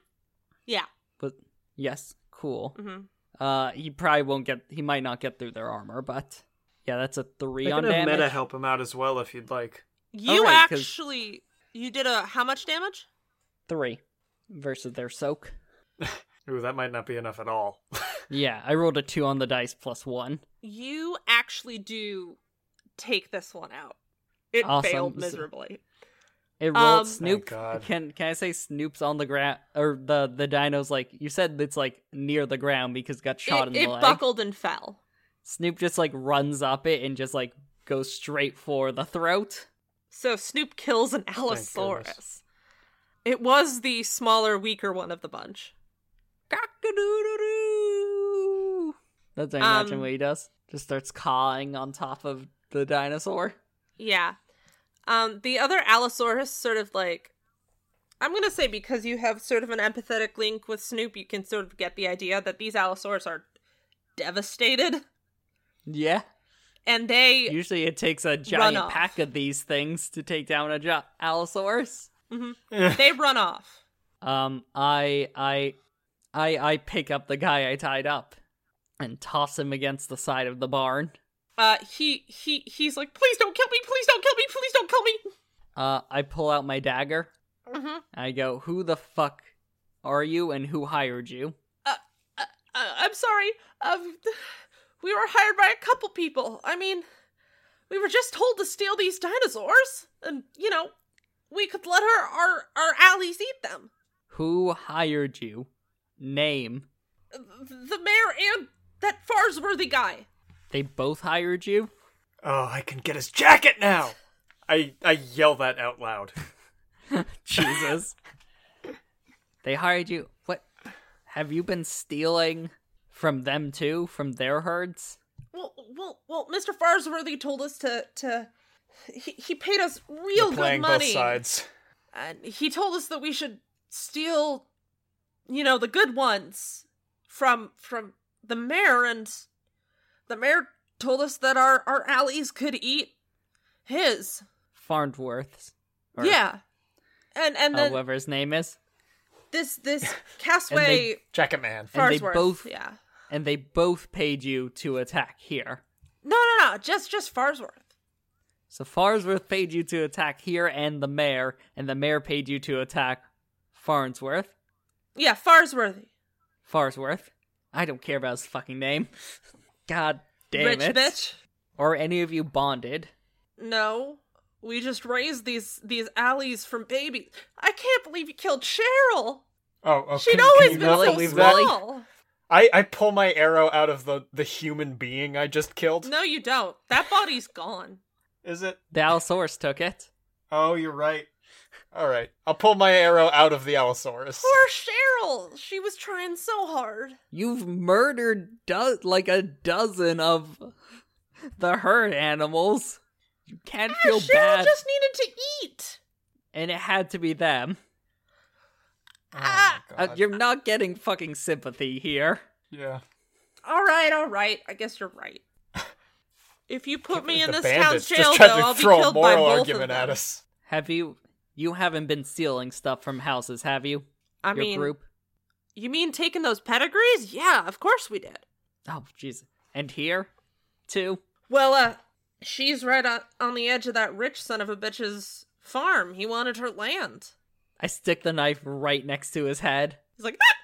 yeah
But yes, cool.
hmm
Uh, he probably won't get. He might not get through their armor, but yeah, that's a three
I
on
could have
damage.
meta help him out as well if you'd like.
you
right, 'cause-
actually you did a how much damage
Three versus their soak.
Ooh, that might not be enough at all.
Yeah, I rolled a two on the dice plus one.
you actually do take this one out. It
Awesome.
failed
So-
miserably.
It rolled
Um,
Snoop.
Thank God.
Can can I say Snoop's on the ground or the the dino's like you said it's like near the ground because it got shot
It,
in the
it
leg.
buckled and fell.
Snoop just like runs up it and just like goes straight for the throat.
So Snoop kills an
goodness.
Allosaurus. It was the smaller, weaker one of the bunch.
Cock-a-doodle-doo. That's I imagine
Um,
what he does. Just starts cawing on top of the dinosaur.
Yeah. Um, the other Allosaurus sort of like I'm gonna say because you have sort of an empathetic link with Snoop, you can sort of get the idea that these Allosaurus are devastated.
Yeah.
And they
Usually it takes a giant
off.
pack of these things to take down a jo- Allosaurus.
they run off.
Um, I, I, I, I pick up the guy I tied up and toss him against the side of the barn.
Uh, he he he's like, please don't kill me, please don't kill me, please don't kill me.
Uh, I pull out my dagger.
Mm-hmm.
I go, "Who the fuck are you, and who hired you?"
Uh, I'm sorry. Um, we were hired by a couple people. I mean, we were just told to steal these dinosaurs, and you know, we could let her our our allies eat them.
Who hired you? Name.
the mayor and that Farsworthy guy.
They both hired you?
Oh, I can get his jacket now.
I I yell that out loud.
Jesus. they hired you. What? Have you been stealing from them too? From their herds?
Well, well, well. Mr. Farsworthy told us to to. He, he paid us real
We're
good
playing
money.
both sides.
And he told us that we should steal, you know, the good ones from from the mayor, and the mayor told us that our our allies could eat his.
Farnsworth's. or
yeah. And and then
However his name is.
this this castaway
Jacket man.
and they
Farsworth.
both-
Yeah.
And they both paid you to attack here.
No, no, no. Just just Farsworth.
So Farnsworth paid you to attack here and the mayor, and the mayor paid you to attack Farnsworth.
Yeah, Farsworthy.
Farsworth. I don't care about his fucking name. God damn
Rich
it.
bitch.
Or any of you bonded.
No. We just raised these these alleys from babies. I can't believe you killed Cheryl.
Oh, oh
She'd
can- can
always
you
been
not
really
so
believe
small.
that?
small.
I I pull my arrow out of the the human being I just killed.
No, you don't. That body's gone.
Is it?
The Alsaurus took it.
Oh, you're right. All right, I'll pull my arrow out of the Allosaurus.
Poor Cheryl. She was trying so hard.
You've murdered do- like a dozen of the herd animals. You can't
Ah,
feel
Cheryl
bad,
just needed to eat.
and it had to be them.
Oh,
Ah,
Uh, you're not getting fucking sympathy here.
yeah.
Ah. All right, all right. I guess you're right. If you put me in
the
this
bandits
town's jail,
just
though,
tried to
I'll be
throw a
killed
moral
by both
argument
of them.
at us.
Have you? You haven't been stealing stuff from houses, have you?
I
Your
mean,
group.
you mean taking those pedigrees? Yeah, of course we did.
Oh, jeez. And here, too.
Well, uh, she's right on, on the edge of that rich son of a bitch's farm. He wanted her land.
I stick the knife right next to his head.
He's like, ah!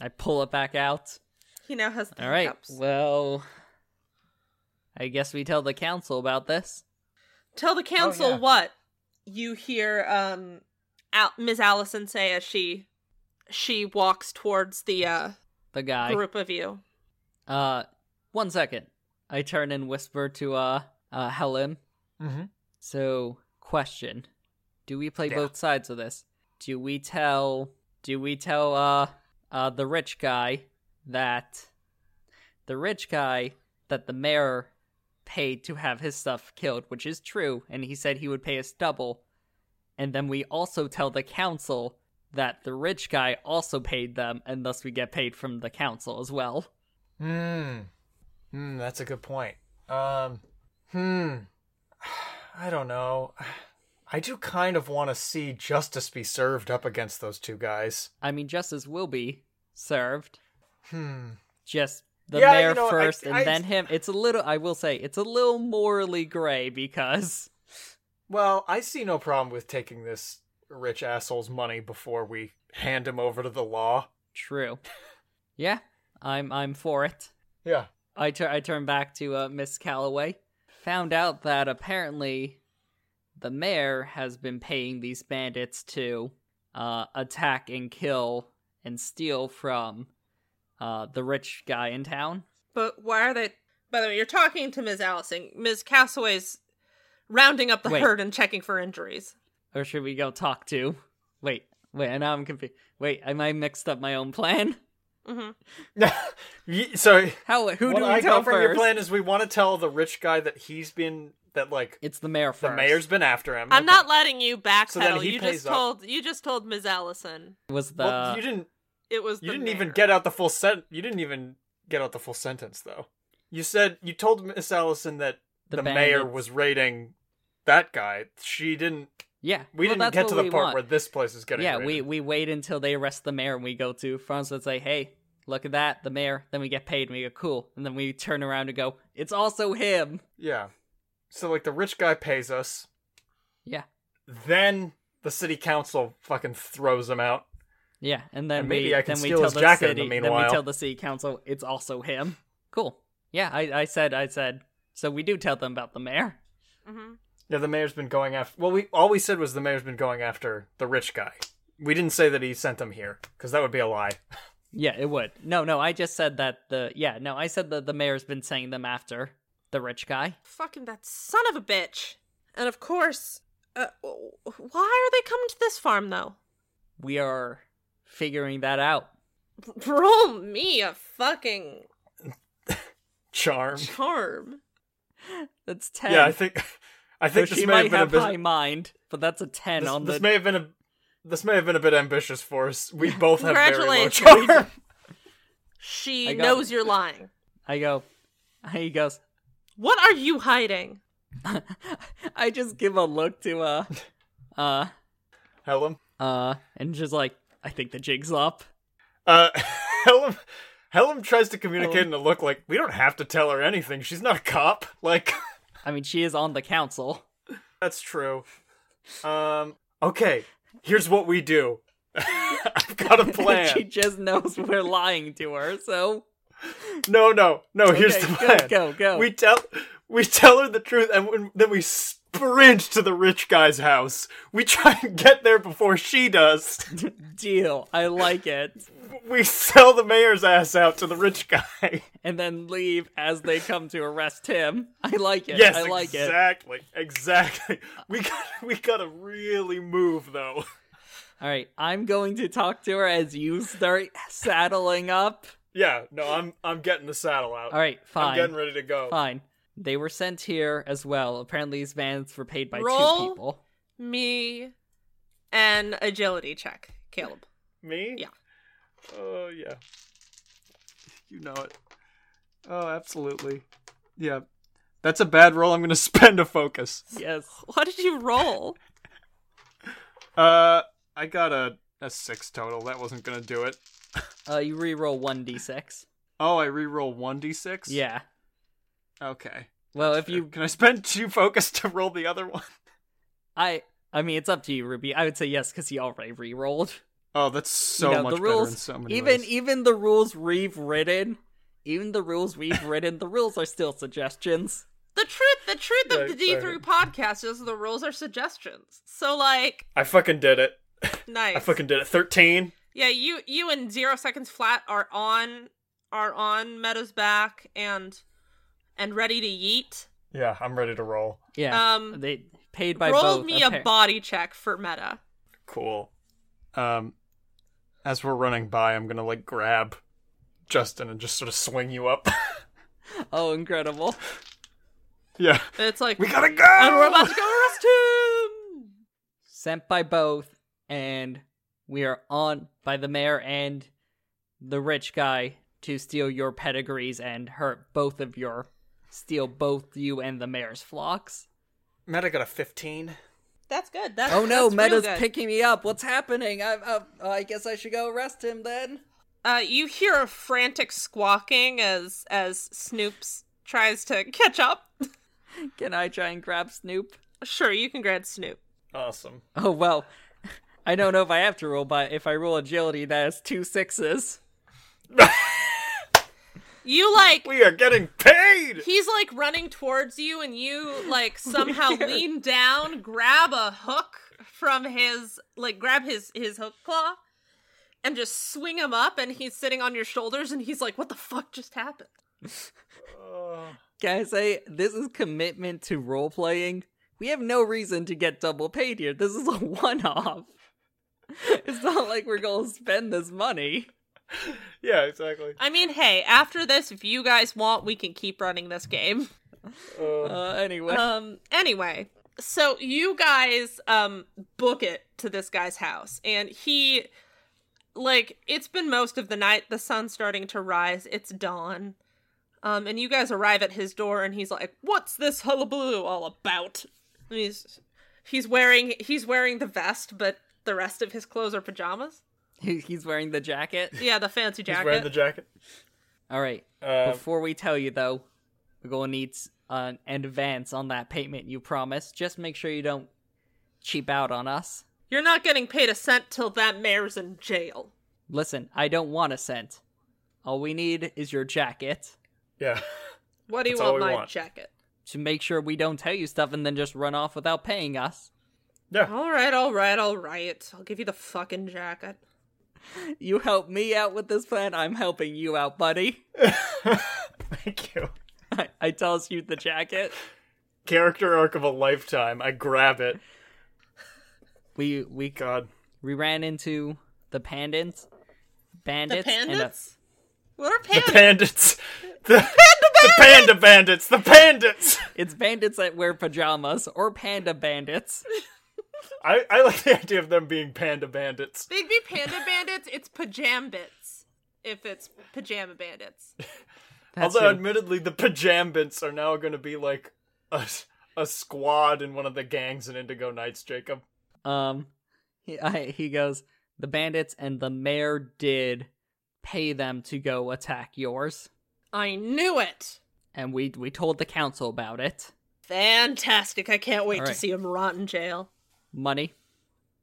I pull it back out.
He now has the
All right.
hiccups.
Well, I guess we tell the council about this.
Tell the council
Oh, yeah.
what you hear um Al- Miss Allison say as she she walks towards the uh
The guy.
group of you.
Uh, one second. I turn and whisper to uh, uh Helen.
Mm-hmm.
So, question: Do we play
Yeah.
both sides of this? Do we tell? Do we tell uh uh the rich guy that the rich guy that the mayor paid to have his stuff killed, which is true, and he said he would pay us double, and then we also tell the council that the rich guy also paid them, and thus we get paid from the council as well.
Hmm. Hmm, that's a good point. Um hmm. I don't know. I do kind of want to see justice be served up against those two guys.
I mean, justice will be served.
Hmm.
Just the
Yeah, you
mayor
know, I-
first and
I-
then him. It's a little, I will say, it's a little morally gray because
Well, I see no problem with taking this rich asshole's money before we hand him over to the law.
true. Yeah, I'm I'm for it.
Yeah.
I tur- I turn back to uh, Miss Calloway. Found out that apparently the mayor has been paying these bandits to uh, attack and kill and steal from uh, the rich guy in town.
But why are they? By the way, you're talking to Ms. Allison. Ms. Cassaway's rounding up the
Wait.
herd and checking for injuries.
Or should we go talk to? Wait, wait, now I'm confused. Wait, am I mixed up my own plan?
hmm
Ye- so
How? Who
what
do we
I
tell
got from your
first?
plan is we want to tell the rich guy that he's been that like
It's the mayor first.
the mayor's been after him.
I'm
Okay.
not letting you backpedal.
So then he
you
pays
just
up.
told you just told Ms. Allison
was the
Well, you didn't
it was.
You
the
didn't even
mayor.
get out the full sent. You didn't even get out the full sentence, though. You said you told Miss Allison that
the
the, mayor
bandits-
was raiding that guy. She didn't.
Yeah,
We
well,
didn't
that's
get to
what
the
we
part
want.
where this place is getting.
yeah, we
raided.
we wait until they arrest the mayor and we go to France and say, "Hey, look at that, the mayor." Then we get paid and we go cool, and then we turn around and go, "It's also him."
Yeah. So like the rich guy pays us.
Yeah.
Then the city council fucking throws him out.
Yeah, and then
And maybe
we
I can
then we
steal
tell
his
the
jacket in
city,
the
then we
meanwhile.
tell the city council it's also him. Cool. Yeah, I I said I said so we do tell them about the mayor.
Mhm.
Yeah, the mayor's been going after. Well, we all we said was the mayor's been going after the rich guy. We didn't say that he sent them here because that would be a lie.
Yeah, it would. No, no, I just said that the yeah, no, I said that the mayor's been saying them after the rich guy.
Fucking that son of a bitch. And of course, uh, w- why are they coming to this farm though?
We are figuring that out.
Roll me a fucking
Charm.
charm.
That's ten.
Yeah, I think I
So
think
she
this may
might
have been a
have
bit
high mind, but that's a ten
this,
on
this
the.
may have been a this may have been a bit ambitious for us. We both have very low
Congratulations.
charm.
She
I got
knows
it.
you're lying.
I go. He goes.
What are you hiding?
I just give a look to uh, uh,
Helen.
uh, and just like I think the jig's up.
Uh, Helen. Helen tries to communicate
Helen.
in a look like we don't have to tell her anything. She's not a cop. Like
I mean, she is on the council.
that's true. Um. Okay. Here's what we do. I've got a
she
plan.
just knows we're lying to her, so
No, no, no. here's
Okay, go,
the plan.
go, go.
We tell we tell her the truth, and when, then we sprint to the rich guy's house. We try and get there before she does.
deal. I like it.
We sell the mayor's ass out to the rich guy.
and then leave as they come to arrest him. I like it.
Yes,
I like it.
exactly, exactly. We got we gotta really move though.
All right, I'm going to talk to her as you start saddling up.
Yeah, no, I'm I'm getting the saddle out.
All right,
I'm getting
fine,
ready to go.
fine. They were sent here as well. Apparently, these vans were paid by two
Roll.
people.
Me an agility check, Caleb.
Me?
Yeah.
Oh yeah. You know it. Oh, absolutely. Yeah. That's a bad roll. I'm gonna spend a focus.
Yes,
What did you roll?
Uh, I got a a six total. That wasn't gonna do it.
uh, you re-roll one d6.
Oh, I re-roll one d six.
Yeah.
Okay.
Well, if
Fair.
you,
can, I spend two focus to roll the other one.
I, I mean, it's up to you, Ruby. I would say yes because he already re-rolled.
Oh, that's so
you know,
much
the rules,
better in so many
even
ways.
even the rules we've written, even the rules we've written, the rules are still suggestions.
The truth, the truth
Yeah,
of the D three podcast is the rules are suggestions. So like,
I fucking did it.
nice.
I fucking did it. Thirteen.
yeah, you you and zero seconds flat are on are on Meadows back and and ready to yeet.
Yeah, I'm ready to roll.
Yeah.
Um,
they paid by
roll
both.
me a
appar-
body check for Meta.
Cool. Um, as we're running by, I'm gonna like grab Justin and just sort of swing you up.
Oh, incredible!
yeah,
It's like,
we gotta go.
and we're about to go arrest him.
Sent by both, and we are on by the mayor and the rich guy to steal your pedigrees and hurt both of your, steal both you and the mayor's flocks.
Meta got a fifteen.
That's good. That's
Oh no,
that's real
Meta's
good.
picking me up. What's happening? I, I, I guess I should go arrest him then.
Uh, you hear a frantic squawking as as Snoops tries to catch up.
Can I try and grab Snoop?
Sure, you can grab Snoop.
Awesome.
Oh well, I don't know if I have to roll, but if I roll agility, that is two sixes.
You like
We are getting paid.
he's like running towards you, and you like somehow lean down, grab a hook from his like grab his his hook claw, and just swing him up. And he's sitting on your shoulders, and he's like, "What the fuck just happened?"
Can I say this is commitment to role playing? We have no reason to get double paid here. This is a one off. it's not like we're gonna spend this money.
Yeah, exactly.
I mean, hey, after this, if you guys want, we can keep running this game.
Uh, anyway,
um anyway so you guys um book it to this guy's house and he like it's been most of the night the sun's starting to rise it's dawn um and you guys arrive at his door and he's like what's this hullabaloo all about and he's he's wearing he's wearing the vest but the rest of his clothes are pajamas
he- he's wearing the jacket.
yeah the fancy
He's
jacket
wearing the jacket.
All right.
Uh,
Before we tell you though, we're gonna need s- uh, an advance on that payment you promised. Just make sure you don't cheap out on us.
you're not getting paid a cent till that mayor's in jail
Listen, I don't want a cent. All we need is your jacket
yeah.
what do you
That's all
want
we
my
want.
jacket
to make sure we don't tell you stuff and then just run off without paying us.
Yeah.
All right, all right, all right. I'll give you the fucking jacket.
You help me out with this plan, I'm helping you out, buddy.
Thank you.
I, I toss you the jacket.
Character arc of a lifetime. I grab it.
We we
God.
we ran into the pandits, bandits, and a,
pandits? What are
The
pandas?
pandits. The panda bandits. The panda bandits. The pandits.
it's bandits that wear pajamas or panda bandits.
I, I like the idea of them being panda bandits.
They'd be panda bandits. It's pajambits. If it's pajama bandits.
That's
Although,
who-
admittedly, the pajambits are now going to be like a, a squad in one of the gangs in Indigo Nights, Jacob.
Um, he, I, he goes, the bandits and the mayor did pay them to go attack yours,
I knew it.
and we we told the council about it.
Fantastic. I can't wait
All
to
right.
see him rot in jail.
Money,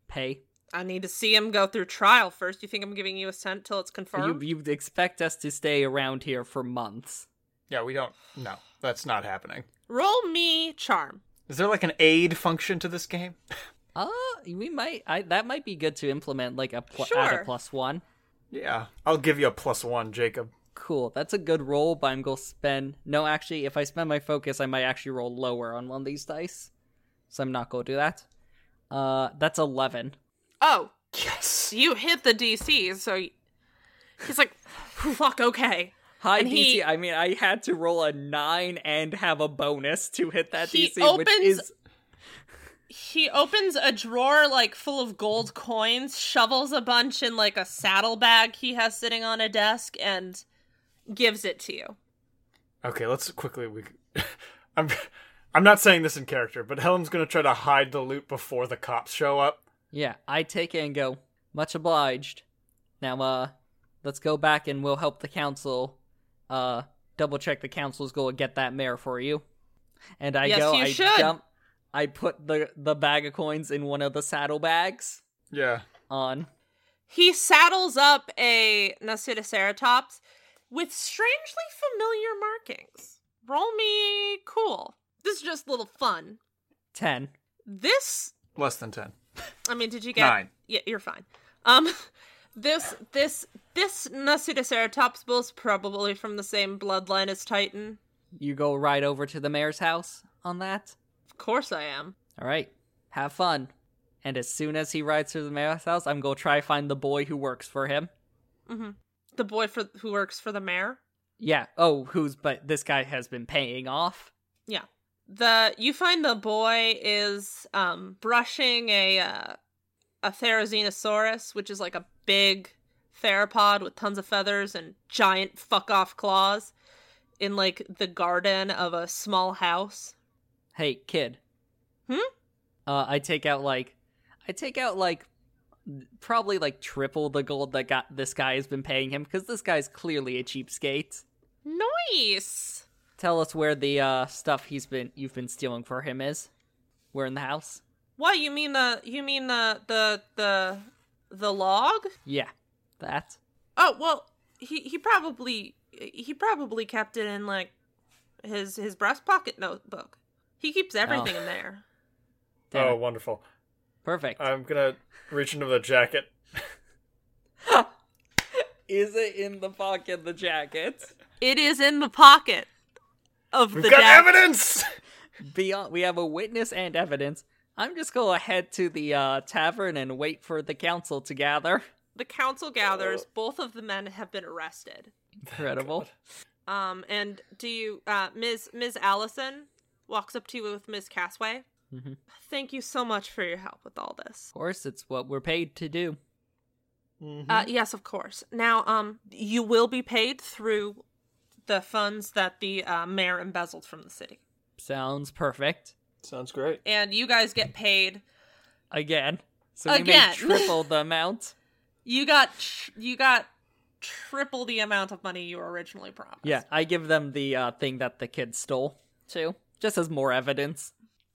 pay.
I need to see him go through trial first. You think I'm giving you a cent till it's
You
confirmed?
you expect us to stay around here for months?
Yeah, we don't. No, that's not happening.
Roll me charm.
Is there like an aid function to this game?
Uh, we might. I that might be good to implement, like a pl- add
Sure.
a plus one.
Yeah. I'll give you a plus one, Jacob.
Cool, that's a good roll, but I'm gonna spend. No, actually, if I spend my focus, I might actually roll lower on one of these dice, so I'm not gonna do that. Uh, that's eleven.
Oh,
Yes.
you hit the DC, so y- he's like, fuck, okay.
Hi
And
DC.
he-
I mean, I had to roll a nine and have a bonus to hit that
He
DC, which
opens-
is
He opens a drawer like full of gold coins, shovels a bunch in like a saddlebag he has sitting on a desk, and gives it to you.
Okay, let's quickly. We, I'm, I'm not saying this in character, but Helen's gonna try to hide the loot before the cops show up.
yeah. I take it and go. Much obliged. Now, uh, let's go back and we'll help the council. Uh, double check the council's going to get that mayor for you. And I
Yes,
go.
you
I
should.
jump. I put the the bag of coins in one of the saddlebags
Yeah.
on.
He saddles up a Nasutoceratops with strangely familiar markings. Roll me cool. This is just a little fun.
Ten.
This,
Less than ten.
I mean, did you get?
Nine.
Yeah, you're fine. Um, this, this, this Nasutoceratops was probably from the same bloodline as Titan.
You go right over to the mayor's house on that.
Of course I am.
All right, have fun. And as soon as he rides through the mayor's house, I'm gonna try find the boy who works for him.
The boy for who works for the mayor.
Yeah. Oh, who's but this guy has been paying off.
Yeah. The you find the boy is um brushing a uh, a Therizinosaurus, which is like a big theropod with tons of feathers and giant fuck off claws in like the garden of a small house.
Hey, kid.
Hmm?
Uh, I take out like, I take out like, probably like triple the gold that got this guy has been paying him because this guy's clearly a cheapskate.
Nice.
Tell us where the uh stuff he's been you've been stealing for him is. We're in the house.
What you mean the you mean the the the the log?
Yeah, that.
Oh well, he he probably he probably kept it in like his his breast pocket notebook. He keeps everything in there.
Damn
Oh,
it.
wonderful.
Perfect.
Uh,
I'm gonna reach into the jacket.
Is it in the pocket the jacket?
It is in the pocket of
We've
the
got
jacket.
evidence.
beyond we have a witness and evidence i'm just gonna head to the uh, tavern and wait for the council to gather
The council gathers. Both of the men have been arrested.
incredible
Um, and do you, uh, Ms. Ms. Allison walks up to you with Ms. Casway.
Mm-hmm.
Mhm.
Thank you so much for your help with all this.
of course it's what we're paid to do
Mm-hmm.
Uh, yes, of course. Now, um, you will be paid through the funds that the uh, mayor embezzled from the city,
sounds perfect
Sounds great.
and you guys get paid.
again so we made
Again.
triple the amount
You got tr- you got triple the amount of money you were originally promised.
yeah i give them the uh, thing that the kid stole too just as more evidence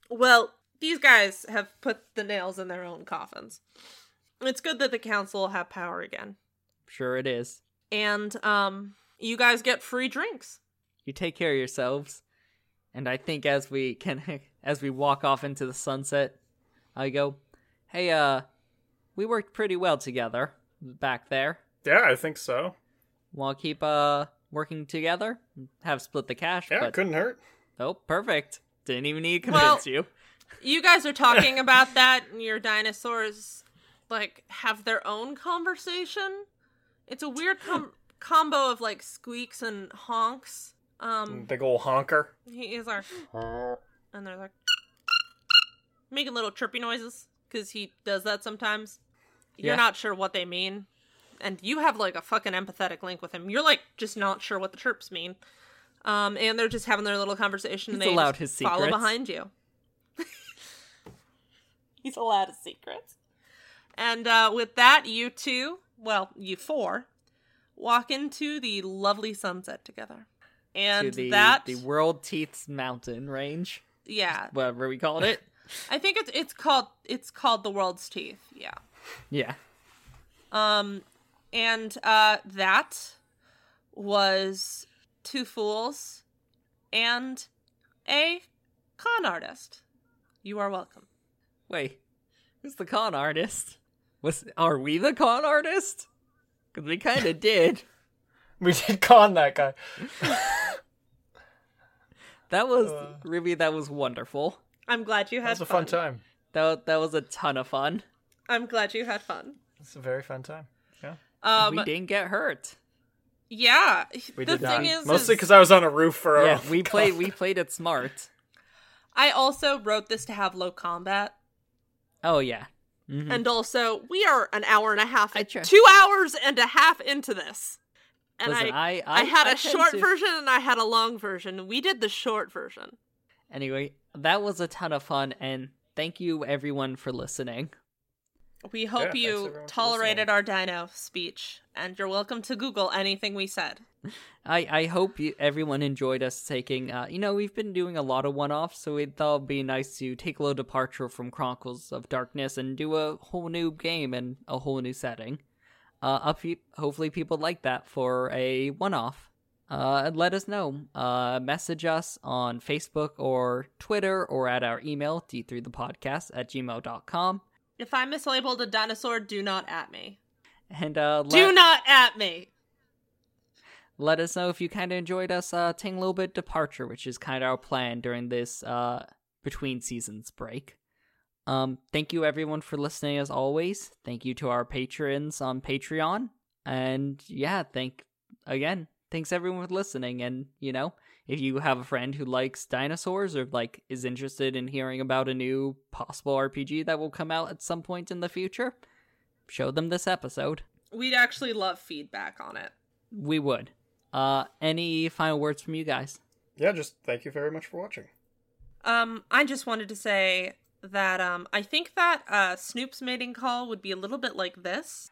Well, these guys have put the nails in their own coffins. It's good that the council have power again.
sure it is
And um you guys get free drinks.
you take care of yourselves and i think as we can as we walk off into the sunset i go hey uh we worked pretty well together back there.
Yeah, I think so.
We'll keep uh working together. Have split the cash.
Yeah,
but...
couldn't hurt.
Oh, perfect. Didn't even need to
Well-
convince you.
You guys are talking about that, and your dinosaurs like have their own conversation. It's a weird com- combo of like squeaks and honks. Um,
Big ol' honker.
he is our, and they're like making little chirpy noises because he does that sometimes. You're
Yeah.
not sure what they mean, and you have like a fucking empathetic link with him. You're like just not sure what the chirps mean. Um, and they're just having their little conversation. and
He's
they
allowed
just
his
follow
secrets.
behind you. He's allowed his secrets. And uh, with that, you two, well, you four, walk into the lovely sunset together. And
to the,
that,
the World Teeth's Mountain Range,
yeah,
whatever we called it.
I think it's it's called it's called the world's teeth. Yeah.
yeah.
Um, and uh, that was two fools and a con artist. You are welcome.
Wait, who's the con artist? Was are we the con artist? Because we kind of did.
We did con that guy.
That was
Uh.
Ruby. That was wonderful.
I'm glad you
That
had
was a fun time.
That wa- that was a ton of fun.
I'm glad you had fun.
It's a very fun time. Yeah.
Um,
we didn't get hurt.
yeah.
We
the
did not.
thing is,
Mostly
is
because I was on a roof for a
oh
yeah, we played we played it smart.
I also wrote this to have low combat,
Oh yeah. Mhm.
and also we are an hour and a half,
I try-
two hours and a half into this, and
Listen,
I,
I,
I, had
a
a short version and I had a long version. We did the short version.
Anyway, that was a ton of fun, and thank you everyone for listening.
We
Yeah,
hope
thanks
you
everyone for
tolerated our dino speech, and you're welcome to Google anything we said.
I, I hope you, everyone enjoyed us taking, uh, you know, we've been doing a lot of one offs, so it thought it'd be nice to take a little departure from Chronicles of Darkness and do a whole new game and a whole new setting. Uh, up, hopefully, people like that for a one off. Uh, and let us know. Uh, message us on Facebook or Twitter or at our email, d3thepodcast at gmail.com.
If I mislabeled a dinosaur, do not at me.
And uh, let,
Do not at me.
let us know if you kind of enjoyed us uh, taking a little bit departure, which is kind of our plan during this uh, between seasons break. Um, thank you everyone for listening as always. Thank you to our patrons on Patreon, and yeah, thank again. Thanks everyone for listening, and you know, if you have a friend who likes dinosaurs or like is interested in hearing about a new possible RPG that will come out at some point in the future, show them this episode.
We'd actually love feedback on it.
We would. Uh, any final words from you guys?
Yeah, just thank you very much for watching.
Um, I just wanted to say that um, I think that uh, Snoop's mating call would be a little bit like this.